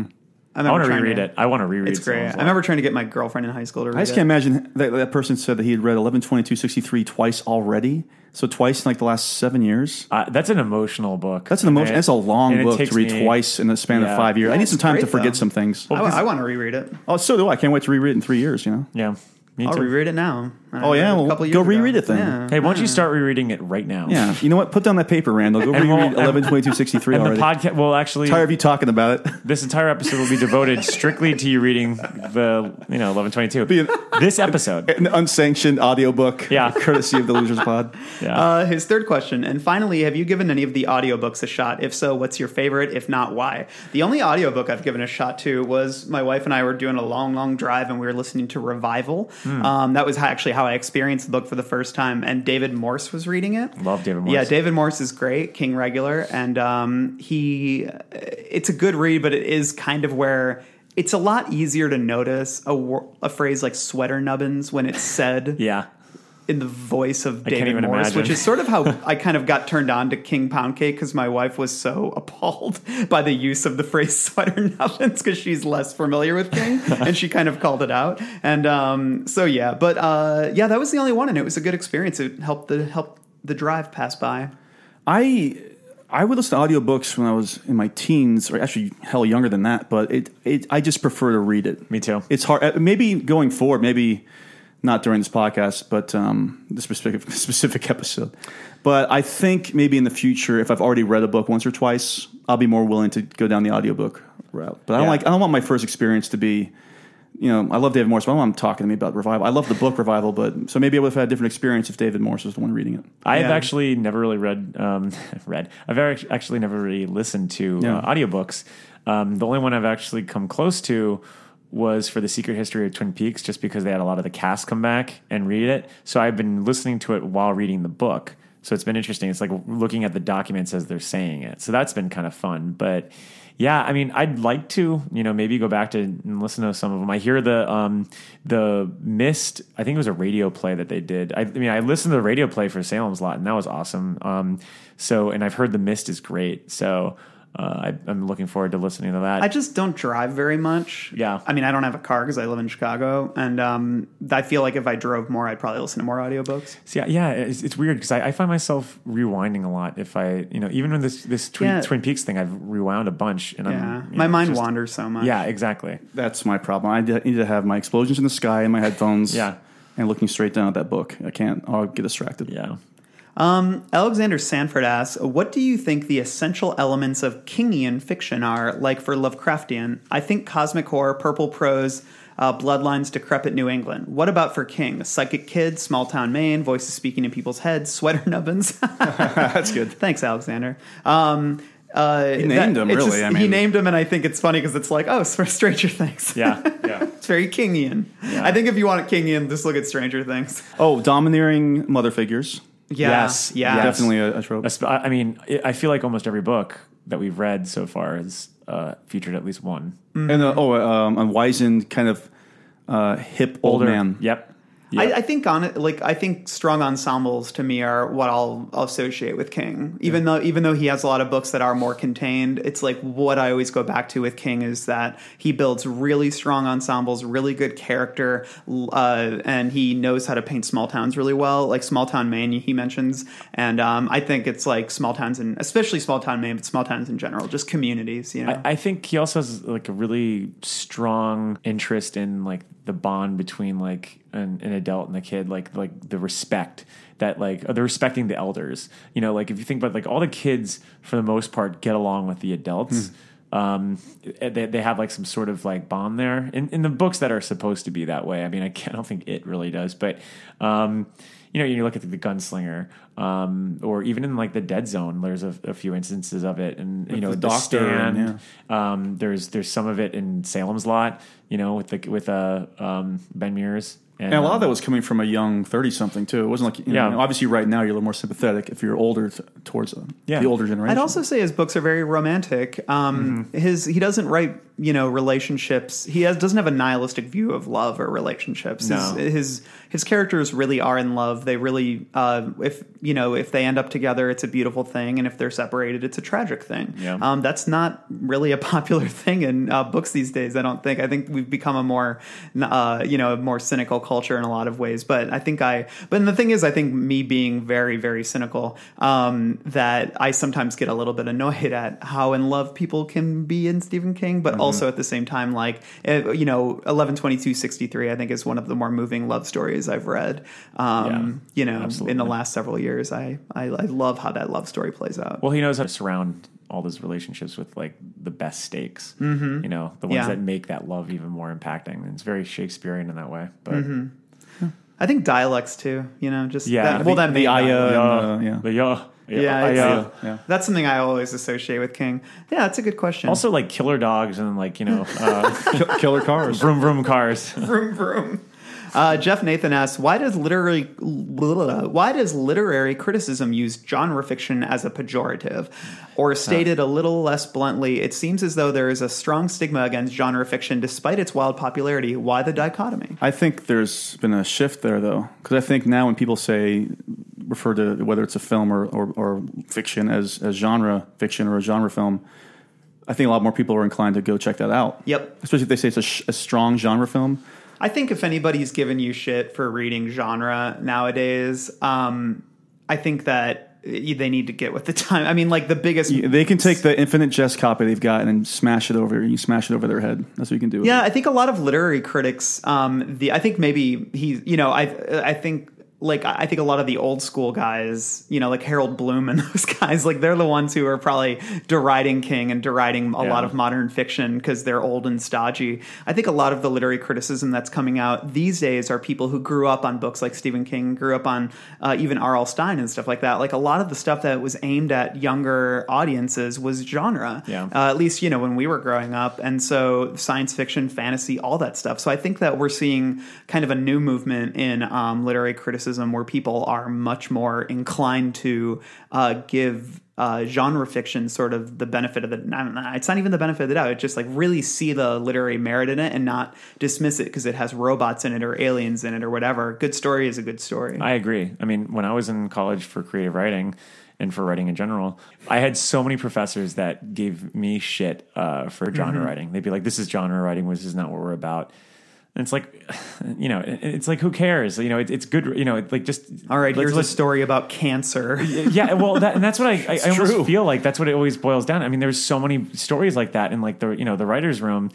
Speaker 5: I
Speaker 3: remember
Speaker 5: want to
Speaker 3: trying
Speaker 5: reread it. I want to reread.
Speaker 3: It's great.
Speaker 5: Salem's Lot.
Speaker 3: I remember trying to get my girlfriend in high school to read
Speaker 4: I just
Speaker 3: it.
Speaker 4: can't imagine that that person said that he had read 11, 22, 63 twice already. So twice in like the last seven years.
Speaker 5: Uh, that's an emotional book.
Speaker 4: That's an emotion.
Speaker 5: And it-
Speaker 4: That's a long
Speaker 5: and it
Speaker 4: book to
Speaker 5: takes
Speaker 4: read
Speaker 5: me-
Speaker 4: twice in the span
Speaker 5: Yeah.
Speaker 4: of five years. I need some
Speaker 3: it's
Speaker 4: time to
Speaker 3: great,
Speaker 4: forget
Speaker 3: though.
Speaker 4: some things.
Speaker 3: I, I want to reread it.
Speaker 4: Oh, so do I. I can't wait to reread it in three years. You know.
Speaker 5: Yeah, me
Speaker 3: I'll
Speaker 5: too.
Speaker 3: reread it now. I
Speaker 4: Oh,
Speaker 3: read
Speaker 4: yeah,
Speaker 3: it a
Speaker 4: well,
Speaker 3: couple
Speaker 4: go
Speaker 3: years ago.
Speaker 4: reread it then.
Speaker 3: Yeah.
Speaker 5: Hey, why don't you start rereading it right now?
Speaker 4: Yeah. You know what? Put down that paper, Randall. Go
Speaker 5: And
Speaker 4: reread
Speaker 5: we'll-
Speaker 4: 11, 22, 63
Speaker 5: And
Speaker 4: already.
Speaker 5: the podcast. Well, actually,
Speaker 4: Tired of you talking about it.
Speaker 5: this entire episode will be devoted strictly to you reading the you know eleven twenty two.
Speaker 4: an- Uh,
Speaker 5: This episode.
Speaker 4: An unsanctioned audiobook.
Speaker 5: Yeah.
Speaker 4: Courtesy of the Losers Pod.
Speaker 5: Yeah.
Speaker 3: Uh, his third question, and finally, have you given any of the audiobooks a shot? If so, what's your favorite? If not, why? The only audiobook I've given a shot to was my wife and I were doing a long, long drive, and we were listening to Revival.
Speaker 5: Hmm.
Speaker 3: Um, that was how, actually how I experienced the book for the first time, and David Morse was reading it.
Speaker 5: Love David Morse.
Speaker 3: Yeah, David Morse is great, King regular, and um, he. It's a good read, but it is kind of where. It's a lot easier to notice a, wor- a phrase like sweater nubbins when it's said
Speaker 5: yeah.
Speaker 3: in the voice of David
Speaker 5: even
Speaker 3: Morris,
Speaker 5: imagine.
Speaker 3: which is sort of how I kind of got turned on to King Pound Cake because my wife was so appalled by the use of the phrase sweater nubbins because she's less familiar with King and she kind of called it out. And um, so yeah, but uh, yeah, that was the only one, and it was a good experience. It helped the helped the drive pass by.
Speaker 4: I I would listen to audiobooks when I was in my teens, or actually hell younger than that. But it, it I just prefer to read it.
Speaker 5: Me too.
Speaker 4: It's hard. uh, Maybe going forward, maybe not during this podcast, but um, this specific specific episode. But I think maybe in the future, if I've already read a book once or twice, I'll be more willing to go down the audiobook route. But I don't
Speaker 5: Yeah.
Speaker 4: like. I don't want my first experience to be. You know, I love David Morse. but My mom talking to me about revival. I love the book revival, but so maybe I would have had a different experience if David Morse was the one reading it.
Speaker 5: I've
Speaker 3: Yeah.
Speaker 5: actually never really read um, read. I've ac- actually never really listened to
Speaker 4: Yeah.
Speaker 5: uh, audiobooks. Um, the only one I've actually come close to was for the Secret History of Twin Peaks, just because they had a lot of the cast come back and read it. So I've been listening to it while reading the book. So it's been interesting. It's like looking at the documents as they're saying it. So that's been kind of fun. But yeah, I mean, I'd like to, you know, maybe go back to and listen to some of them. I hear the um, the mist. I think it was a radio play that they did. I, I mean, I listened to the radio play for Salem's Lot, and that was awesome. Um, so, and I've heard the mist is great. So. Uh, I, am looking forward to listening to that.
Speaker 3: I just don't drive very much.
Speaker 5: Yeah.
Speaker 3: I mean, I don't have a car because I live in Chicago. And um, I feel like if I drove more, I'd probably listen to more audiobooks.
Speaker 5: See, yeah, it's, it's weird because I, I, find myself rewinding a lot. If I, you know, even with this, this Twin, yeah. Twin Peaks thing, I've rewound a bunch. And
Speaker 3: yeah.
Speaker 5: You know,
Speaker 3: my mind just, wanders so much.
Speaker 5: Yeah, exactly.
Speaker 4: That's my problem. I need to have my explosions in the sky and my headphones.
Speaker 5: yeah.
Speaker 4: And looking straight down at that book. I can't, I'll get distracted.
Speaker 5: Yeah.
Speaker 3: Um, Alexander Sanford asks, "What do you think the essential elements of Kingian fiction are like for Lovecraftian? I think cosmic horror, purple prose, uh, bloodlines, decrepit New England. What about for King? Psychic kid, small town Maine, voices speaking in people's heads, sweater nubbins.
Speaker 4: That's good.
Speaker 3: Thanks, Alexander." Um, uh,
Speaker 4: he named that, him really.
Speaker 3: Just,
Speaker 4: I mean,
Speaker 3: he named him, and I think it's funny because it's like, oh, it's for Stranger Things.
Speaker 5: Yeah, yeah.
Speaker 3: it's very Kingian. Yeah. I think if you want it Kingian, just look at Stranger Things.
Speaker 4: Oh, domineering mother figures.
Speaker 3: Yeah,
Speaker 5: yes,
Speaker 3: yeah,
Speaker 5: yes.
Speaker 4: definitely a, a trope.
Speaker 5: I mean, I feel like almost every book that we've read so far has uh, featured at least one.
Speaker 4: Mm-hmm. And uh, oh, um, a wizened kind of uh, hip
Speaker 5: Older,
Speaker 4: old man.
Speaker 5: Yep.
Speaker 3: yep. I, I, think on it, like I think strong ensembles to me are what I'll, I'll associate with King. Even yeah. though even though he has a lot of books that are more contained, it's like what I always go back to with King is that he builds really strong ensembles, really good character, uh, and he knows how to paint small towns really well. Like small town Maine, he mentions, and um, I think it's like small towns and especially small town Maine, but small towns in general, just communities. You know,
Speaker 5: I, I think he also has like a really strong interest in like the bond between like an, an, adult and a kid, like like the respect that like they're respecting the elders. You know, like if you think about like all the kids for the most part get along with the adults. Mm.
Speaker 4: Hmm.
Speaker 5: Um, they, they have like some sort of like bond there in, in the books that are supposed to be that way. I mean, I, I don't think it really does, but, um, you know, you look at the, the gunslinger, um, or even in like the dead zone, there's a, a few instances of it, and you
Speaker 4: With
Speaker 5: know,
Speaker 4: the
Speaker 5: the,
Speaker 4: doctor
Speaker 5: stand.
Speaker 4: and,
Speaker 5: Um, there's there's some of it in Salem's Lot, you know, with the with uh, um, Ben Mears. um,
Speaker 4: And, a lot of that was coming from a young thirty-something too. It wasn't like you
Speaker 5: Yeah.
Speaker 4: know, obviously right now you're a little more sympathetic if you're older t- towards them,
Speaker 5: Yeah.
Speaker 4: the older generation.
Speaker 3: I'd also say his books are very romantic. Um,
Speaker 5: Mm-hmm.
Speaker 3: His he doesn't write you know relationships. He has, doesn't have a nihilistic view of love or relationships.
Speaker 5: No.
Speaker 3: His, his his characters really are in love. They really uh, if you know if they end up together, it's a beautiful thing, and if they're separated, it's a tragic thing.
Speaker 5: Yeah.
Speaker 3: Um, that's not really a popular thing in uh, books these days. I don't think. I think we've become a more uh, you know a more cynical culture in a lot of ways. But I think I. But the thing is, I think me being very very cynical um, that I sometimes get a little bit annoyed at how in love people can be in Stephen King, but also at the same time, like eh, you know, eleven twenty two sixty three. I think is one of the more moving love stories I've read. Um, you know, in the
Speaker 5: absolutely.
Speaker 3: last several years, I, I I love how that love story plays out.
Speaker 5: Well, he knows how to surround all those relationships with like the best stakes. Mm-hmm. You know, the ones
Speaker 3: Yeah.
Speaker 5: that make that love even more impacting. And it's very Shakespearean in that way. But
Speaker 3: I think dialects too. You know, just
Speaker 5: Yeah,
Speaker 3: That,
Speaker 5: I
Speaker 3: well,
Speaker 5: think
Speaker 3: that
Speaker 4: the
Speaker 3: may not-
Speaker 4: Aya,
Speaker 5: Uh,
Speaker 4: and the, yeah.
Speaker 5: but yeah,
Speaker 3: Yeah, it's-
Speaker 5: yeah.
Speaker 4: yeah.
Speaker 3: That's something I always associate with King. Yeah, that's a good question.
Speaker 5: Also, like killer dogs and like you know, uh,
Speaker 4: Kill- killer cars.
Speaker 5: vroom vroom cars.
Speaker 3: vroom vroom. Uh, Jeff Nathan asks, "Why does literary why does literary criticism use genre fiction as a pejorative, or stated a little less bluntly, it seems as though there is a strong stigma against genre fiction despite its wild popularity. Why the dichotomy?
Speaker 4: I think there's been a shift there though, because I think now when people say refer to whether it's a film or, or, or fiction as, as genre fiction or a genre film, I think a lot more people are inclined to go check that out.
Speaker 3: Yep.
Speaker 4: Especially if they say it's a, sh- a strong genre film.
Speaker 3: I think if anybody's given you shit for reading genre nowadays, um, I think that eh, they need to get with the time. I mean, like the biggest
Speaker 4: They can take the Infinite Jest copy they've got and smash it over. You can smash it over their head. That's what you can do. with
Speaker 3: Yeah,
Speaker 4: it.
Speaker 3: I think a lot of literary critics. Um, the I think maybe he, you know, I I think like I think a lot of the old school guys, you know, like Harold Bloom and those guys, like they're the ones who are probably deriding King and deriding a lot of modern fiction because they're old and stodgy. I think a lot of the literary criticism that's coming out these days are people who grew up on books like Stephen King, grew up on uh, even R.L. Stein and stuff like that. Like a lot of the stuff that was aimed at younger audiences was genre
Speaker 5: Yeah.
Speaker 3: uh, at least you know when we were growing up and so science fiction fantasy all that stuff so i think that we're seeing kind of a new movement in um, literary criticism criticism where people are much more inclined to uh, give uh, genre fiction sort of the benefit of the I don't know, it's not even the benefit of the doubt. It's just like really see the literary merit in it and not dismiss it because it has robots in it or aliens in it or whatever. Good story is a good story.
Speaker 5: I agree. I mean, when I was in college for creative writing and for writing in general, I had so many professors that gave me shit uh, for genre mm-hmm. writing. They'd be like, "This is genre writing. This is not what we're about." And it's like, you know, it's like, who cares? You know, it, it's good. You know, it, like just.
Speaker 3: All right, here's let's, a story about cancer.
Speaker 5: yeah, well, that, and that's what I, I, I almost feel like that's what it always boils down. To. I mean, there's so many stories like that in like the you know the writers' room,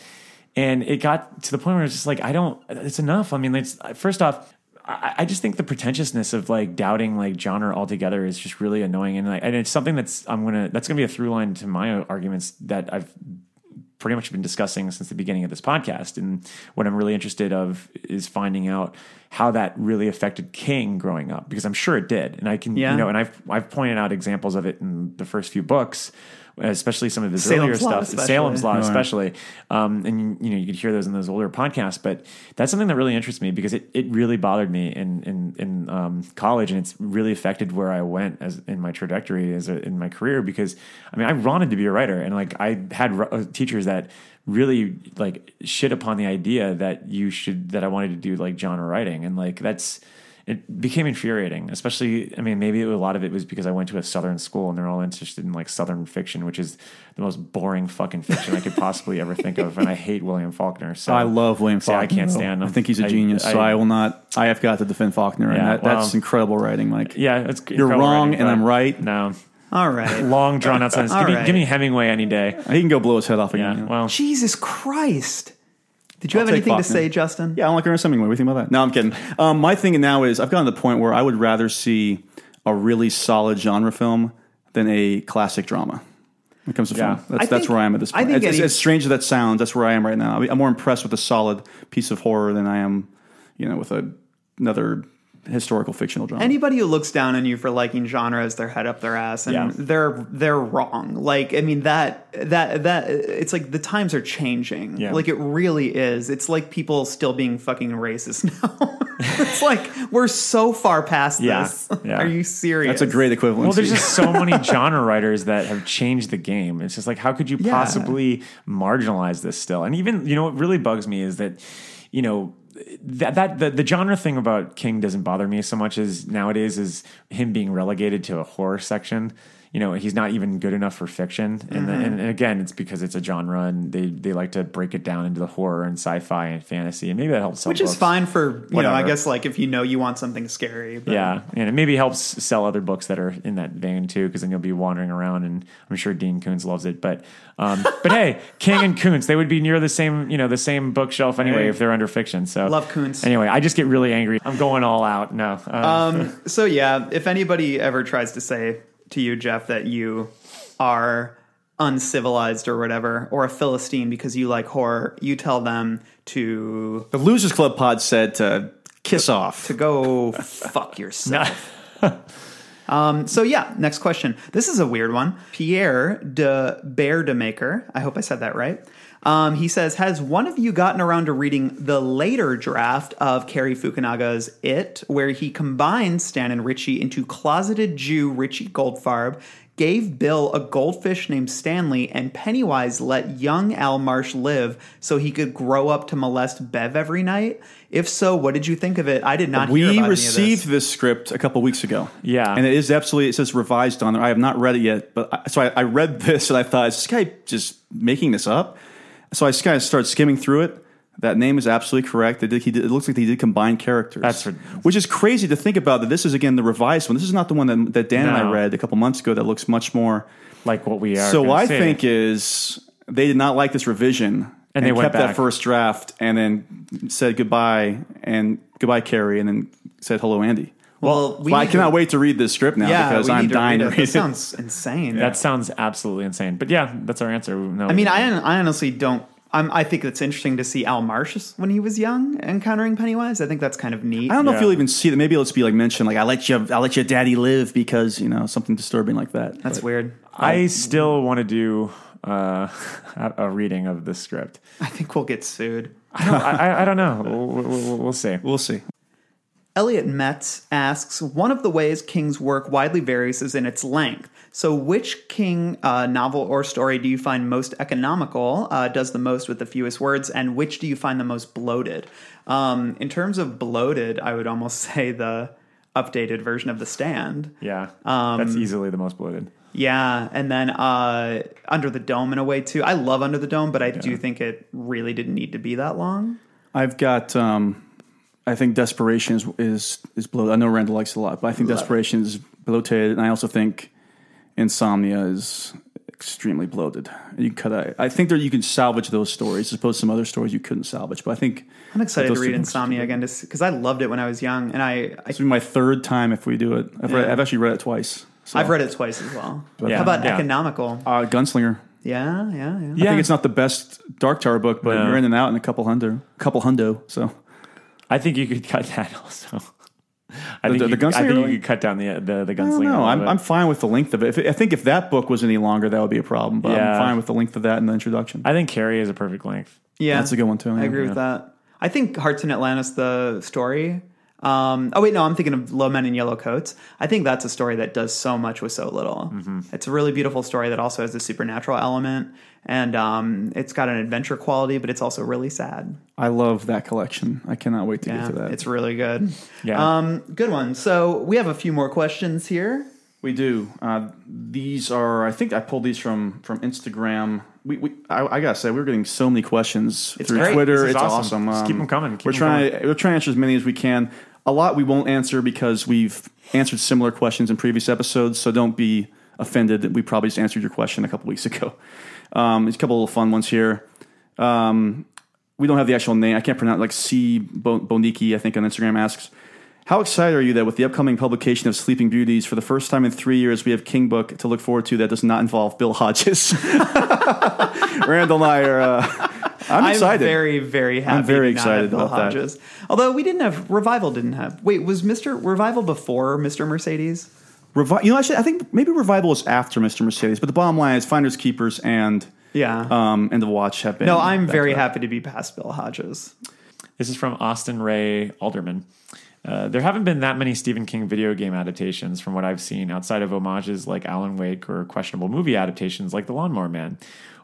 Speaker 5: and it got to the point where it's just like I don't. It's enough. I mean, it's first off. I, I just think the pretentiousness of like doubting like genre altogether is just really annoying, and like, and it's something that's I'm gonna that's gonna be a through line to my arguments that I've pretty much been discussing since the beginning of this podcast. And what I'm really interested of is finding out how that really affected King growing up, because I'm sure it did. And I can, yeah. you know, and I've I've pointed out examples of it in the first few books, especially some of his Salem's earlier stuff, especially. Salem's Law, yeah. especially. Um, and you know, you could hear those in those older podcasts. But that's something that really interests me because it it really bothered me in in in um, college, and it's really affected where I went as in my trajectory as a, in my career. Because I mean, I wanted to be a writer, and like I had uh, teachers that really like shit upon the idea that you should that I wanted to do like genre writing and like that's it became infuriating especially I mean maybe was, a lot of it was because I went to a southern school and they're all interested in like southern fiction which is the most boring fucking fiction I could possibly ever think of and I hate William Faulkner so
Speaker 4: I love William Faulkner
Speaker 5: so I can't stand him
Speaker 4: I think he's a genius I, I, so I will not I have got to defend Faulkner yeah, and that, well, that's incredible writing Mike
Speaker 5: yeah it's
Speaker 4: you're wrong
Speaker 5: writing,
Speaker 4: and I'm right
Speaker 5: no
Speaker 3: all right.
Speaker 5: Long drawn out sentence. Give, me, right. give me Hemingway any day.
Speaker 4: He can go blow his head off again.
Speaker 5: Yeah, well,
Speaker 3: Jesus Christ. Did you I'll have anything Faulkner. to say, Justin?
Speaker 4: Yeah, I like Ernest Hemingway. What do you think about that? No, I'm kidding. Um, my thing now is I've gotten to the point where I would rather see a really solid genre film than a classic drama. When it comes to yeah. film, that's, that's think, where I am at this point. I think it's, any- as strange as that sounds, that's where I am right now. I'm more impressed with a solid piece of horror than I am, you know, with a, another historical fictional genre.
Speaker 3: Anybody who looks down on you for liking genre is their head up their ass, and yeah. they're they're wrong. Like I mean that that that it's like the times are changing. Yeah. Like it really is. It's like people still being fucking racist now. it's like we're so far past
Speaker 5: yeah.
Speaker 3: this. Yeah. Are you serious?
Speaker 4: That's a great equivalent.
Speaker 5: Well, there's just so many genre writers that have changed the game. It's just like how could you possibly marginalize this still? And even you know what really bugs me is that you know that that the, the, genre thing about King doesn't bother me so much as nowadays is him being relegated to a horror section. You know, he's not even good enough for fiction, and, mm-hmm. the, and again, it's because it's a genre, and they they like to break it down into the horror and sci-fi and fantasy, and maybe that helps.
Speaker 3: Which is
Speaker 5: books.
Speaker 3: fine for you Whatever. know, I guess like if you know you want something scary.
Speaker 5: But. Yeah, and it maybe helps sell other books that are in that vein too, because then you'll be wandering around, and I'm sure Dean Koontz loves it. But um, but hey, King and Koontz, they would be near the same you know the same bookshelf anyway hey. if they're under fiction. So
Speaker 3: love Koontz.
Speaker 5: Anyway, I just get really angry. I'm going all out. No.
Speaker 3: Uh, um. so yeah, if anybody ever tries to say to you, Jeff, that you are uncivilized or whatever, or a Philistine because you like horror, you tell them to.
Speaker 4: The Losers Club pod said to kiss
Speaker 3: to,
Speaker 4: off.
Speaker 3: To go fuck yourself. um, so, yeah, next question. This is a weird one. Pierre de Bear de Maker. I hope I said that right. Um, he says, Has one of you gotten around to reading the later draft of Kerry Fukunaga's It, where he combines Stan and Richie into closeted Jew Richie Goldfarb, gave Bill a goldfish named Stanley, and Pennywise let young Al Marsh live so he could grow up to molest Bev every night? If so, what did you think of it? I did not.
Speaker 4: We received this. this. script a couple weeks ago.
Speaker 5: Yeah,
Speaker 4: and it is absolutely. It says revised on there. I have not read it yet, but I, so I, I read this and I thought, is this guy just making this up? So I kind of start skimming through it. That name is absolutely correct. Did, did, it looks like he did combine characters.
Speaker 5: That's for,
Speaker 4: which is crazy to think about. That this is again the revised one. This is not the one that, that Dan no. and I read a couple months ago. That looks much more
Speaker 5: like what we are.
Speaker 4: So I see. think is they did not like this revision
Speaker 5: and, and they
Speaker 4: kept
Speaker 5: back.
Speaker 4: that first draft and then said goodbye and goodbye Carrie and then said hello Andy.
Speaker 3: Well,
Speaker 4: we well I cannot to, wait to read this script now
Speaker 3: yeah,
Speaker 4: because I'm
Speaker 3: to
Speaker 4: dying
Speaker 3: to
Speaker 4: read it. That
Speaker 3: sounds insane.
Speaker 5: Yeah. That sounds absolutely insane. But yeah, that's our answer. No,
Speaker 3: I mean, I, I honestly don't. I'm, i think it's interesting to see Al Marsh when he was young encountering Pennywise. I think that's kind of neat.
Speaker 4: I don't know yeah. if you'll even see that. Maybe it'll just be like mentioned, like I let you, I let your daddy live because you know something disturbing like that.
Speaker 3: That's
Speaker 4: but
Speaker 3: weird.
Speaker 5: I, I still want to do uh, a reading of the script.
Speaker 3: I think we'll get sued.
Speaker 5: I don't, I, I don't know. We'll, we'll, we'll see.
Speaker 4: We'll see.
Speaker 3: Elliot Metz asks One of the ways King's work widely varies is in its length. So, which King uh, novel or story do you find most economical, uh, does the most with the fewest words, and which do you find the most bloated? Um, in terms of bloated, I would almost say the updated version of The Stand.
Speaker 5: Yeah. Um, that's easily the most bloated.
Speaker 3: Yeah, and then uh, Under the Dome in a way too. I love Under the Dome, but I yeah. do think it really didn't need to be that long.
Speaker 4: I've got, um, I think Desperation is is, is bloated. I know Randall likes a lot, but I think love Desperation it. is bloated, and I also think Insomnia is extremely bloated. You could, I, I think that you can salvage those stories, as opposed to some other stories you couldn't salvage. But I think
Speaker 3: I'm excited to read Insomnia again because I loved it when I was young, and I, I
Speaker 4: this will be my third time if we do it. I've, yeah. read, I've actually read it twice.
Speaker 3: So. I've read it twice as well. But, yeah, How about yeah. economical?
Speaker 4: Uh, Gunslinger.
Speaker 3: Yeah, yeah, yeah. I
Speaker 4: think it's not the best Dark Tower book, but no. you're in and out in a couple hundo, couple hundo. So,
Speaker 5: I think you could cut that also. I the, think, the, you, the gunslinger I think really? you could cut down the the, the gunslinger.
Speaker 4: No, I'm, I'm fine with the length of it. If, I think if that book was any longer, that would be a problem. But yeah. I'm fine with the length of that in the introduction.
Speaker 5: I think Carrie is a perfect length.
Speaker 3: Yeah,
Speaker 4: that's a good one too.
Speaker 3: I agree with that. I think Hearts in Atlantis, the story, um, oh wait, no, I'm thinking of Low Men in Yellow Coats. I think that's a story that does so much with so little. Mm-hmm. It's a really beautiful story that also has a supernatural element, and um, it's got an adventure quality, but it's also really sad.
Speaker 4: I love that collection. I cannot wait to yeah, get to that.
Speaker 3: It's really good. Yeah, um, good one. So we have a few more questions here.
Speaker 4: We do. Uh, these are, I think, I pulled these from from Instagram. We, we I, I, gotta say, we were getting so many questions
Speaker 3: it's
Speaker 4: through
Speaker 3: great.
Speaker 4: Twitter. It's awesome. awesome.
Speaker 5: Um, keep them coming. Keep
Speaker 4: we're
Speaker 5: them
Speaker 4: trying.
Speaker 5: Coming.
Speaker 4: We're trying to answer as many as we can a lot we won't answer because we've answered similar questions in previous episodes. So don't be offended that we probably just answered your question a couple weeks ago. Um, there's a couple of fun ones here. Um, we don't have the actual name. I can't pronounce like C Boniki. I think on Instagram asks, "How excited are you that with the upcoming publication of Sleeping Beauties, for the first time in three years, we have King Book to look forward to that does not involve Bill Hodges, Randall, and I are." Uh, I'm excited.
Speaker 3: I'm very, very happy.
Speaker 4: I'm very excited about
Speaker 3: Hodges. that. Although we didn't have revival, didn't have. Wait, was Mister Revival before Mister Mercedes?
Speaker 4: Revi- you know, actually, I think maybe revival is after Mister Mercedes. But the bottom line is, Finders Keepers and
Speaker 3: yeah,
Speaker 4: um, and the Watch have been.
Speaker 3: No, I'm very happy to be past Bill Hodges.
Speaker 5: This is from Austin Ray Alderman. Uh, there haven't been that many Stephen King video game adaptations from what I've seen outside of homages like Alan Wake or questionable movie adaptations like The Lawnmower Man.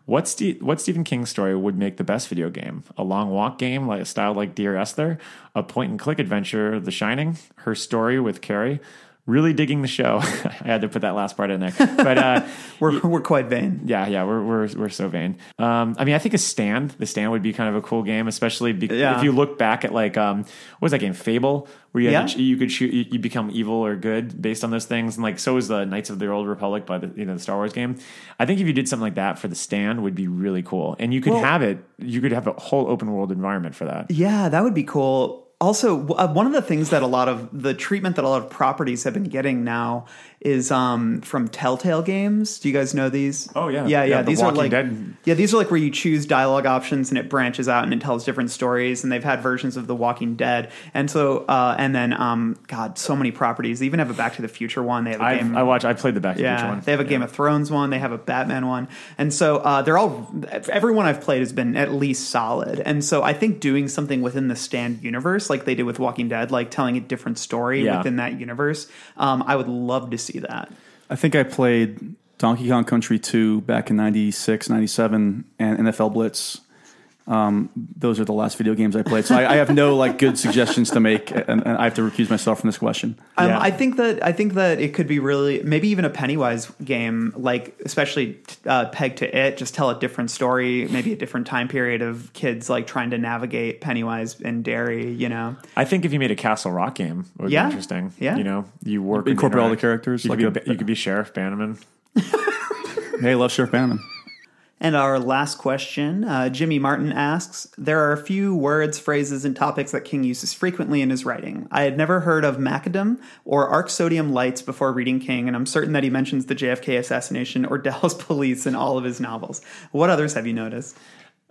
Speaker 5: What, Steve, what Stephen King story would make the best video game? A long walk game, like a style like Dear Esther, a point and click adventure, The Shining, her story with Carrie. Really digging the show. I had to put that last part in there, but uh,
Speaker 3: we're we're quite vain.
Speaker 5: Yeah, yeah, we're we're we're so vain. Um, I mean, I think a stand, the stand would be kind of a cool game, especially be- yeah. if you look back at like um, what was that game, Fable, where you, yeah. to, you could shoot, you, you, become evil or good based on those things, and like so is the Knights of the Old Republic by the you know the Star Wars game. I think if you did something like that for the stand, would be really cool, and you could well, have it. You could have a whole open world environment for that.
Speaker 3: Yeah, that would be cool. Also, uh, one of the things that a lot of the treatment that a lot of properties have been getting now is um, from Telltale games. Do you guys know these?
Speaker 5: Oh yeah,
Speaker 3: yeah, yeah. yeah
Speaker 5: the
Speaker 3: these
Speaker 5: Walking
Speaker 3: are like
Speaker 5: Dead.
Speaker 3: yeah, these are like where you choose dialogue options and it branches out and it tells different stories. And they've had versions of The Walking Dead, and so uh, and then um, God, so many properties. They even have a Back to the Future one. They have a
Speaker 5: I,
Speaker 3: game.
Speaker 5: I watch. I played the Back to
Speaker 3: yeah,
Speaker 5: the Future one.
Speaker 3: They have a Game
Speaker 5: yeah.
Speaker 3: of Thrones one. They have a Batman one, and so uh, they're all. Everyone I've played has been at least solid, and so I think doing something within the stand universe, like they did with Walking Dead, like telling a different story yeah. within that universe, um, I would love to see that.
Speaker 4: I think I played Donkey Kong Country 2 back in 96, 97, and NFL Blitz. Um, those are the last video games I played, so I, I have no like good suggestions to make, and, and, I have to recuse myself from this question.
Speaker 3: Um, yeah. I think that I think that it could be really maybe even a Pennywise game, like especially uh, peg to it. Just tell a different story, maybe a different time period of kids like trying to navigate Pennywise and Derry. You know,
Speaker 5: I think if you made a Castle Rock game, it would
Speaker 3: yeah.
Speaker 5: be interesting.
Speaker 3: Yeah,
Speaker 5: you know, you work
Speaker 4: incorporate all the characters.
Speaker 5: You, like could, be, a, you could be Sheriff Bannerman.
Speaker 4: hey, love Sheriff Bannerman.
Speaker 3: And our last question uh, Jimmy Martin asks There are a few words, phrases, and topics that King uses frequently in his writing. I had never heard of macadam or arc sodium lights before reading King, and I'm certain that he mentions the JFK assassination or Dallas police in all of his novels. What others have you noticed?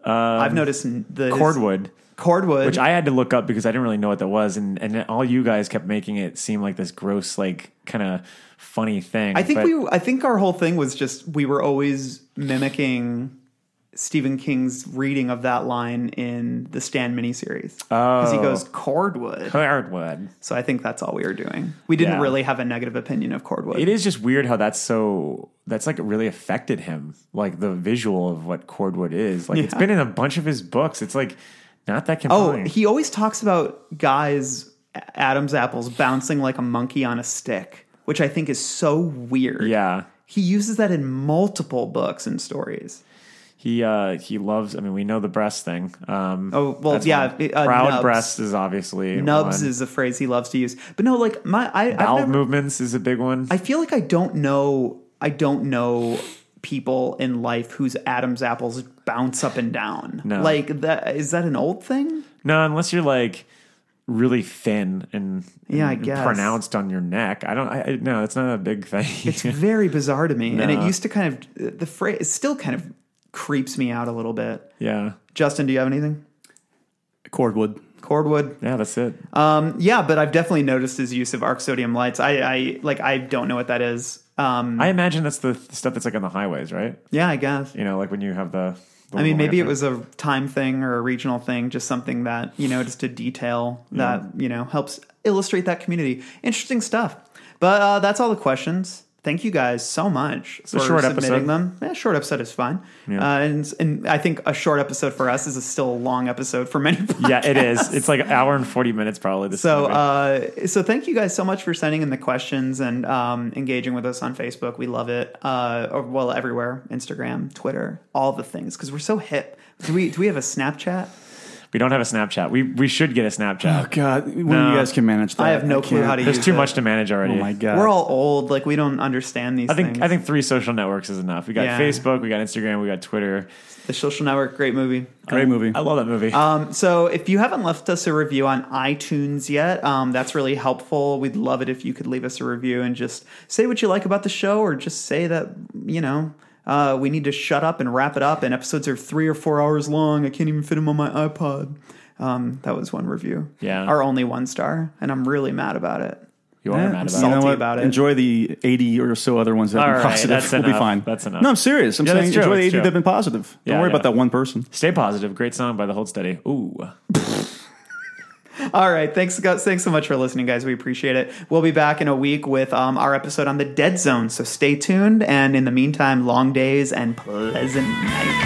Speaker 5: Um,
Speaker 3: I've noticed the
Speaker 5: cordwood.
Speaker 3: Cordwood,
Speaker 5: which I had to look up because I didn't really know what that was, and and all you guys kept making it seem like this gross, like kind of funny thing.
Speaker 3: I think but, we, I think our whole thing was just we were always mimicking Stephen King's reading of that line in the Stan miniseries.
Speaker 5: Oh,
Speaker 3: Because he goes, cordwood.
Speaker 5: Cordwood.
Speaker 3: So I think that's all we were doing. We didn't
Speaker 5: Yeah.
Speaker 3: really have a negative opinion of cordwood.
Speaker 5: It is just weird how that's so. That's like really affected him, like the visual of what cordwood is. Like it's
Speaker 3: Yeah.
Speaker 5: been in a bunch of his books. It's like not that
Speaker 3: Oh,
Speaker 5: compelling.
Speaker 3: he always talks about guys, A- Adam's apples bouncing like a monkey on a stick, which I think is so weird.
Speaker 5: yeah.
Speaker 3: He uses that in multiple books and stories.
Speaker 5: He uh he loves. I mean, we know the breast thing. Um,
Speaker 3: Oh, well,
Speaker 5: that's
Speaker 3: yeah,
Speaker 5: one.
Speaker 3: it- uh,
Speaker 5: proud
Speaker 3: nubs.
Speaker 5: breast is obviously
Speaker 3: Nubs
Speaker 5: one.
Speaker 3: is a phrase he loves to use. But no, like my I I've
Speaker 5: bowel
Speaker 3: never-
Speaker 5: movements is a big one.
Speaker 3: I feel like I don't know I don't know people in life whose Adam's apples bounce up and down.
Speaker 5: No.
Speaker 3: Like that is that an old thing?
Speaker 5: no, unless you're like really thin and
Speaker 3: Yeah, I
Speaker 5: and
Speaker 3: guess.
Speaker 5: pronounced on your neck. I don't. I, I- no, it's not a big thing.
Speaker 3: It's very bizarre to me. And it
Speaker 5: No.
Speaker 3: used to kind of the phrase it still kind of creeps me out a little bit.
Speaker 5: yeah,
Speaker 3: Justin, do you have anything?
Speaker 4: Cordwood.
Speaker 3: Cordwood.
Speaker 5: yeah, that's it.
Speaker 3: Um, yeah, but I've definitely noticed his use of arc sodium lights. I, I like I don't know what that is. Um,
Speaker 5: I imagine that's the th- stuff that's like on the highways, right?
Speaker 3: yeah, I guess.
Speaker 5: You know, like when you have the. the
Speaker 3: I mean,
Speaker 5: little
Speaker 3: maybe it
Speaker 5: lantern.
Speaker 3: was a time thing or a regional thing, just something that, you know, just a detail that, you know, helps illustrate that community. Interesting stuff. But uh, that's all the questions. Thank you guys so much
Speaker 5: a
Speaker 3: for
Speaker 5: short
Speaker 3: submitting
Speaker 5: episode.
Speaker 3: them. Yeah, short episode is fine.
Speaker 5: Yeah.
Speaker 3: Uh, and, and I think a short episode for us is a still a long episode for many podcasts.
Speaker 5: Yeah, it is. It's like an hour and forty minutes probably. This
Speaker 3: So,
Speaker 5: movie.
Speaker 3: uh, so thank you guys so much for sending in the questions and um, engaging with us on Facebook. We love it. Uh, or, well, everywhere: Instagram, Twitter, all the things, because we're so hip. Do we do we have a Snapchat?
Speaker 5: we don't have a Snapchat. We we should get a Snapchat.
Speaker 4: Oh God, when
Speaker 5: No.
Speaker 4: you guys can manage that?
Speaker 3: I have no clue
Speaker 4: can't.
Speaker 3: how to
Speaker 5: There's
Speaker 3: use
Speaker 5: too
Speaker 3: it.
Speaker 5: much to manage already.
Speaker 4: Oh my God,
Speaker 3: We're all old. Like we don't understand these.
Speaker 5: I think
Speaker 3: things.
Speaker 5: I think three social networks is enough. We got
Speaker 3: Yeah.
Speaker 5: Facebook, we got Instagram, we got Twitter.
Speaker 3: the Social Network, great movie.
Speaker 4: great movie.
Speaker 5: I love that movie.
Speaker 3: Um, so if you haven't left us a review on iTunes yet, um, that's really helpful. We'd love it if you could leave us a review and just say what you like about the show, or just say that you know uh, we need to shut up and wrap it up. And episodes are three or four hours long. I can't even fit them on my iPod. Um, that was one review.
Speaker 5: Yeah.
Speaker 3: our only one star, and I'm really mad about it.
Speaker 5: you are
Speaker 4: Yeah,
Speaker 5: mad
Speaker 4: you know
Speaker 5: about it.
Speaker 3: salty
Speaker 4: what?
Speaker 3: about it.
Speaker 4: Enjoy the 80 or so other ones that
Speaker 5: All
Speaker 4: have been
Speaker 5: right,
Speaker 4: positive.
Speaker 5: that's
Speaker 4: we'll be
Speaker 5: enough.
Speaker 4: fine.
Speaker 5: That's enough.
Speaker 4: No, I'm serious. I'm
Speaker 5: Yeah,
Speaker 4: saying
Speaker 5: that's true,
Speaker 4: enjoy the
Speaker 5: that's
Speaker 4: 80
Speaker 5: true.
Speaker 4: that have been positive. Don't
Speaker 5: Yeah,
Speaker 4: worry
Speaker 5: yeah.
Speaker 4: about that one person.
Speaker 5: Stay positive. Great song by the Hold Steady. Ooh.
Speaker 3: All right, thanks, guys- thanks so much for listening, guys. We appreciate it. We'll be back in a week with um, our episode on the Dead Zone, so stay tuned. And in the meantime, long days and pleasant nights.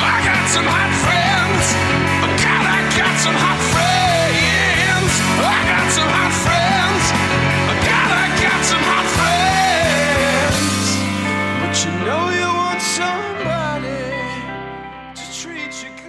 Speaker 2: I got some hot friends. Oh God, I got some hot friends. I got some hot friends. Oh God, I got some hot friends. But you know you want somebody to treat you good.